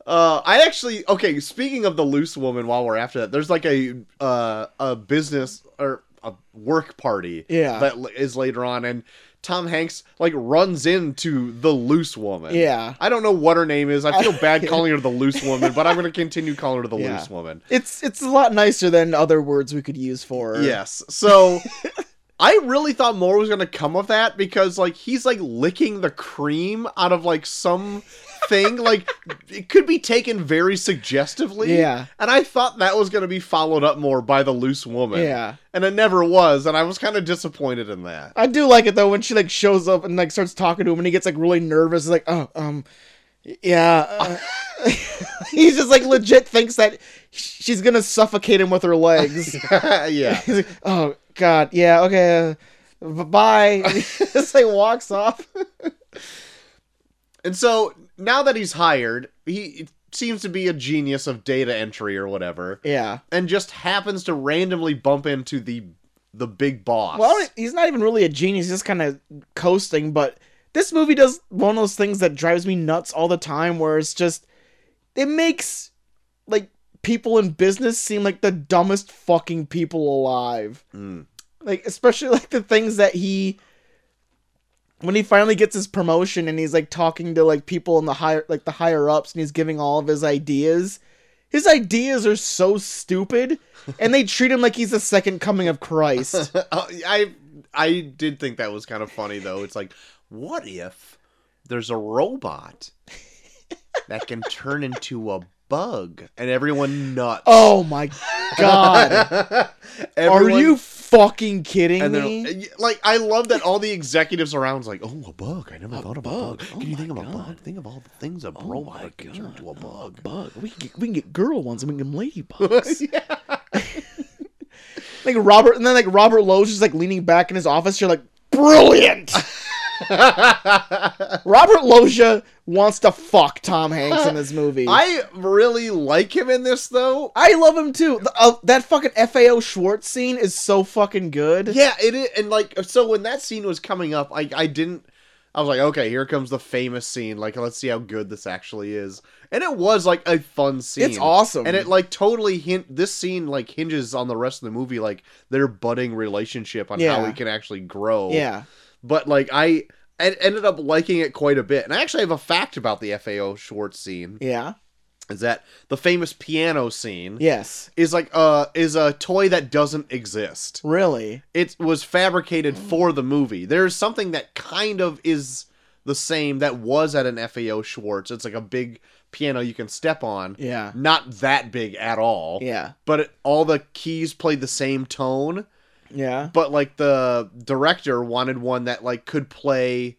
[SPEAKER 2] uh, I actually okay. Speaking of the loose woman, while we're after that, there's like a uh, a business or a work party
[SPEAKER 1] Yeah.
[SPEAKER 2] that l- is later on, and Tom Hanks like runs into the loose woman.
[SPEAKER 1] Yeah.
[SPEAKER 2] I don't know what her name is. I feel bad calling her the loose woman, but I'm gonna continue calling her the
[SPEAKER 1] Yeah.
[SPEAKER 2] loose woman.
[SPEAKER 1] It's it's a lot nicer than other words we could use for her.
[SPEAKER 2] Yes. So I really thought more was gonna come of that because like he's like licking the cream out of like some thing. like it could be taken very suggestively.
[SPEAKER 1] Yeah.
[SPEAKER 2] And I thought that was gonna be followed up more by the loose woman.
[SPEAKER 1] Yeah.
[SPEAKER 2] And it never was, and I was kind of disappointed in that.
[SPEAKER 1] I do like it though when she like shows up and like starts talking to him and he gets like really nervous. He's like, oh, um, Yeah. uh, he's just like legit thinks that she's going to suffocate him with her legs.
[SPEAKER 2] yeah.
[SPEAKER 1] He's like, oh, God. Yeah, okay. Uh, b- bye. And he just like walks off.
[SPEAKER 2] And so now that he's hired, he seems to be a genius of data entry or whatever,
[SPEAKER 1] Yeah.
[SPEAKER 2] and just happens to randomly bump into the the big boss.
[SPEAKER 1] Well, I don't- e, he's not even really a genius. He's just kind of coasting. But this movie does one of those things that drives me nuts all the time, where it's just it makes like people in business seem like the dumbest fucking people alive.
[SPEAKER 2] Mm.
[SPEAKER 1] Like especially like the things that he when he finally gets his promotion and he's like talking to like people in the higher like the higher ups and he's giving all of his ideas. His ideas are so stupid, and they treat him like he's the second coming of Christ.
[SPEAKER 2] I I did think that was kind of funny though. It's like, what if there's a robot that can turn into a bug and everyone nuts?
[SPEAKER 1] Oh my god. Are
[SPEAKER 2] Everyone-
[SPEAKER 1] you fucking kidding
[SPEAKER 2] And
[SPEAKER 1] me?
[SPEAKER 2] then, like, I love that all the executives around is like, "Oh, a bug! I never thought of a
[SPEAKER 1] bug.
[SPEAKER 2] bug. Can
[SPEAKER 1] Oh
[SPEAKER 2] you
[SPEAKER 1] my
[SPEAKER 2] think of a
[SPEAKER 1] God. Oh
[SPEAKER 2] bug? Think of all the things a robot can turn into a bug."
[SPEAKER 1] Bug. We can get we can get girl ones and we can get ladybugs. Like Robert and then like Robert Lowe's just like leaning back in his office, you're like, brilliant! Robert Loja wants to fuck Tom Hanks in this movie.
[SPEAKER 2] I really like him in this, though.
[SPEAKER 1] I love him too. The- uh, that fucking FAO Schwartz scene is so fucking good.
[SPEAKER 2] Yeah, it is, and like, so when that scene was coming up, I I didn't. I was like, okay, here comes the famous scene. Like, let's see how good this actually is. And it was like a fun scene.
[SPEAKER 1] It's awesome.
[SPEAKER 2] And it like totally hint. This scene like hinges on the rest of the movie, like their budding relationship on how
[SPEAKER 1] Yeah.
[SPEAKER 2] he can actually grow.
[SPEAKER 1] Yeah.
[SPEAKER 2] but like I, I ended up liking it quite a bit. And I actually have a fact about the FAO Schwartz scene
[SPEAKER 1] Yeah.
[SPEAKER 2] is that the famous piano scene
[SPEAKER 1] Yes.
[SPEAKER 2] is like uh is a toy that doesn't exist.
[SPEAKER 1] Really?
[SPEAKER 2] It was fabricated
[SPEAKER 1] Mm.
[SPEAKER 2] for the movie. There's something that kind of is the same that was at an FAO Schwartz. It's like a big piano you can step on.
[SPEAKER 1] Yeah.
[SPEAKER 2] Not that big at all.
[SPEAKER 1] Yeah.
[SPEAKER 2] But it, all the keys played the same tone
[SPEAKER 1] Yeah.
[SPEAKER 2] but like the director wanted one that like could play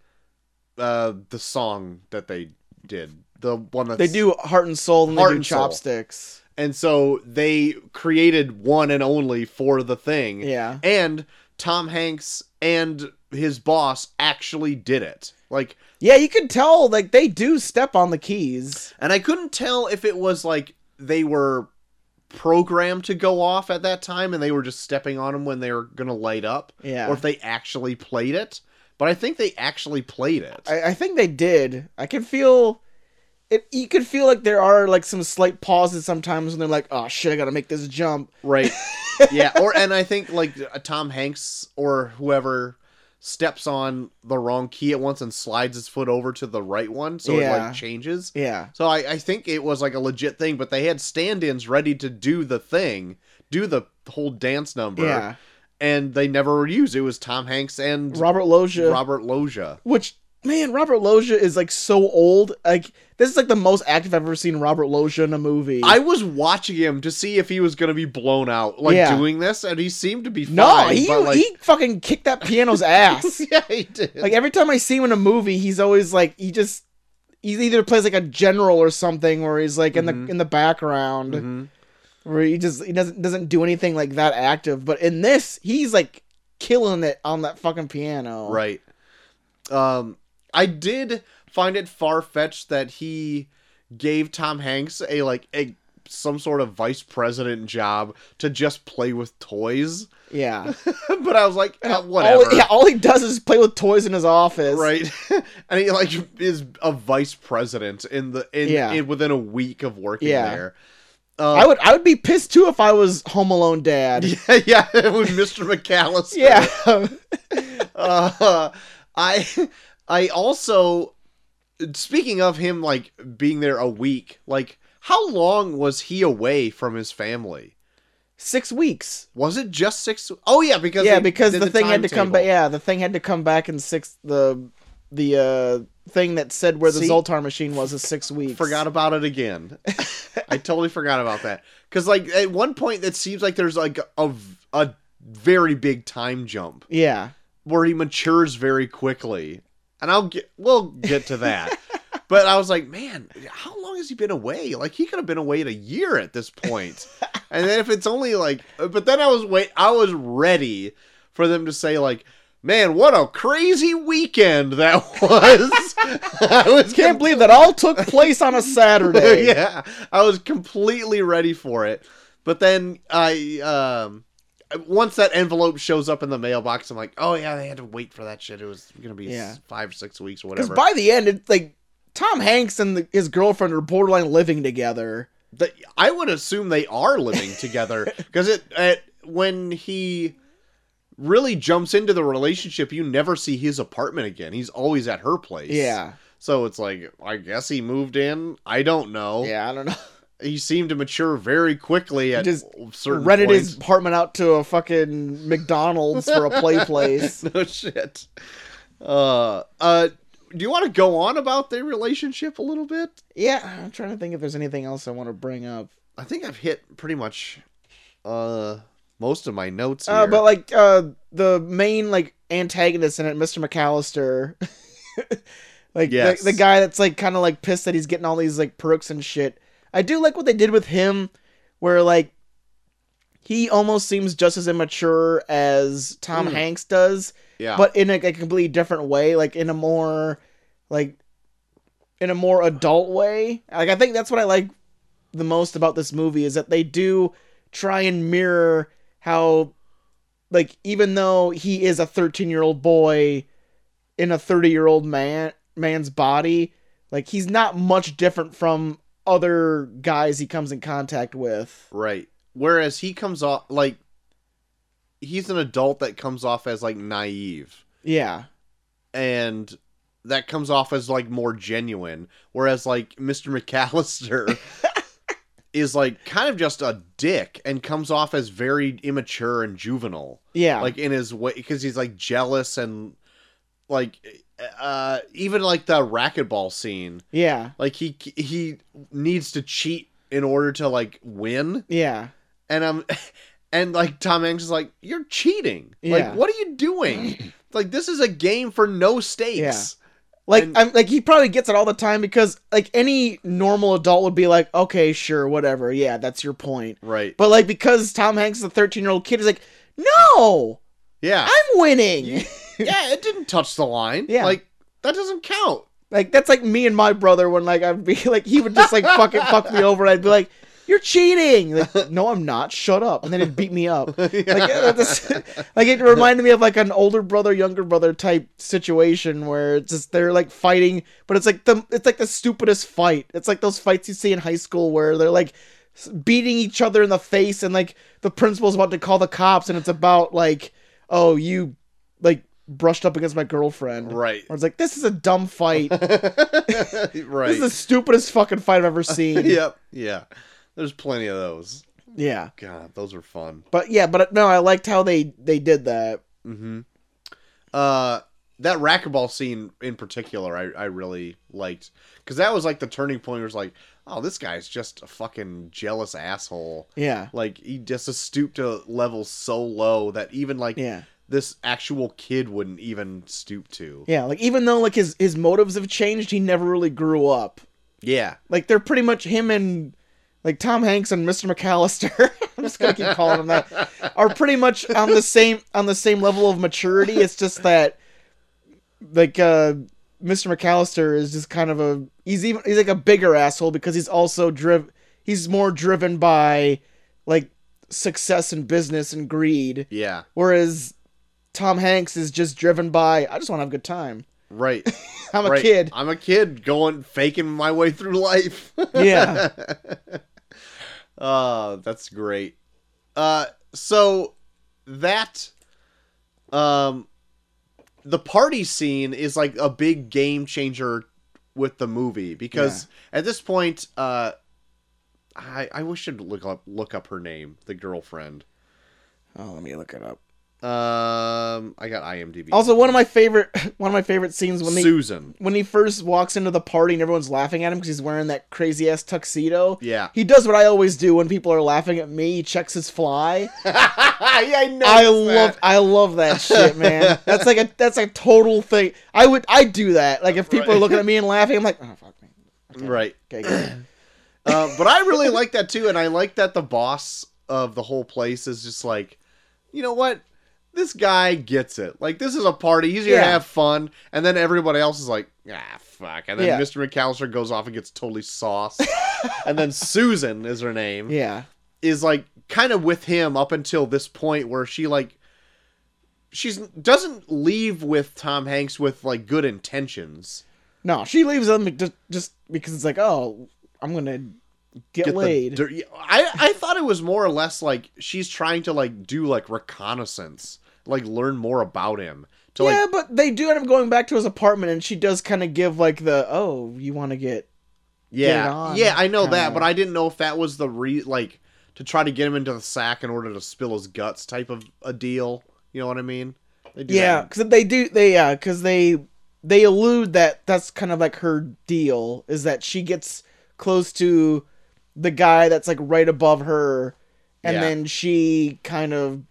[SPEAKER 2] uh the song that they did the one that
[SPEAKER 1] They do heart and soul and they
[SPEAKER 2] Heart
[SPEAKER 1] do
[SPEAKER 2] and Soul.
[SPEAKER 1] chopsticks.
[SPEAKER 2] and so they created one and only for the thing
[SPEAKER 1] Yeah.
[SPEAKER 2] and tom hanks and his boss actually did it like
[SPEAKER 1] Yeah, you can tell like they do step on the keys.
[SPEAKER 2] and i couldn't tell if it was like they were programmed to go off at that time and they were just stepping on them when they were gonna light up
[SPEAKER 1] Yeah.
[SPEAKER 2] or if they actually played it but i think they actually played it
[SPEAKER 1] I, I think they did. I can feel it you could feel like there are like some slight pauses sometimes when they're like, Oh shit, I gotta make this jump.
[SPEAKER 2] Right. yeah. Or and I think like uh, Tom Hanks or whoever steps on the wrong key at once and slides his foot over to the right one, so it
[SPEAKER 1] Yeah.
[SPEAKER 2] like changes.
[SPEAKER 1] Yeah.
[SPEAKER 2] So I, I think it was like a legit thing, but they had stand-ins ready to do the thing, do the whole dance number,
[SPEAKER 1] Yeah.
[SPEAKER 2] and they never used it. It was Tom Hanks and
[SPEAKER 1] Robert Loja.
[SPEAKER 2] Robert Loggia.
[SPEAKER 1] which man, Robert Loja is like so old. Like this is like the most active I've ever seen Robert Loja in a movie.
[SPEAKER 2] I was watching him to see if he was gonna be blown out like
[SPEAKER 1] Yeah.
[SPEAKER 2] doing this, and he seemed to be fine.
[SPEAKER 1] no, he
[SPEAKER 2] but, like,
[SPEAKER 1] he fucking kicked that piano's ass.
[SPEAKER 2] yeah, he did.
[SPEAKER 1] Like every time I see him in a movie, he's always like he just he either plays like a general or something where he's like in
[SPEAKER 2] Mhm.
[SPEAKER 1] the in the background
[SPEAKER 2] Mhm.
[SPEAKER 1] where he just he doesn't doesn't do anything like that active. But in this, he's like killing it on that fucking piano.
[SPEAKER 2] Right. Um, I did find it far fetched that he gave Tom Hanks a like a some sort of vice president job to just play with toys,
[SPEAKER 1] Yeah.
[SPEAKER 2] but I was like, eh,
[SPEAKER 1] All,
[SPEAKER 2] whatever.
[SPEAKER 1] Oh, yeah. All he does is play with toys in his office.
[SPEAKER 2] Right, and he like is a vice president in the in,
[SPEAKER 1] Yeah.
[SPEAKER 2] in within a week of working
[SPEAKER 1] Yeah.
[SPEAKER 2] there. Uh,
[SPEAKER 1] I would I would be pissed too if I was Home Alone dad.
[SPEAKER 2] yeah, yeah, with Mr. McAllister.
[SPEAKER 1] Yeah.
[SPEAKER 2] uh, I I also speaking of him like being there a week, like how long was he away from his family?
[SPEAKER 1] Six weeks.
[SPEAKER 2] Was it just six? Oh yeah, because
[SPEAKER 1] Yeah,
[SPEAKER 2] they
[SPEAKER 1] because
[SPEAKER 2] did
[SPEAKER 1] the thing had to come back.
[SPEAKER 2] timetable.
[SPEAKER 1] Yeah, the thing had to come back in six. The the uh thing that said where the
[SPEAKER 2] See?
[SPEAKER 1] Zoltar machine was is six weeks.
[SPEAKER 2] Forgot about it again. I totally forgot about that because like at one point it seems like there's like a a very big time jump
[SPEAKER 1] Yeah.
[SPEAKER 2] where he matures very quickly, and I'll get we'll get to that. But I was like, man, how long has he been away? Like he could have been away a year at this point. and then if it's only like, but then I was wait, I was ready for them to say like, man, what a crazy weekend that was. I was
[SPEAKER 1] Can't believe that all took place on a Saturday.
[SPEAKER 2] yeah, I was completely ready for it. But then I, um, once that envelope shows up in the mailbox, I'm like, oh yeah, they had to wait for that shit. It was gonna be
[SPEAKER 1] Yeah.
[SPEAKER 2] s five, six weeks or
[SPEAKER 1] Because
[SPEAKER 2] whatever.
[SPEAKER 1] by the end, it's like Tom Hanks and the, his girlfriend are borderline living together.
[SPEAKER 2] The- I would assume they are living together because it, it when he really jumps into the relationship, you never see his apartment again. He's always at her place.
[SPEAKER 1] Yeah.
[SPEAKER 2] So it's like, I guess he moved in. I don't know.
[SPEAKER 1] Yeah, I don't know.
[SPEAKER 2] He seemed to mature very quickly at
[SPEAKER 1] just
[SPEAKER 2] certain
[SPEAKER 1] rented
[SPEAKER 2] points.
[SPEAKER 1] his apartment out to a fucking McDonald's for a play place.
[SPEAKER 2] no shit. Uh, uh, do you want to go on about their relationship a little bit?
[SPEAKER 1] Yeah, I'm trying to think if there's anything else I want to bring up.
[SPEAKER 2] I think I've hit pretty much uh most of my notes here.
[SPEAKER 1] Uh, but like uh, the main like antagonist in it, Mr. McAllister, like the-
[SPEAKER 2] Yes.
[SPEAKER 1] the, guy that's like kind of like pissed that he's getting all these like perks and shit. I do like what they did with him, where like he almost seems just as immature as Tom
[SPEAKER 2] Mm.
[SPEAKER 1] Hanks does,
[SPEAKER 2] yeah,
[SPEAKER 1] but in a, a completely different way, like in a more like in a more adult way. Like I think that's what I like the most about this movie is that they do try and mirror how like even though he is a 13-year-old boy in a 30-year-old man man's body, like he's not much different from other guys he comes in contact with.
[SPEAKER 2] right. Whereas he comes off like he's an adult that comes off as like naive
[SPEAKER 1] Yeah.
[SPEAKER 2] and that comes off as like more genuine whereas like Mr. McAllister is like kind of just a dick and comes off as very immature and juvenile.
[SPEAKER 1] Yeah.
[SPEAKER 2] like in his way because he's like jealous and like uh even like the racquetball scene
[SPEAKER 1] yeah.
[SPEAKER 2] like he he needs to cheat in order to like win
[SPEAKER 1] Yeah.
[SPEAKER 2] and i'm and like tom hanks is like you're cheating
[SPEAKER 1] Yeah.
[SPEAKER 2] like what are you doing like this is a game for no stakes
[SPEAKER 1] Like
[SPEAKER 2] And-
[SPEAKER 1] I'm like he probably gets it all the time because like any normal adult would be like, okay, sure, whatever, yeah, that's your point.
[SPEAKER 2] right
[SPEAKER 1] But like because Tom Hanks is a 13 year old kid, he's like, no,
[SPEAKER 2] yeah
[SPEAKER 1] I'm winning.
[SPEAKER 2] yeah it didn't touch the line
[SPEAKER 1] Yeah.
[SPEAKER 2] like that doesn't count
[SPEAKER 1] like that's like me and my brother when like I'd be like he would just like fucking fuck me over. And I'd be like, you're cheating. Like no, I'm not. Shut up. And then he'd beat me up. Like, uh, this- like it reminded me of like an older brother younger brother type situation where it's just they're like fighting but it's like the it's like the stupidest fight it's like those fights you see in high school where they're like s- beating each other in the face and like the principal's about to call the cops and it's about like oh you like brushed up against my girlfriend
[SPEAKER 2] right
[SPEAKER 1] or it's like this is a dumb fight
[SPEAKER 2] right
[SPEAKER 1] this is the stupidest fucking fight i've ever seen
[SPEAKER 2] yep yeah there's plenty of those
[SPEAKER 1] yeah
[SPEAKER 2] god those are fun
[SPEAKER 1] but yeah but uh, no i liked how they they did that
[SPEAKER 2] Mm-hmm. Uh, that racquetball scene in particular, I, I really liked because that was like the turning point. Where it was like, oh, this guy's just a fucking jealous asshole.
[SPEAKER 1] yeah
[SPEAKER 2] Like he just has stooped to levels so low that even like
[SPEAKER 1] yeah
[SPEAKER 2] this actual kid wouldn't even stoop to.
[SPEAKER 1] Yeah, like even though like his his motives have changed, he never really grew up.
[SPEAKER 2] Yeah,
[SPEAKER 1] Like they're pretty much him and like Tom Hanks and Mr. McAllister. I'm just gonna keep calling him that. Are pretty much on the same on the same level of maturity. It's just that like uh Mr. McAllister is just kind of a he's even he's like a bigger asshole because he's also driv he's more driven by like success and business and greed.
[SPEAKER 2] yeah,
[SPEAKER 1] Whereas Tom Hanks is just driven by I just wanna have a good time.
[SPEAKER 2] right.
[SPEAKER 1] I'm a
[SPEAKER 2] right.
[SPEAKER 1] kid.
[SPEAKER 2] I'm a kid going faking my way through life.
[SPEAKER 1] Yeah.
[SPEAKER 2] Uh, that's great. Uh, so that, um, the party scene is like a big game changer with the movie because at this point, uh, I I wish I'd look up look up her name, the girlfriend.
[SPEAKER 1] Oh, let me look it up.
[SPEAKER 2] Um, I got IMDb.
[SPEAKER 1] Also, one of my favorite one of my favorite scenes when he
[SPEAKER 2] Susan.
[SPEAKER 1] when he first walks into the party and everyone's laughing at him because he's wearing that crazy ass tuxedo.
[SPEAKER 2] Yeah.
[SPEAKER 1] He does what I always do when people are laughing at me. He checks his fly.
[SPEAKER 2] yeah, I know.
[SPEAKER 1] I love I love that shit, man. That's like a that's a total thing. I would I do that. Like if people are
[SPEAKER 2] Right.
[SPEAKER 1] looking at me and laughing, I'm like, oh fuck, Okay.
[SPEAKER 2] Right.
[SPEAKER 1] Okay, good.
[SPEAKER 2] Uh, but I really like that too, and I like that the boss of the whole place is just like, you know what? This guy gets it. Like this is a party. He's here to
[SPEAKER 1] Yeah.
[SPEAKER 2] have fun, and then everybody else is like, ah, fuck. And then
[SPEAKER 1] Yeah.
[SPEAKER 2] Mr. McAllister goes off and gets totally sauced, and then Susan is her name
[SPEAKER 1] yeah.
[SPEAKER 2] is like kind of with him up until this point where she like she's doesn't leave with Tom Hanks with like good intentions.
[SPEAKER 1] No, she leaves them just just because it's like, oh, I'm gonna get,
[SPEAKER 2] Get the
[SPEAKER 1] laid.
[SPEAKER 2] dir- I I thought it was more or less like she's trying to like do like reconnaissance, like learn more about him to like
[SPEAKER 1] yeah, but they do end up going back to his apartment, and she does kind of give like the, oh, you want to get get it
[SPEAKER 2] yeah
[SPEAKER 1] on,
[SPEAKER 2] yeah I know that,
[SPEAKER 1] kinda.
[SPEAKER 2] but I didn't know if that was the re like to try to get him into the sack in order to spill his guts type of a deal. You know what I mean? They do that
[SPEAKER 1] yeah,
[SPEAKER 2] in-
[SPEAKER 1] because they do they yeah, because they they allude that that's kind of like her deal is that she gets close to the guy that's like right above her, and
[SPEAKER 2] Yeah.
[SPEAKER 1] then she kind of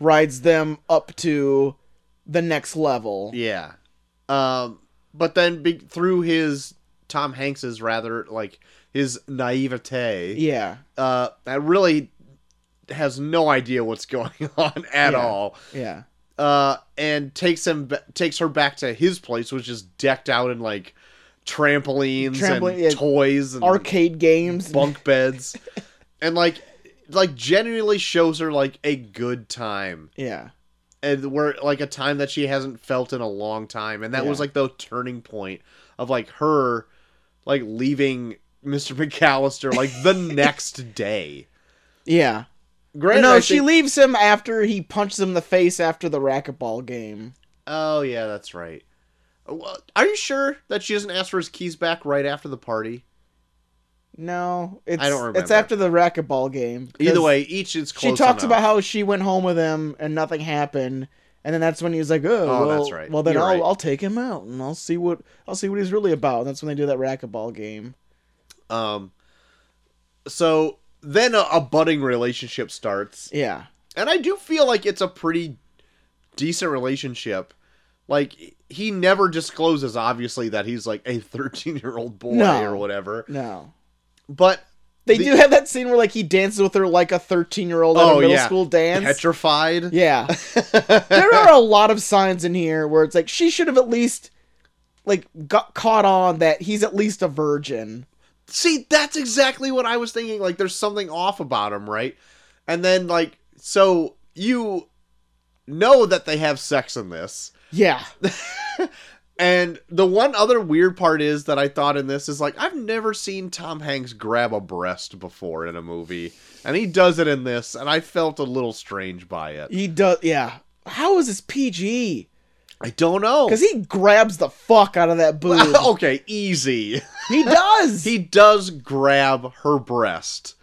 [SPEAKER 1] rides them up to the next level.
[SPEAKER 2] Yeah. Um, but then be- through his Tom Hanks's rather like his naivete,
[SPEAKER 1] yeah.
[SPEAKER 2] uh, that really has no idea what's going on at
[SPEAKER 1] Yeah.
[SPEAKER 2] all.
[SPEAKER 1] yeah.
[SPEAKER 2] Uh, and takes him ba- takes her back to his place, which is decked out in like trampolines
[SPEAKER 1] Trampoline-
[SPEAKER 2] and
[SPEAKER 1] yeah.
[SPEAKER 2] toys and
[SPEAKER 1] arcade games.
[SPEAKER 2] bunk beds, and like like genuinely shows her like a good time
[SPEAKER 1] yeah.
[SPEAKER 2] and where like a time that she hasn't felt in a long time and that was
[SPEAKER 1] Yeah.
[SPEAKER 2] like the turning point of like her like leaving mr mcallister like the next day
[SPEAKER 1] Yeah.
[SPEAKER 2] granted
[SPEAKER 1] no,
[SPEAKER 2] I
[SPEAKER 1] she
[SPEAKER 2] think-
[SPEAKER 1] leaves him after he punches him in the face after the racquetball game.
[SPEAKER 2] oh yeah that's right Uh, Well, are you sure that she doesn't ask for his keys back right after the party
[SPEAKER 1] No, it's
[SPEAKER 2] I don't
[SPEAKER 1] it's
[SPEAKER 2] remember.
[SPEAKER 1] after the racquetball game.
[SPEAKER 2] either
[SPEAKER 1] 'cause
[SPEAKER 2] way each is
[SPEAKER 1] she
[SPEAKER 2] close
[SPEAKER 1] talks
[SPEAKER 2] enough.
[SPEAKER 1] about how she went home with him and nothing happened, and then that's when he was like, "Oh,
[SPEAKER 2] Oh,
[SPEAKER 1] well,
[SPEAKER 2] that's right.
[SPEAKER 1] well then
[SPEAKER 2] You're
[SPEAKER 1] I'll
[SPEAKER 2] right.
[SPEAKER 1] I'll take him out and I'll see what I'll see what he's really about." And that's when they do that racquetball game.
[SPEAKER 2] um so then a, a budding relationship starts
[SPEAKER 1] Yeah,
[SPEAKER 2] and I do feel like it's a pretty decent relationship. Like he never discloses, obviously, that he's like a thirteen-year-old boy
[SPEAKER 1] No.
[SPEAKER 2] or whatever.
[SPEAKER 1] no.
[SPEAKER 2] But
[SPEAKER 1] They
[SPEAKER 2] The-
[SPEAKER 1] do have that scene where like he dances with her like a thirteen year old at a
[SPEAKER 2] Oh,
[SPEAKER 1] middle
[SPEAKER 2] yeah.
[SPEAKER 1] school dance.
[SPEAKER 2] petrified.
[SPEAKER 1] Yeah. there are a lot of signs in here where it's like she should have at least like got caught on that he's at least a virgin.
[SPEAKER 2] See, that's exactly what I was thinking. Like, there's something off about him, right? And then, like, so you know that they have sex in this.
[SPEAKER 1] Yeah.
[SPEAKER 2] And the one other weird part is that I thought in this is like I've never seen Tom Hanks grab a breast before in a movie, and he does it in this, and I felt a little strange by it.
[SPEAKER 1] He does yeah. How is this PG?
[SPEAKER 2] I don't know.
[SPEAKER 1] Cuz he grabs the fuck out of that boob.
[SPEAKER 2] okay, easy.
[SPEAKER 1] he does.
[SPEAKER 2] He does grab her breast,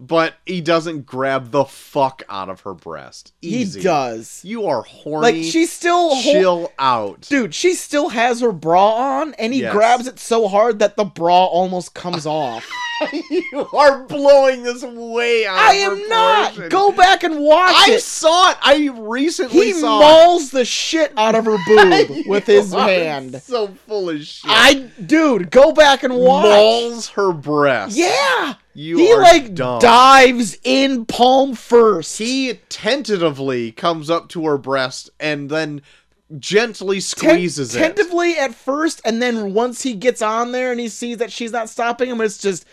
[SPEAKER 2] but he doesn't grab the fuck out of her breast.
[SPEAKER 1] he
[SPEAKER 2] Easy.
[SPEAKER 1] does.
[SPEAKER 2] You are horny.
[SPEAKER 1] Like she's still hol-
[SPEAKER 2] chill out.
[SPEAKER 1] Dude, she still has her bra on and he
[SPEAKER 2] Yes.
[SPEAKER 1] grabs it so hard that the bra almost comes off.
[SPEAKER 2] you are blowing this way out.
[SPEAKER 1] I
[SPEAKER 2] of
[SPEAKER 1] am not.
[SPEAKER 2] proportion.
[SPEAKER 1] Go back and watch
[SPEAKER 2] I
[SPEAKER 1] it.
[SPEAKER 2] saw it. I recently
[SPEAKER 1] He
[SPEAKER 2] saw it.
[SPEAKER 1] mauls the shit out of her boob with his
[SPEAKER 2] You are
[SPEAKER 1] hand.
[SPEAKER 2] So full of shit.
[SPEAKER 1] I, dude, go back and watch.
[SPEAKER 2] mauls her breast.
[SPEAKER 1] Yeah,
[SPEAKER 2] you
[SPEAKER 1] he
[SPEAKER 2] are
[SPEAKER 1] like
[SPEAKER 2] dumb.
[SPEAKER 1] dives in palm first.
[SPEAKER 2] He tentatively comes up to her breast and then gently squeezes
[SPEAKER 1] Ten-
[SPEAKER 2] it.
[SPEAKER 1] tentatively at first, and then once he gets on there and he sees that she's not stopping him, it's just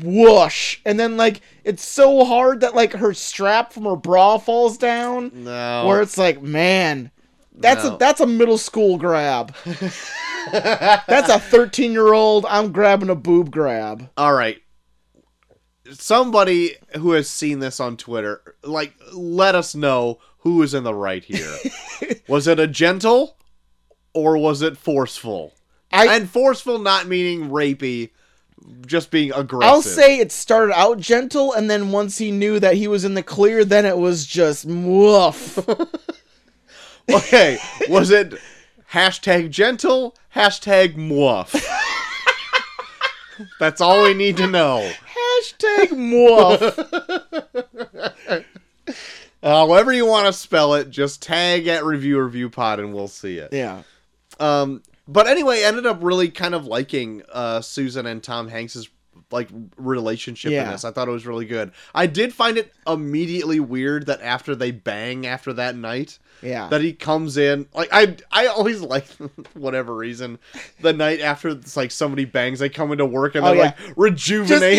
[SPEAKER 1] whoosh, and then like it's so hard that like her strap from her bra falls down,
[SPEAKER 2] No.
[SPEAKER 1] where it's like, man. That's
[SPEAKER 2] No.
[SPEAKER 1] a that's a middle school grab. That's a thirteen year old. I'm grabbing a boob grab.
[SPEAKER 2] All right. Somebody who has seen this on Twitter, like, let us know who is in the right here. was it a gentle or was it forceful?
[SPEAKER 1] I
[SPEAKER 2] and forceful not meaning rapey, just being aggressive.
[SPEAKER 1] I'll say it started out gentle, and then once he knew that he was in the clear, then it was just woof.
[SPEAKER 2] Okay, was it hashtag gentle, hashtag mwoof? That's all we need to know.
[SPEAKER 1] Hashtag woof.
[SPEAKER 2] However you want to spell it, just tag at review review pod and we'll see it.
[SPEAKER 1] yeah.
[SPEAKER 2] Um, But anyway, I ended up really kind of liking uh, Susan and Tom Hanks's like relationship in
[SPEAKER 1] Yeah.
[SPEAKER 2] this. I thought it was really good. I did find it immediately weird that after they bang after that night,
[SPEAKER 1] Yeah.
[SPEAKER 2] that he comes in like I I always like whatever reason the night after it's like somebody bangs they come into work and
[SPEAKER 1] Oh,
[SPEAKER 2] they're
[SPEAKER 1] yeah.
[SPEAKER 2] like rejuvenated.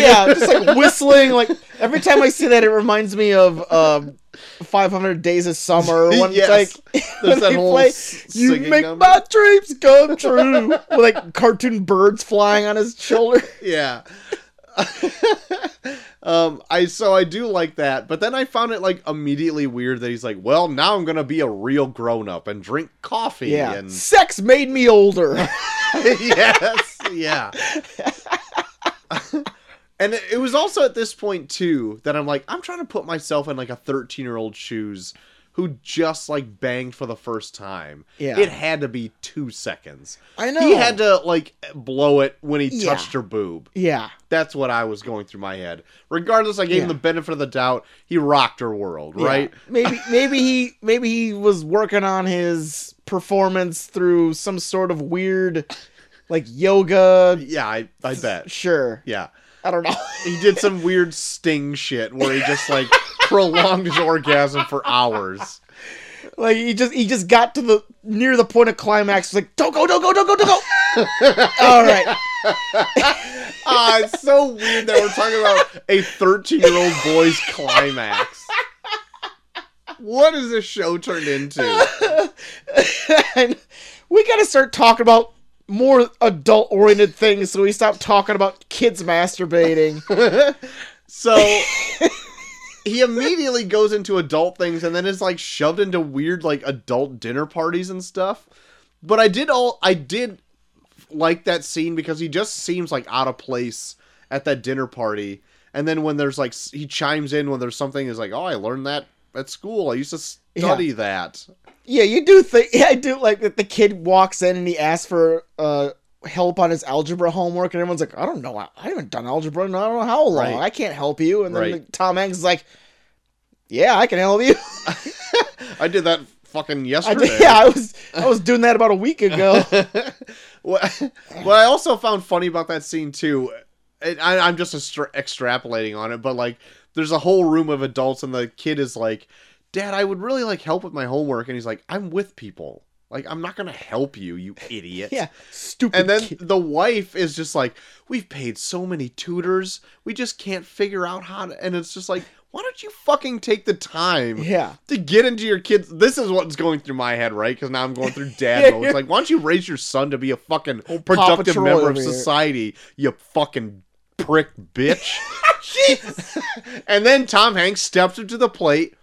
[SPEAKER 1] just yeah, just like whistling. Like every time I see that, it reminds me of um, 500 Days of Summer. When it's
[SPEAKER 2] Yes.
[SPEAKER 1] like
[SPEAKER 2] There's
[SPEAKER 1] when
[SPEAKER 2] that
[SPEAKER 1] they
[SPEAKER 2] whole
[SPEAKER 1] play,
[SPEAKER 2] s-
[SPEAKER 1] "You
[SPEAKER 2] singing
[SPEAKER 1] make
[SPEAKER 2] number."
[SPEAKER 1] my dreams come true," with like cartoon birds flying on his shoulder.
[SPEAKER 2] yeah. um, I so I do like that, but then I found it like immediately weird that he's like, "Well, now I'm gonna be a real grown up and drink coffee."
[SPEAKER 1] Yeah,
[SPEAKER 2] and
[SPEAKER 1] sex made me older.
[SPEAKER 2] yes, yeah. and it- it was also at this point too that I'm like, I'm trying to put myself in like a 13 year old shoes who just like banged for the first time.
[SPEAKER 1] Yeah.
[SPEAKER 2] it had to be two seconds.
[SPEAKER 1] I know.
[SPEAKER 2] He had to like blow it when he
[SPEAKER 1] Yeah.
[SPEAKER 2] touched her boob.
[SPEAKER 1] yeah,
[SPEAKER 2] That's what I was going through my head. Regardless, I gave him
[SPEAKER 1] Yeah.
[SPEAKER 2] the benefit of the doubt. He rocked her world,
[SPEAKER 1] yeah.
[SPEAKER 2] right?
[SPEAKER 1] Maybe maybe he maybe he was working on his performance through some sort of weird, like yoga.
[SPEAKER 2] Yeah, I, I bet.
[SPEAKER 1] Sure,
[SPEAKER 2] Yeah.
[SPEAKER 1] I don't know.
[SPEAKER 2] He did some weird sting shit where he just like prolonged his orgasm for hours.
[SPEAKER 1] Like he just he just got to the near the point of climax. Was like don't go, don't go, don't go, don't go. All right,
[SPEAKER 2] Ah, it's so weird that we're talking about a 13 year old boy's climax. What is this show turned into?
[SPEAKER 1] and we gotta start talking about more adult oriented things so we stop talking about kids masturbating.
[SPEAKER 2] So he immediately goes into adult things and then is like shoved into weird like adult dinner parties and stuff. But I did all I did like that scene because he just seems like out of place at that dinner party. And then when there's like s- he chimes in when there's something is like, "Oh, I learned that at school. I used to study that."
[SPEAKER 1] yeah, you do think yeah, I do like that the kid walks in and he asks for uh help on his algebra homework and everyone's like, I don't know, I, I haven't done algebra in I don't know how long.
[SPEAKER 2] Right.
[SPEAKER 1] I can't help you. And then
[SPEAKER 2] Right.
[SPEAKER 1] the- Tom Hanks is like, Yeah, I can help you.
[SPEAKER 2] I did that fucking
[SPEAKER 1] I
[SPEAKER 2] yesterday.
[SPEAKER 1] did, yeah, I was I was doing that about a week ago.
[SPEAKER 2] what, what I also found funny about that scene too, and I, I'm just extra- extrapolating on it, but like, there's a whole room of adults, and the kid is like, "Dad, I would really like help with my homework," and he's like, "I'm with people. Like, I'm not gonna help you, you idiot."
[SPEAKER 1] yeah, stupid.
[SPEAKER 2] And then
[SPEAKER 1] kid.
[SPEAKER 2] the wife is just like, "We've paid so many tutors, we just can't figure out how to." And it's just like, why don't you fucking take the time?
[SPEAKER 1] yeah,
[SPEAKER 2] to get into your kids this is what's going through my head right because now i'm going through dad
[SPEAKER 1] Yeah,
[SPEAKER 2] mode
[SPEAKER 1] yeah.
[SPEAKER 2] it's like why don't you raise your son to be a fucking
[SPEAKER 1] Paw
[SPEAKER 2] productive
[SPEAKER 1] Patrol
[SPEAKER 2] member of
[SPEAKER 1] over here.
[SPEAKER 2] society you fucking prick bitch and then tom hanks steps up to the plate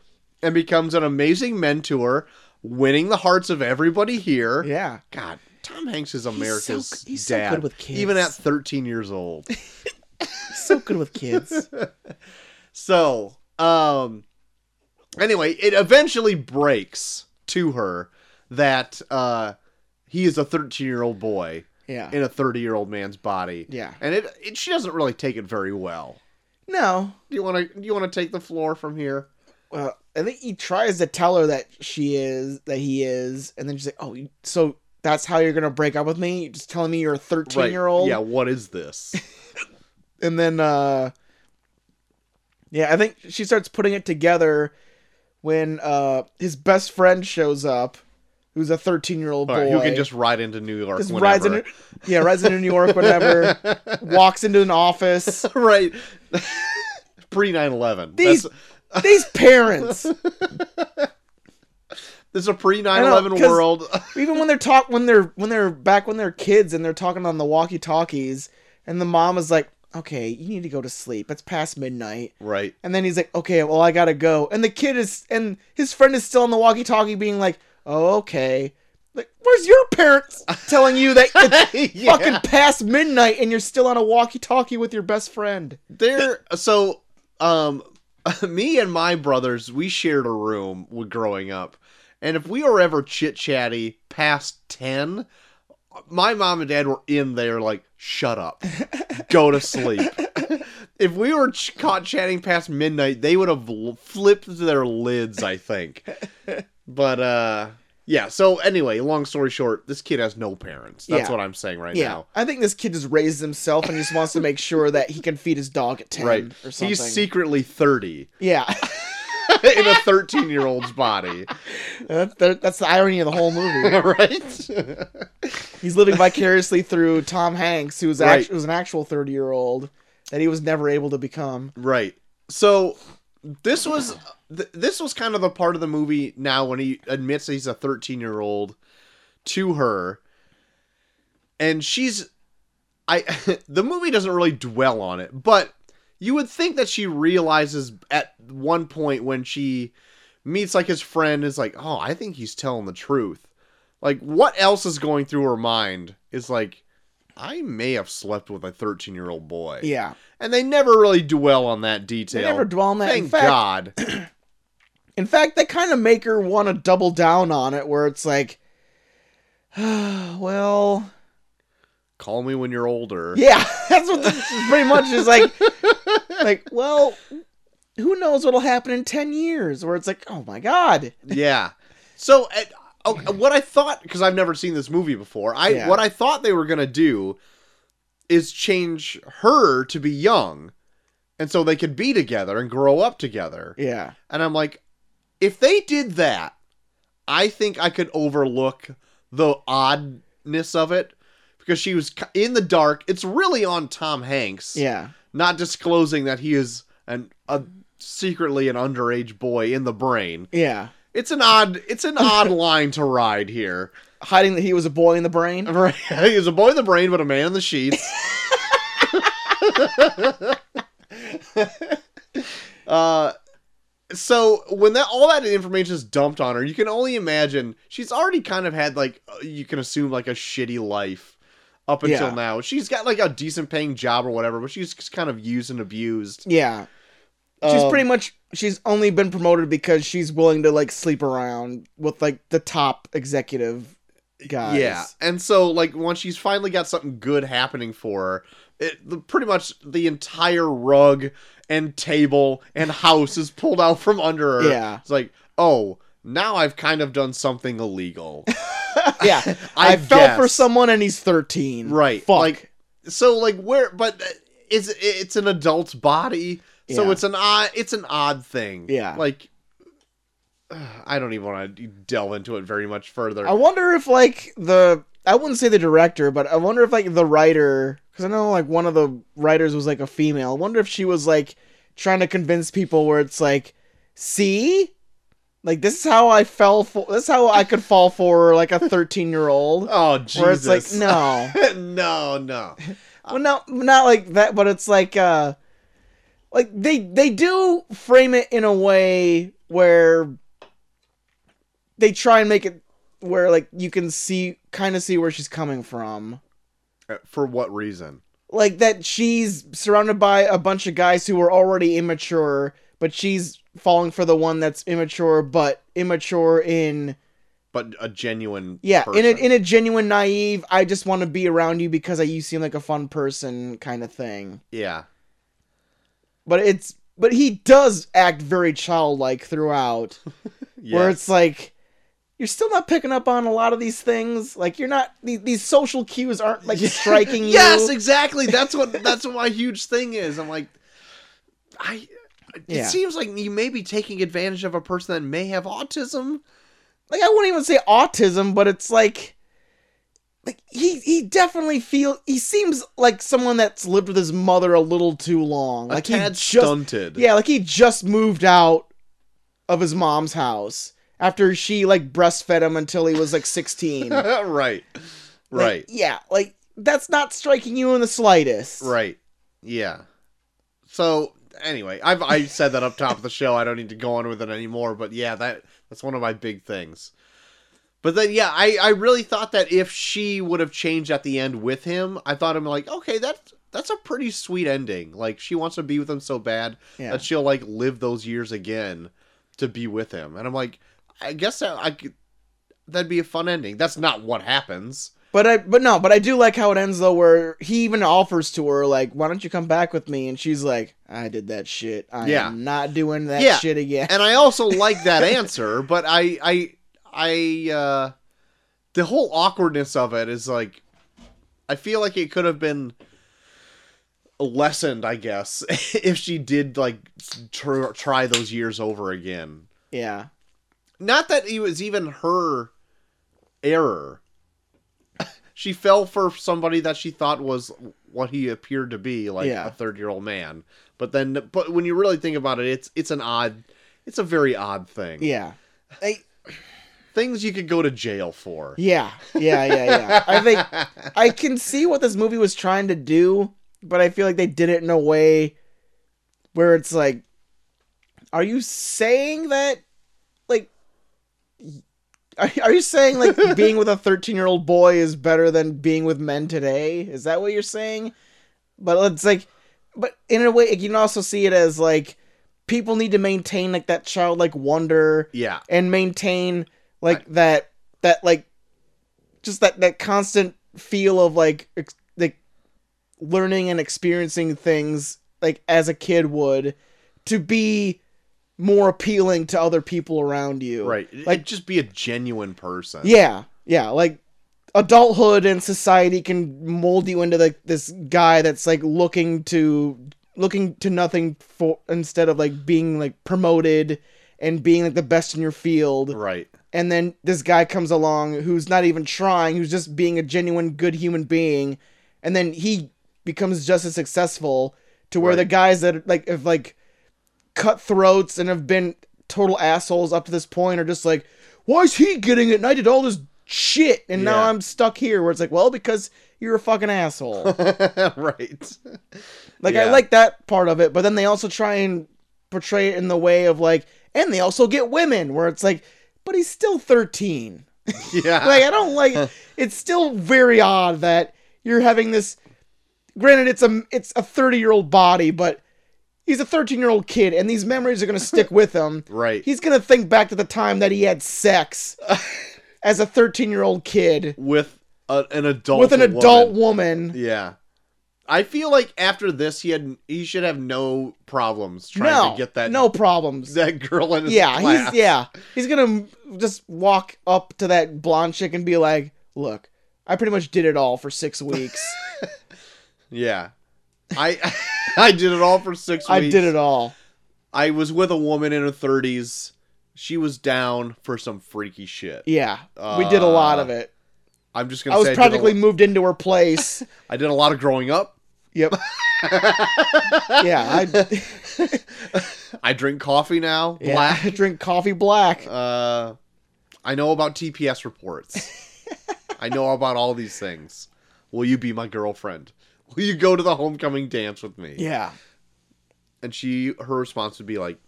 [SPEAKER 2] and becomes an amazing mentor winning the hearts of everybody here
[SPEAKER 1] yeah.
[SPEAKER 2] god tom hanks is
[SPEAKER 1] so
[SPEAKER 2] america's
[SPEAKER 1] g- he's so
[SPEAKER 2] dad
[SPEAKER 1] good with kids.
[SPEAKER 2] even at 13 years old
[SPEAKER 1] so good with kids.
[SPEAKER 2] So, um anyway, it eventually breaks to her that uh he is a 13-year-old boy
[SPEAKER 1] Yeah.
[SPEAKER 2] in a 30-year-old man's body.
[SPEAKER 1] Yeah.
[SPEAKER 2] And it, it she doesn't really take it very well.
[SPEAKER 1] No.
[SPEAKER 2] Do you want to you want to take the floor from here?
[SPEAKER 1] Well, I think he tries to tell her that she is, that he is, and then she's like, "Oh, you- so that's how you're gonna break up with me? You're just telling me you're a 13 year old?"
[SPEAKER 2] Yeah, what is this?
[SPEAKER 1] And then, uh, yeah, I think she starts putting it together when uh his best friend shows up, who's a 13 year old boy
[SPEAKER 2] All right, who can just ride into New York
[SPEAKER 1] Just
[SPEAKER 2] whenever.
[SPEAKER 1] rides into, yeah, rides into New York, whatever. walks into an office.
[SPEAKER 2] right. Pre 9/11.
[SPEAKER 1] These
[SPEAKER 2] That's
[SPEAKER 1] these parents.
[SPEAKER 2] this is a pre
[SPEAKER 1] I
[SPEAKER 2] 9/11
[SPEAKER 1] know, 'cause-
[SPEAKER 2] world.
[SPEAKER 1] even when they're talk when they're when they're back when they're kids and they're talking on the walkie talkies and the mom is like okay you need to go to sleep it's past midnight
[SPEAKER 2] right.
[SPEAKER 1] and then he's like okay well i gotta go and the kid is and his friend is still on the walkie talkie being like oh okay like where's your parents telling you that it's
[SPEAKER 2] Yeah.
[SPEAKER 1] fucking past midnight and you're still on a walkie talkie with your best friend
[SPEAKER 2] there so um me and my brothers we shared a room w- growing up and if we were ever chit chatty past 10 my mom and dad were in there like shut up go to sleep if we were ch- caught chatting past midnight they would have l- flipped their lids i think but uh Yeah. So anyway, long story short, this kid has no parents. That's
[SPEAKER 1] Yeah.
[SPEAKER 2] what I'm saying right
[SPEAKER 1] yeah,
[SPEAKER 2] now.
[SPEAKER 1] I think this kid just raised himself and he just wants to make sure that he can feed his dog at ten
[SPEAKER 2] Right.
[SPEAKER 1] or something.
[SPEAKER 2] He's secretly 30
[SPEAKER 1] yeah,
[SPEAKER 2] in a 13 year old's body.
[SPEAKER 1] That- that- that's the irony of the whole movie.
[SPEAKER 2] right?
[SPEAKER 1] He's living vicariously through Tom Hanks, who's
[SPEAKER 2] Right.
[SPEAKER 1] act- who's an actual thirty year old that he was never able to become.
[SPEAKER 2] right. So this was th- this was kind of the part of the movie now when he admits he's a 13 year old to her and she's I the movie doesn't really dwell on it, but you would think that she realizes at one point when she meets like his friend is like, "Oh, I think he's telling the truth." Like what else is going through her mind is like I may have slept with a 13-year-old boy.
[SPEAKER 1] Yeah,
[SPEAKER 2] And they never really dwell on that detail.
[SPEAKER 1] they never dwell on that.
[SPEAKER 2] Thank
[SPEAKER 1] in fact,
[SPEAKER 2] God.
[SPEAKER 1] In fact, they kind of make her want to double down on it, where it's like, well,
[SPEAKER 2] Call me when you're older.
[SPEAKER 1] yeah, that's what this is pretty much is like. like, well, who knows what'll happen in ten years? Where it's like, oh my god,
[SPEAKER 2] Yeah. So uh, oh, what I thought because I've never seen this movie before, I
[SPEAKER 1] Yeah.
[SPEAKER 2] what I thought they were gonna do is change her to be young, and so they could be together and grow up together.
[SPEAKER 1] yeah,
[SPEAKER 2] And I'm like, if they did that, I think I could overlook the oddness of it because she was ki- in the dark. It's really on Tom Hanks
[SPEAKER 1] yeah,
[SPEAKER 2] not disclosing that he is an a secretly an underage boy in the brain.
[SPEAKER 1] yeah.
[SPEAKER 2] It's an odd it's an odd line to ride here.
[SPEAKER 1] Hiding that he was a boy in the brain.
[SPEAKER 2] Right. He's a boy in the brain, but a man in the sheets. uh so when that all that information is dumped on her, you can only imagine she's already kind of had like uh, you can assume like a shitty life up until
[SPEAKER 1] Yeah.
[SPEAKER 2] now. She's got like a decent paying job or whatever, but she's just kind of used and abused.
[SPEAKER 1] Yeah, she's
[SPEAKER 2] Um,
[SPEAKER 1] pretty much she's only been promoted because she's willing to like sleep around with like the top executive guys.
[SPEAKER 2] Yeah, and so like once she's finally got something good happening for her, it, the, pretty much the entire rug and table and house is pulled out from under her.
[SPEAKER 1] Yeah.
[SPEAKER 2] it's like oh, now I've kind of done something illegal.
[SPEAKER 1] yeah. I,
[SPEAKER 2] I
[SPEAKER 1] fell for
[SPEAKER 2] guess.
[SPEAKER 1] someone and he's thirteen.
[SPEAKER 2] Right,
[SPEAKER 1] Fuck.
[SPEAKER 2] like- so like where, but it's it's an adult's body, so
[SPEAKER 1] Yeah.
[SPEAKER 2] it's an odd it's an odd thing.
[SPEAKER 1] Yeah.
[SPEAKER 2] like ugh, I don't even want to delve into it very much further.
[SPEAKER 1] I wonder if like the I wouldn't say the director, but I wonder if like the writer, because I know like one of the writers was like a female. I wonder if she was like trying to convince people where it's like, see, like this is how I fell for, this is how I could fall for like a thirteen year old,
[SPEAKER 2] oh Jesus!
[SPEAKER 1] where it's like no,
[SPEAKER 2] no, no.
[SPEAKER 1] well, no, not like that, but it's like uh, like they they do frame it in a way where they try and make it where like you can see kind of see where she's coming from.
[SPEAKER 2] Uh, For what reason?
[SPEAKER 1] Like that she's surrounded by a bunch of guys who are already immature, but she's falling for the one that's immature but immature in
[SPEAKER 2] but a genuine
[SPEAKER 1] yeah,
[SPEAKER 2] person.
[SPEAKER 1] in a in a genuine naive, I just want to be around you because I you seem like a fun person kind of thing.
[SPEAKER 2] yeah
[SPEAKER 1] but it's but he does act very childlike throughout
[SPEAKER 2] yeah
[SPEAKER 1] where it's like you're still not picking up on a lot of these things like you're not these, these social cues aren't like striking you
[SPEAKER 2] yes e- exactly that's what that's what my huge thing is i'm like i it
[SPEAKER 1] Yeah.
[SPEAKER 2] seems like you may be taking advantage of a person that may have autism
[SPEAKER 1] like i wouldn't even say autism but it's like like he he definitely feel he seems like someone that's lived with his mother a little too long
[SPEAKER 2] like
[SPEAKER 1] like
[SPEAKER 2] a
[SPEAKER 1] he
[SPEAKER 2] tad
[SPEAKER 1] just
[SPEAKER 2] stunted
[SPEAKER 1] yeah like he just moved out of his mom's house after she like breastfed him until he was like 16
[SPEAKER 2] right
[SPEAKER 1] Like,
[SPEAKER 2] right
[SPEAKER 1] yeah, like that's not striking you in the slightest.
[SPEAKER 2] right yeah so anyway i've i said that up top of the show i don't need to go on with it anymore but yeah that that's one of my big things But then, yeah, I, I really thought that if she would have changed at the end with him, I thought I'm like, okay, that's that's a pretty sweet ending. Like she wants to be with him so bad
[SPEAKER 1] Yeah.
[SPEAKER 2] that she'll like live those years again to be with him. And I'm like, I guess that I could, that'd be a fun ending. That's not what happens.
[SPEAKER 1] But I but no, but I do like how it ends though where he even offers to her like, "Why don't you come back with me?" and she's like, "I did that shit. I
[SPEAKER 2] Yeah.
[SPEAKER 1] am not doing that
[SPEAKER 2] Yeah.
[SPEAKER 1] shit again."
[SPEAKER 2] And I also like that answer, but I I I uh the whole awkwardness of it is like I feel like it could have been lessened, I guess, if she did like tr- try those years over again.
[SPEAKER 1] Yeah.
[SPEAKER 2] Not that it was even her error. she fell for somebody that she thought was what he appeared to be, like
[SPEAKER 1] Yeah.
[SPEAKER 2] a third-year-old man. But then, but when you really think about it, it's it's an odd, it's a very odd thing.
[SPEAKER 1] Yeah. I,
[SPEAKER 2] things you could go to jail for.
[SPEAKER 1] yeah. Yeah. Yeah. Yeah. I think I can see what this movie was trying to do, but I feel like they did it in a way where it's like, are you saying that, like, are, are you saying like being with a thirteen-year-old boy is better than being with men today? Is that what you're saying? But it's like, but in a way, you can also see it as like people need to maintain like that childlike wonder
[SPEAKER 2] yeah,
[SPEAKER 1] and maintain like that that like just that that constant feel of like ex- like learning and experiencing things like as a kid would to be more appealing to other people around you.
[SPEAKER 2] right.
[SPEAKER 1] Like-
[SPEAKER 2] Like just be a genuine person.
[SPEAKER 1] Yeah. Yeah, like adulthood and society can mold you into like this guy that's like looking to looking to nothing for instead of like being like promoted and being like the best in your field
[SPEAKER 2] Right.
[SPEAKER 1] and then this guy comes along who's not even trying, who's just being a genuine good human being, and then he becomes just as successful to where
[SPEAKER 2] Right.
[SPEAKER 1] the guys that like have like cutthroats and have been total assholes up to this point are just like, why is he getting it? And I did all this shit, and now
[SPEAKER 2] Yeah.
[SPEAKER 1] I'm stuck here. Where it's like, well, because you're a fucking asshole.
[SPEAKER 2] right.
[SPEAKER 1] Like I
[SPEAKER 2] Yeah.
[SPEAKER 1] like that part of it, but then they also try and portray it in the way of like, and they also get women, where it's like, but he's still thirteen.
[SPEAKER 2] Yeah.
[SPEAKER 1] Like I don't like. It's still very odd that you're having this. Granted, it's a it's a thirty year old body, but he's a thirteen year old kid, and these memories are gonna stick with him.
[SPEAKER 2] right.
[SPEAKER 1] He's gonna think back to the time that he had sex as a thirteen year old kid
[SPEAKER 2] with a, an adult.
[SPEAKER 1] with an
[SPEAKER 2] woman.
[SPEAKER 1] adult woman.
[SPEAKER 2] Yeah. I feel like after this, he had he should have no problems trying
[SPEAKER 1] No,
[SPEAKER 2] to get that
[SPEAKER 1] no problems.
[SPEAKER 2] that girl in his
[SPEAKER 1] Yeah,
[SPEAKER 2] class.
[SPEAKER 1] he's yeah, he's gonna just walk up to that blonde chick and be like, "Look, I pretty much did it all for six weeks.
[SPEAKER 2] yeah. I I did it all for six weeks.
[SPEAKER 1] I did it all."
[SPEAKER 2] I was with a woman in her thirties. She was down for some freaky shit.
[SPEAKER 1] Yeah, we did a lot
[SPEAKER 2] Uh,
[SPEAKER 1] of it.
[SPEAKER 2] I'm just gonna
[SPEAKER 1] I was
[SPEAKER 2] say
[SPEAKER 1] practically
[SPEAKER 2] I, did
[SPEAKER 1] moved into her place.
[SPEAKER 2] a, I did a lot of growing up.
[SPEAKER 1] yep. yeah, I,
[SPEAKER 2] I drink coffee now.
[SPEAKER 1] yeah, I
[SPEAKER 2] Black.
[SPEAKER 1] drink coffee black.
[SPEAKER 2] Uh, I know about TPS reports. I know about all these things. Will you be my girlfriend? Will you go to the homecoming dance with me?
[SPEAKER 1] Yeah.
[SPEAKER 2] And she, her response would be like,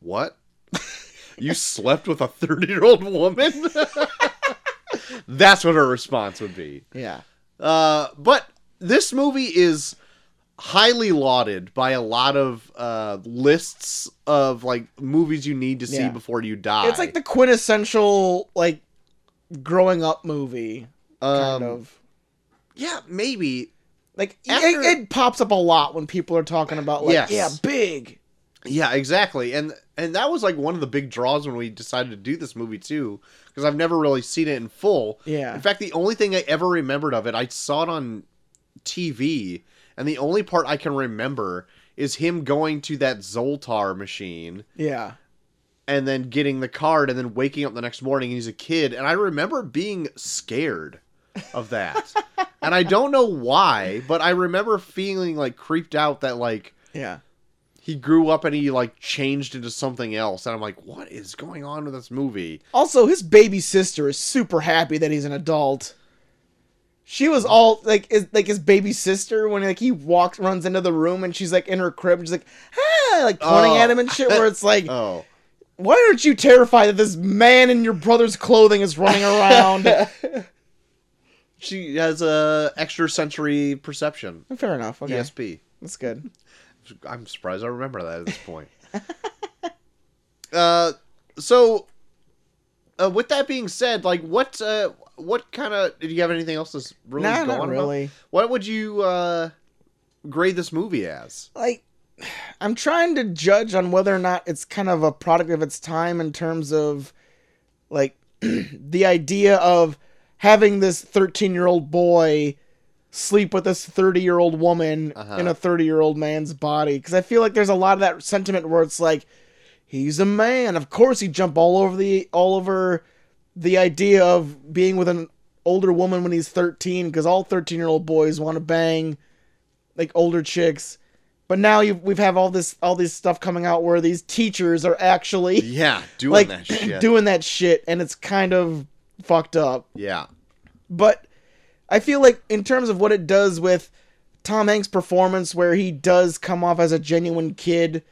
[SPEAKER 2] "What? you slept with a thirty-year-old woman?" That's what her response would be.
[SPEAKER 1] Yeah.
[SPEAKER 2] Uh, but this movie is highly lauded by a lot of uh, lists of like movies you need to see
[SPEAKER 1] Yeah.
[SPEAKER 2] before you die.
[SPEAKER 1] It's like the quintessential like growing up movie kind
[SPEAKER 2] Um,
[SPEAKER 1] of.
[SPEAKER 2] yeah, maybe
[SPEAKER 1] Like it-
[SPEAKER 2] after-
[SPEAKER 1] it, it pops up a lot when people are talking about like
[SPEAKER 2] Yes.
[SPEAKER 1] yeah, big.
[SPEAKER 2] Yeah, exactly. And and that was like one of the big draws when we decided to do this movie too, because I've never really seen it in full.
[SPEAKER 1] Yeah.
[SPEAKER 2] In fact, the only thing I ever remembered of it, I saw it on TV, and the only part I can remember is him going to that Zoltar machine
[SPEAKER 1] Yeah.
[SPEAKER 2] and then getting the card and then waking up the next morning and he's a kid and I remember being scared of that. and I don't know why, but I remember feeling like creeped out that like
[SPEAKER 1] Yeah.
[SPEAKER 2] he grew up and he like changed into something else and i'm like what is going on with this movie
[SPEAKER 1] Also, his baby sister is super happy that he's an adult. She was all like, is, like his baby sister when like he walks, runs into the room, and she's like in her crib, and she's like, ah, like pointing
[SPEAKER 2] Oh.
[SPEAKER 1] at him and shit. Where it's like,
[SPEAKER 2] oh
[SPEAKER 1] why aren't you terrified that this man in your brother's clothing is running around?
[SPEAKER 2] she has a extra sensory perception E
[SPEAKER 1] Fair enough. Okay,
[SPEAKER 2] esp
[SPEAKER 1] that's good.
[SPEAKER 2] i'm surprised i remember that at this point uh so uh, with that being said like what uh what kind of did you have anything else that's really
[SPEAKER 1] Nah,
[SPEAKER 2] going
[SPEAKER 1] not
[SPEAKER 2] on
[SPEAKER 1] really.
[SPEAKER 2] what would you uh grade this movie as
[SPEAKER 1] like I'm trying to judge on whether or not it's kind of a product of its time in terms of like the idea of having this 13 year old boy sleep with this 30 year old woman in a 30 year old man's body. Because I feel like there's a lot of that sentiment where it's like, he's a man. Of course he'd jump all over the, all over the idea of being with an older woman when he's 13 because all 13 year old boys want to bang like older chicks but now you we've have all this all this stuff coming out where these teachers are actually
[SPEAKER 2] Yeah, doing
[SPEAKER 1] like
[SPEAKER 2] that shit.
[SPEAKER 1] doing that shit and it's kind of fucked up
[SPEAKER 2] yeah.
[SPEAKER 1] but i feel like in terms of what it does with tom hanks performance where he does come off as a genuine kid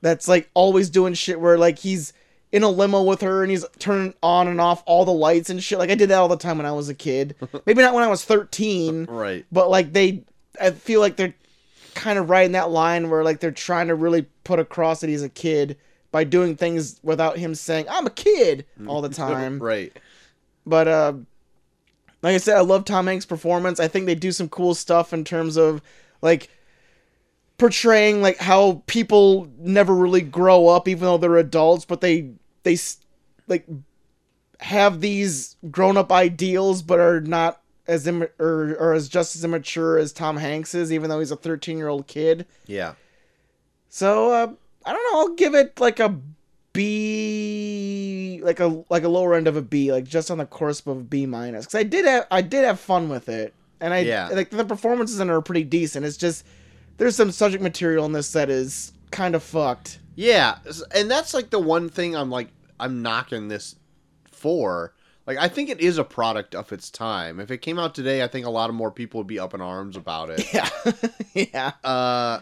[SPEAKER 1] that's like always doing shit where like he's in a limo with her and he's turning on and off all the lights and shit like i did that all the time when i was a kid maybe not when i was 13
[SPEAKER 2] Right.
[SPEAKER 1] but like they i feel like they're kind of riding that line where like they're trying to really put across that he's a kid by doing things without him saying i'm a kid all the time
[SPEAKER 2] Mm. Right.
[SPEAKER 1] but uh, like I said, I love Tom Hanks' performance. I think they do some cool stuff in terms of like portraying like how people never really grow up, even though they're adults, but they they s- like have these grown up ideals, but are not as Im- or, or as just as immature as Tom Hanks is, even though he's a thirteen year old kid.
[SPEAKER 2] Yeah.
[SPEAKER 1] So uh, I don't know. I'll give it like a B, like a like a lower end of a B, like just on the cusp of B minus. Because I did have I did have fun with it, and I
[SPEAKER 2] Yeah.
[SPEAKER 1] like the performances in it are pretty decent. It's just there's some subject material in this that is kind of fucked.
[SPEAKER 2] Yeah, s- and that's like the one thing I'm like I'm knocking this for. Like I think it is a product of its time. If it came out today, I think a lot of more people would be up in arms about it.
[SPEAKER 1] Yeah, yeah,
[SPEAKER 2] Uh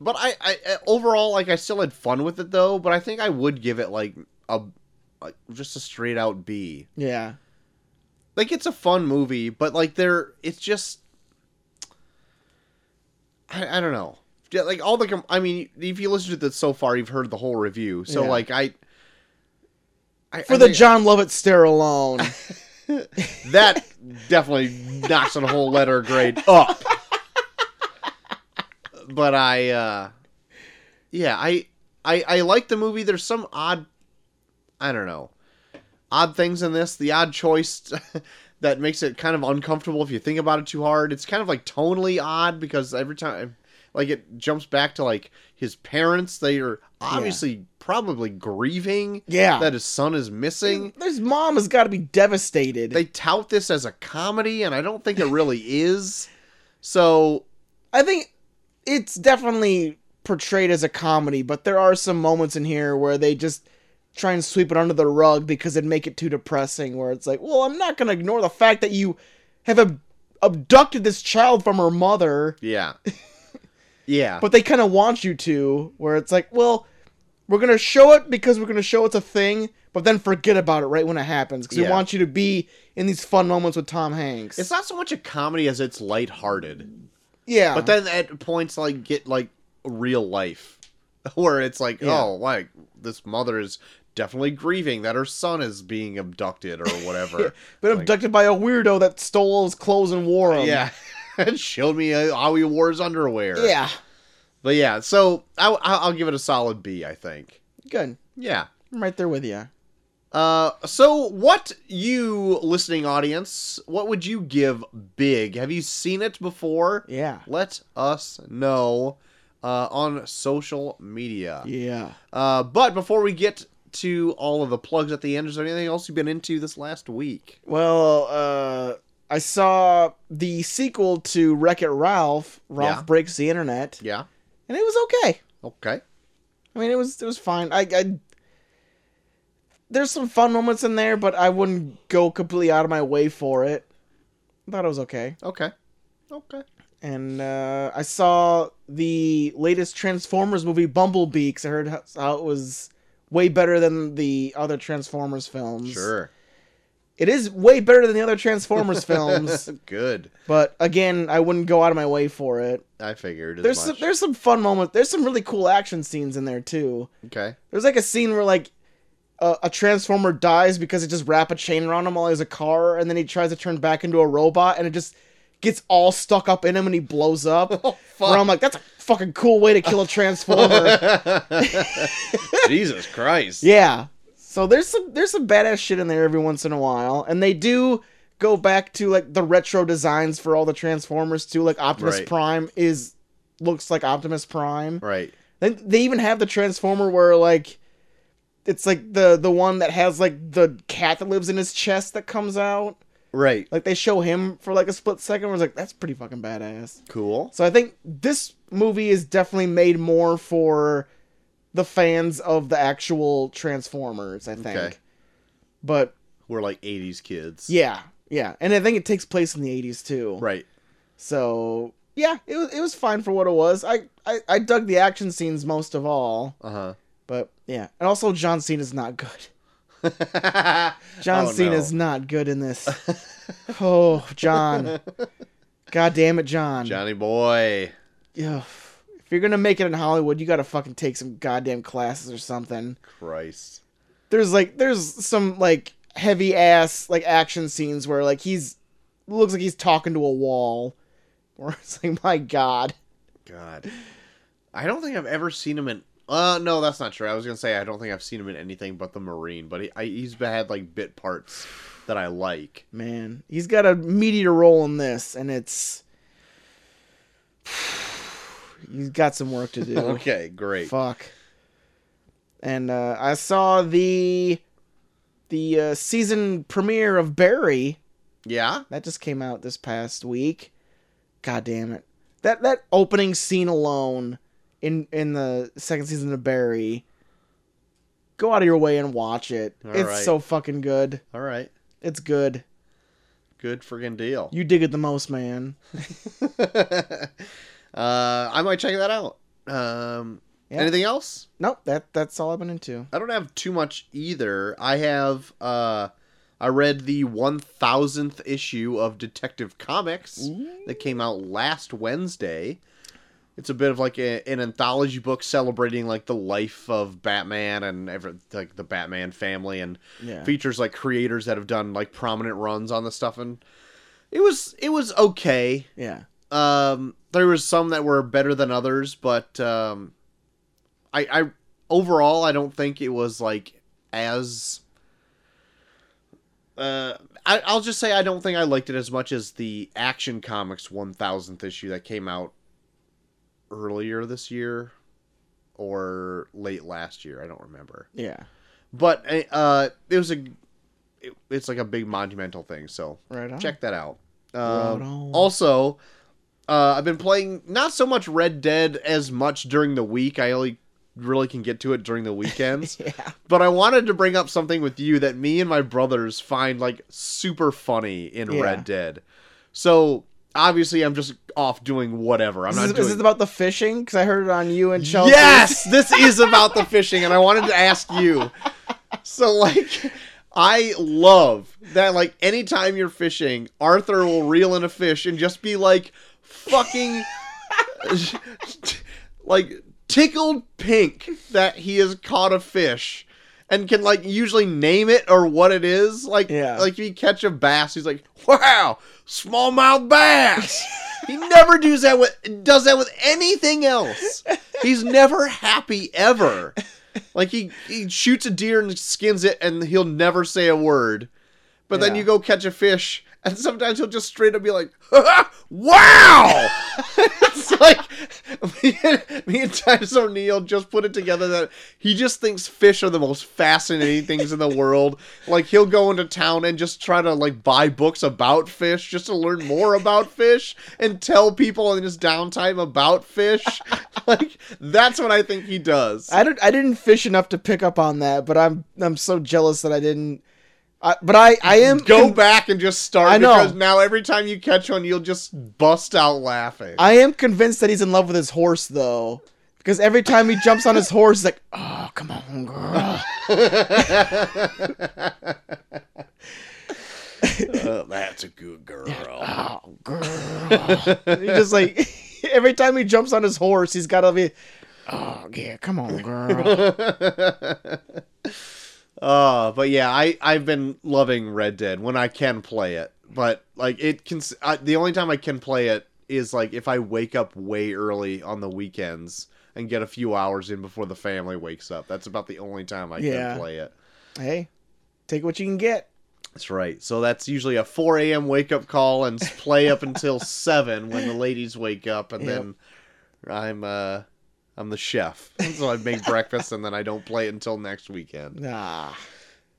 [SPEAKER 2] but I, I I- overall like I still had fun with it though, but I think I would give it like a like just a straight out B.
[SPEAKER 1] yeah.
[SPEAKER 2] Like it's a fun movie, but like there it's just I, I don't know. Yeah, like all the com- I mean, if you listen to this so far, you've heard the whole review. So
[SPEAKER 1] Yeah.
[SPEAKER 2] like I, I
[SPEAKER 1] For
[SPEAKER 2] I
[SPEAKER 1] the
[SPEAKER 2] think
[SPEAKER 1] John Lovett stare alone,
[SPEAKER 2] that definitely knocks a whole letter grade up. but I, uh yeah, I, I, I like the movie. There's some odd, I don't know, odd things in this. The odd choice that makes it kind of uncomfortable if you think about it too hard. It's kind of like tonally odd because every time, like, it jumps back to like his parents. They are obviously probably grieving
[SPEAKER 1] yeah.
[SPEAKER 2] that his son is missing
[SPEAKER 1] His mom has got to be devastated.
[SPEAKER 2] they tout this as a comedy and i don't think it really is so
[SPEAKER 1] I think it's definitely portrayed as a comedy, but there are some moments in here where they just try and sweep it under the rug because it'd make it too depressing. Where it's like, well, I'm not going to ignore the fact that you have ab- abducted this child from her mother,
[SPEAKER 2] yeah yeah
[SPEAKER 1] but they kind of want you to. Where it's like, well, we're going to show it because we're going to show it's a thing, but then forget about it right when it happens because
[SPEAKER 2] Yeah.
[SPEAKER 1] we want you to be in these fun moments with Tom Hanks.
[SPEAKER 2] it's not so much a comedy as it's lighthearted
[SPEAKER 1] yeah,
[SPEAKER 2] but then at points like get like real life where it's like
[SPEAKER 1] Yeah.
[SPEAKER 2] oh like this mother is definitely grieving that her son is being abducted or whatever
[SPEAKER 1] been
[SPEAKER 2] like-
[SPEAKER 1] abducted by a weirdo that stole his clothes and wore them.
[SPEAKER 2] yeah and showed me uh, how he wore his underwear
[SPEAKER 1] Yeah.
[SPEAKER 2] but yeah so I, I- i'll give it a solid b i think
[SPEAKER 1] Good.
[SPEAKER 2] yeah
[SPEAKER 1] I'm right there with you.
[SPEAKER 2] Uh, so what you listening audience, what would you give Big? Have you seen it before?
[SPEAKER 1] Yeah.
[SPEAKER 2] Let us know uh, on social media.
[SPEAKER 1] Yeah.
[SPEAKER 2] Uh, but before we get to all of the plugs at the end, is there anything else you've been into this last week?
[SPEAKER 1] Well, uh, I saw the sequel to Wreck It Ralph. Ralph
[SPEAKER 2] Yeah.
[SPEAKER 1] breaks the internet,
[SPEAKER 2] Yeah.
[SPEAKER 1] and it was okay.
[SPEAKER 2] Okay.
[SPEAKER 1] I mean, it was it was fine. I, I there's some fun moments in there, but I wouldn't go completely out of my way for it. I thought it was okay.
[SPEAKER 2] Okay. Okay.
[SPEAKER 1] And uh, I saw the latest Transformers movie, Bumblebee, 'cause I heard how, how it was way better than the other Transformers films.
[SPEAKER 2] Sure.
[SPEAKER 1] It is way better than the other Transformers films,
[SPEAKER 2] Good.
[SPEAKER 1] but again, I wouldn't go out of my way for it.
[SPEAKER 2] I figured as
[SPEAKER 1] There's
[SPEAKER 2] much.
[SPEAKER 1] some, there's some fun moments. There's some really cool action scenes in there too.
[SPEAKER 2] okay.
[SPEAKER 1] There's like a scene where like a, a transformer dies because it just wrap a chain around him while he's a car, and then he tries to turn back into a robot, and it just gets all stuck up in him, and he blows up.
[SPEAKER 2] Oh, fuck.
[SPEAKER 1] Where I'm like, that's a fucking cool way to kill a transformer.
[SPEAKER 2] Jesus Christ.
[SPEAKER 1] yeah. So there's some there's some badass shit in there every once in a while, and they do go back to like the retro designs for all the Transformers too. Like Optimus
[SPEAKER 2] Right.
[SPEAKER 1] Prime is looks like Optimus Prime.
[SPEAKER 2] Right.
[SPEAKER 1] They, they even have the Transformer where like it's like the the one that has like the cat that lives in his chest that comes out.
[SPEAKER 2] Right.
[SPEAKER 1] Like they show him for like a split second. Where it's like that's pretty fucking badass.
[SPEAKER 2] Cool.
[SPEAKER 1] So I think this movie is definitely made more for the fans of the actual Transformers, I think.
[SPEAKER 2] Okay.
[SPEAKER 1] But
[SPEAKER 2] We're like 80s kids.
[SPEAKER 1] yeah, yeah. And I think it takes place in the 80s too.
[SPEAKER 2] Right.
[SPEAKER 1] So, yeah, it was it was fine for what it was. I I, I dug the action scenes most of all,
[SPEAKER 2] Uh
[SPEAKER 1] but yeah. And also John Cena's not good.
[SPEAKER 2] huh.
[SPEAKER 1] John
[SPEAKER 2] Oh,
[SPEAKER 1] Cena's not good in this. oh, John. God damn it, John.
[SPEAKER 2] Johnny boy.
[SPEAKER 1] Ugh. If you're gonna make it in Hollywood, you gotta fucking take some goddamn classes or something.
[SPEAKER 2] Christ.
[SPEAKER 1] There's like there's some like heavy ass like action scenes where like he's looks like he's talking to a wall. Where it's like, my god.
[SPEAKER 2] God. I don't think I've ever seen him in. Uh, no, that's not true. I was gonna say I don't think I've seen him in anything but the Marine, but he, I, he's had like bit parts that I like.
[SPEAKER 1] Man. He's got a meteor roll in this and it's He's got some work to do.
[SPEAKER 2] Okay, great.
[SPEAKER 1] Fuck. And uh, I saw the the uh, season premiere of Barry
[SPEAKER 2] Yeah.
[SPEAKER 1] That just came out this past week. God damn it. That that opening scene alone in in the second season of Barry. Go out of your way and watch it.
[SPEAKER 2] All
[SPEAKER 1] it's
[SPEAKER 2] right.
[SPEAKER 1] so fucking good.
[SPEAKER 2] All right.
[SPEAKER 1] It's good.
[SPEAKER 2] Good friggin' deal.
[SPEAKER 1] You dig it the most, man.
[SPEAKER 2] uh, I might check that out. Um,
[SPEAKER 1] Yeah.
[SPEAKER 2] Anything else?
[SPEAKER 1] Nope, that that's all I've been into.
[SPEAKER 2] I don't have too much either. I have. Uh, I read the one thousandth issue of Detective Comics that came out last Wednesday. It's a bit of like a, an anthology book celebrating like the life of Batman and every, like the Batman family and
[SPEAKER 1] Yeah.
[SPEAKER 2] features like creators that have done like prominent runs on the stuff and it was it was okay
[SPEAKER 1] Yeah.
[SPEAKER 2] um there was some that were better than others but um i i overall i don't think it was like as uh I, i'll just say i don't think i liked it as much as the action comics 1000th issue that came out earlier this year or late last year i don't remember
[SPEAKER 1] Yeah.
[SPEAKER 2] but uh it was a it, it's like a big monumental thing so
[SPEAKER 1] Right on.
[SPEAKER 2] check that out.
[SPEAKER 1] Right
[SPEAKER 2] Um,
[SPEAKER 1] on.
[SPEAKER 2] also, uh, I've been playing not so much Red Dead as much during the week. I only really can get to it during the weekends.
[SPEAKER 1] Yeah.
[SPEAKER 2] But I wanted to bring up something with you that me and my brothers find like super funny in
[SPEAKER 1] Yeah.
[SPEAKER 2] Red Dead. So obviously, I'm just off doing whatever. I'm
[SPEAKER 1] Is,
[SPEAKER 2] not
[SPEAKER 1] this,
[SPEAKER 2] doing.
[SPEAKER 1] is this about the fishing? Because I heard it on you and Chelsea.
[SPEAKER 2] Yes, this is about the fishing, and I wanted to ask you. So, like, I love that, like, anytime you're fishing, Arthur will reel in a fish and just be like, fucking, like, tickled pink that he has caught a fish. And can like usually name it or what it is. Like,
[SPEAKER 1] Yeah.
[SPEAKER 2] like if you catch a bass, he's like, "Wow, smallmouth bass." He never does that with does that with anything else. He's never happy ever. Like he, he shoots a deer and skins it and he'll never say a word. But then
[SPEAKER 1] Yeah.
[SPEAKER 2] you go catch a fish and sometimes he'll just straight up be like, "Wow!" it's like me and, me and Titus O'Neill just put it together that he just thinks fish are the most fascinating things in the world. Like he'll go into town and just try to like buy books about fish just to learn more about fish and tell people in his downtime about fish. like that's what I think he does.
[SPEAKER 1] I don't. I didn't fish enough to pick up on that, but I'm I'm so jealous that I didn't. I, but I I am
[SPEAKER 2] Go
[SPEAKER 1] con-
[SPEAKER 2] back and just start
[SPEAKER 1] I know.
[SPEAKER 2] because now every time you catch one, you'll just bust out laughing.
[SPEAKER 1] I am convinced that he's in love with his horse though, because every time he jumps on his horse, he's like, oh come on, girl.
[SPEAKER 2] Oh, that's a good girl.
[SPEAKER 1] oh girl. he just like every time he jumps on his horse, he's gotta be. Oh yeah, come on, girl.
[SPEAKER 2] Uh, but yeah, I I've been loving Red Dead when I can play it. But like it can I, the only time I can play it is like if I wake up way early on the weekends and get a few hours in before the family wakes up. That's about the only time I
[SPEAKER 1] Yeah.
[SPEAKER 2] can play it.
[SPEAKER 1] Hey, take what you can get.
[SPEAKER 2] That's right. So that's usually a 4 a.m. wake up call and play up until 7 when the ladies wake up, and
[SPEAKER 1] Yep.
[SPEAKER 2] then I'm uh, I'm the chef. So I make breakfast and then I don't play it until next weekend.
[SPEAKER 1] Ah.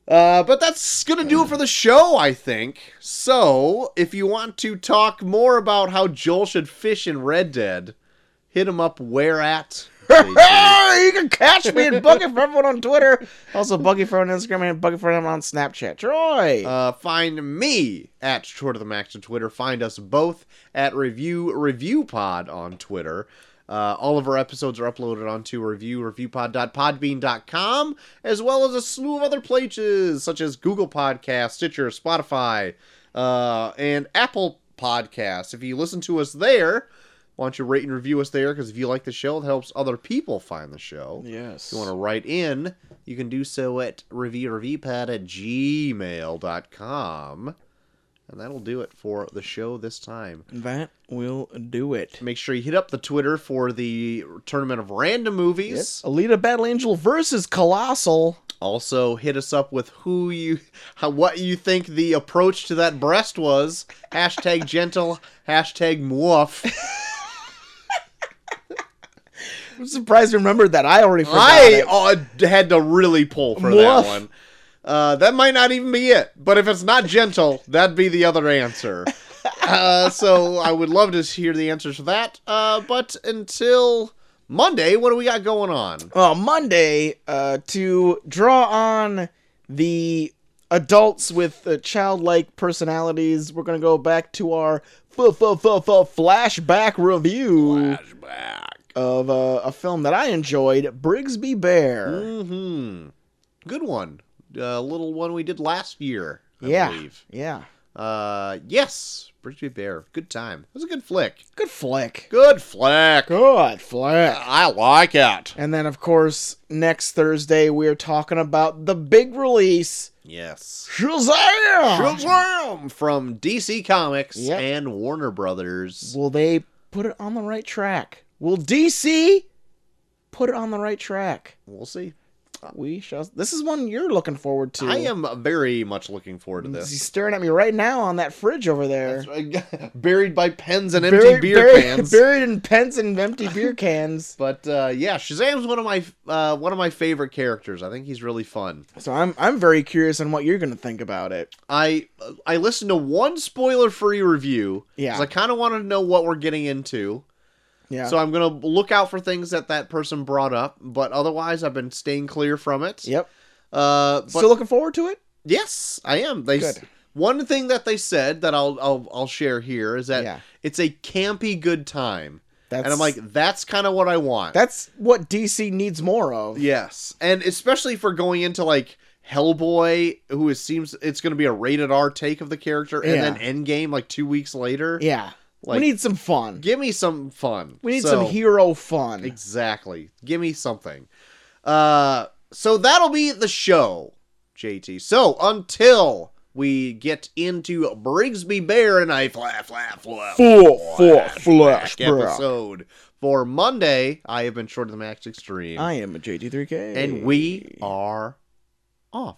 [SPEAKER 2] Uh, but that's going to do it for the show, I think. So, if you want to talk more about how Joel should fish in Red Dead, hit him up where at. JT.
[SPEAKER 1] you can catch me at Buggy for everyone on Twitter. Also, Buggy for on Instagram and Buggy for everyone on Snapchat. Troy.
[SPEAKER 2] uh, find me at Short of the Max on Twitter. Find us both at Review Review Pod on Twitter. Uh, all of our episodes are uploaded onto review reviewpod.podbean.com as well as a slew of other places such as Google Podcasts, Stitcher, Spotify, uh, and Apple Podcasts. If you listen to us there, why don't you rate and review us there? Because if you like the show, it helps other people find the show.
[SPEAKER 1] yes.
[SPEAKER 2] If you want to write in, you can do so at reviewreviewpad at gmail.com. And that'll do it for the show this time.
[SPEAKER 1] That will do it.
[SPEAKER 2] Make sure you hit up the Twitter for the Tournament of Random Movies.
[SPEAKER 1] Alita Battle Angel versus Colossal.
[SPEAKER 2] Also, hit us up with who you, how, what you think the approach to that breast was. Hashtag gentle, hashtag woof.
[SPEAKER 1] I'm surprised you remembered that. I already forgot.
[SPEAKER 2] I
[SPEAKER 1] it.
[SPEAKER 2] uh, had to really pull for
[SPEAKER 1] Woof.
[SPEAKER 2] that one. Uh, that might not even be it. But if it's not gentle, that'd be the other answer. Uh, so I would love to hear the answers to that. Uh, but until Monday, what do we got going on?
[SPEAKER 1] well, Monday, uh, to draw on the adults with uh, childlike personalities, we're going to go back to our f- f- f- f- flashback review of uh, a film that I enjoyed, Brigsby Bear.
[SPEAKER 2] hmm Good one. uh, little one we did last year, I
[SPEAKER 1] yeah.
[SPEAKER 2] believe.
[SPEAKER 1] Yeah.
[SPEAKER 2] Uh, yes, Bridget Bear. Good time. It was a good flick.
[SPEAKER 1] Good flick.
[SPEAKER 2] Good flick.
[SPEAKER 1] Good flick.
[SPEAKER 2] I like it.
[SPEAKER 1] And then, of course, next Thursday, we're talking about the big release
[SPEAKER 2] Yes.
[SPEAKER 1] Shazam!
[SPEAKER 2] Shazam! From DC Comics
[SPEAKER 1] Yep.
[SPEAKER 2] and Warner Brothers.
[SPEAKER 1] Will they put it on the right track? Will DC put it on the right track?
[SPEAKER 2] We'll see.
[SPEAKER 1] We shall. This is one you're looking forward to.
[SPEAKER 2] Uh, I am very much looking forward to
[SPEAKER 1] He's
[SPEAKER 2] this.
[SPEAKER 1] staring at me right now on that fridge over there.
[SPEAKER 2] buried by pens and empty
[SPEAKER 1] Buried-
[SPEAKER 2] beer
[SPEAKER 1] buried-
[SPEAKER 2] cans.
[SPEAKER 1] Buried in pens and empty beer cans.
[SPEAKER 2] But uh, yeah, Shazam's one of my uh, one of my favorite characters. I think he's really fun.
[SPEAKER 1] So I'm I'm very curious on what you're gonna think about it.
[SPEAKER 2] I I listened to one spoiler free review. 'cause
[SPEAKER 1] Yeah.
[SPEAKER 2] I kind of wanted to know what we're getting into.
[SPEAKER 1] Yeah.
[SPEAKER 2] So I'm gonna look out for things that that person brought up. But otherwise, I've been staying clear from it.
[SPEAKER 1] yep.
[SPEAKER 2] Uh, but
[SPEAKER 1] Still looking forward to it.
[SPEAKER 2] Yes, I am. They s
[SPEAKER 1] Good.
[SPEAKER 2] one thing that they said that I'll I'll, I'll share here is that
[SPEAKER 1] Yeah.
[SPEAKER 2] it's a campy good time,
[SPEAKER 1] That's
[SPEAKER 2] and I'm like, that's kind of what I want.
[SPEAKER 1] that's what DC needs more of.
[SPEAKER 2] yes, and especially for going into like Hellboy, who is, seems it's going to be a rated R take of the character, and
[SPEAKER 1] Yeah.
[SPEAKER 2] then Endgame like two weeks later.
[SPEAKER 1] Yeah.
[SPEAKER 2] Like-
[SPEAKER 1] we need some fun.
[SPEAKER 2] Give me some fun.
[SPEAKER 1] We need
[SPEAKER 2] So-
[SPEAKER 1] some hero fun.
[SPEAKER 2] Exactly. Give me something. Uh, so that'll be the show, JT. So until we get into Brigsby Bear and I fly, fly, fly,
[SPEAKER 1] Full, full
[SPEAKER 2] flashback
[SPEAKER 1] flashback.
[SPEAKER 2] episode for Monday. I have been short of the max extreme,
[SPEAKER 1] I am a JT3K.
[SPEAKER 2] and we are off.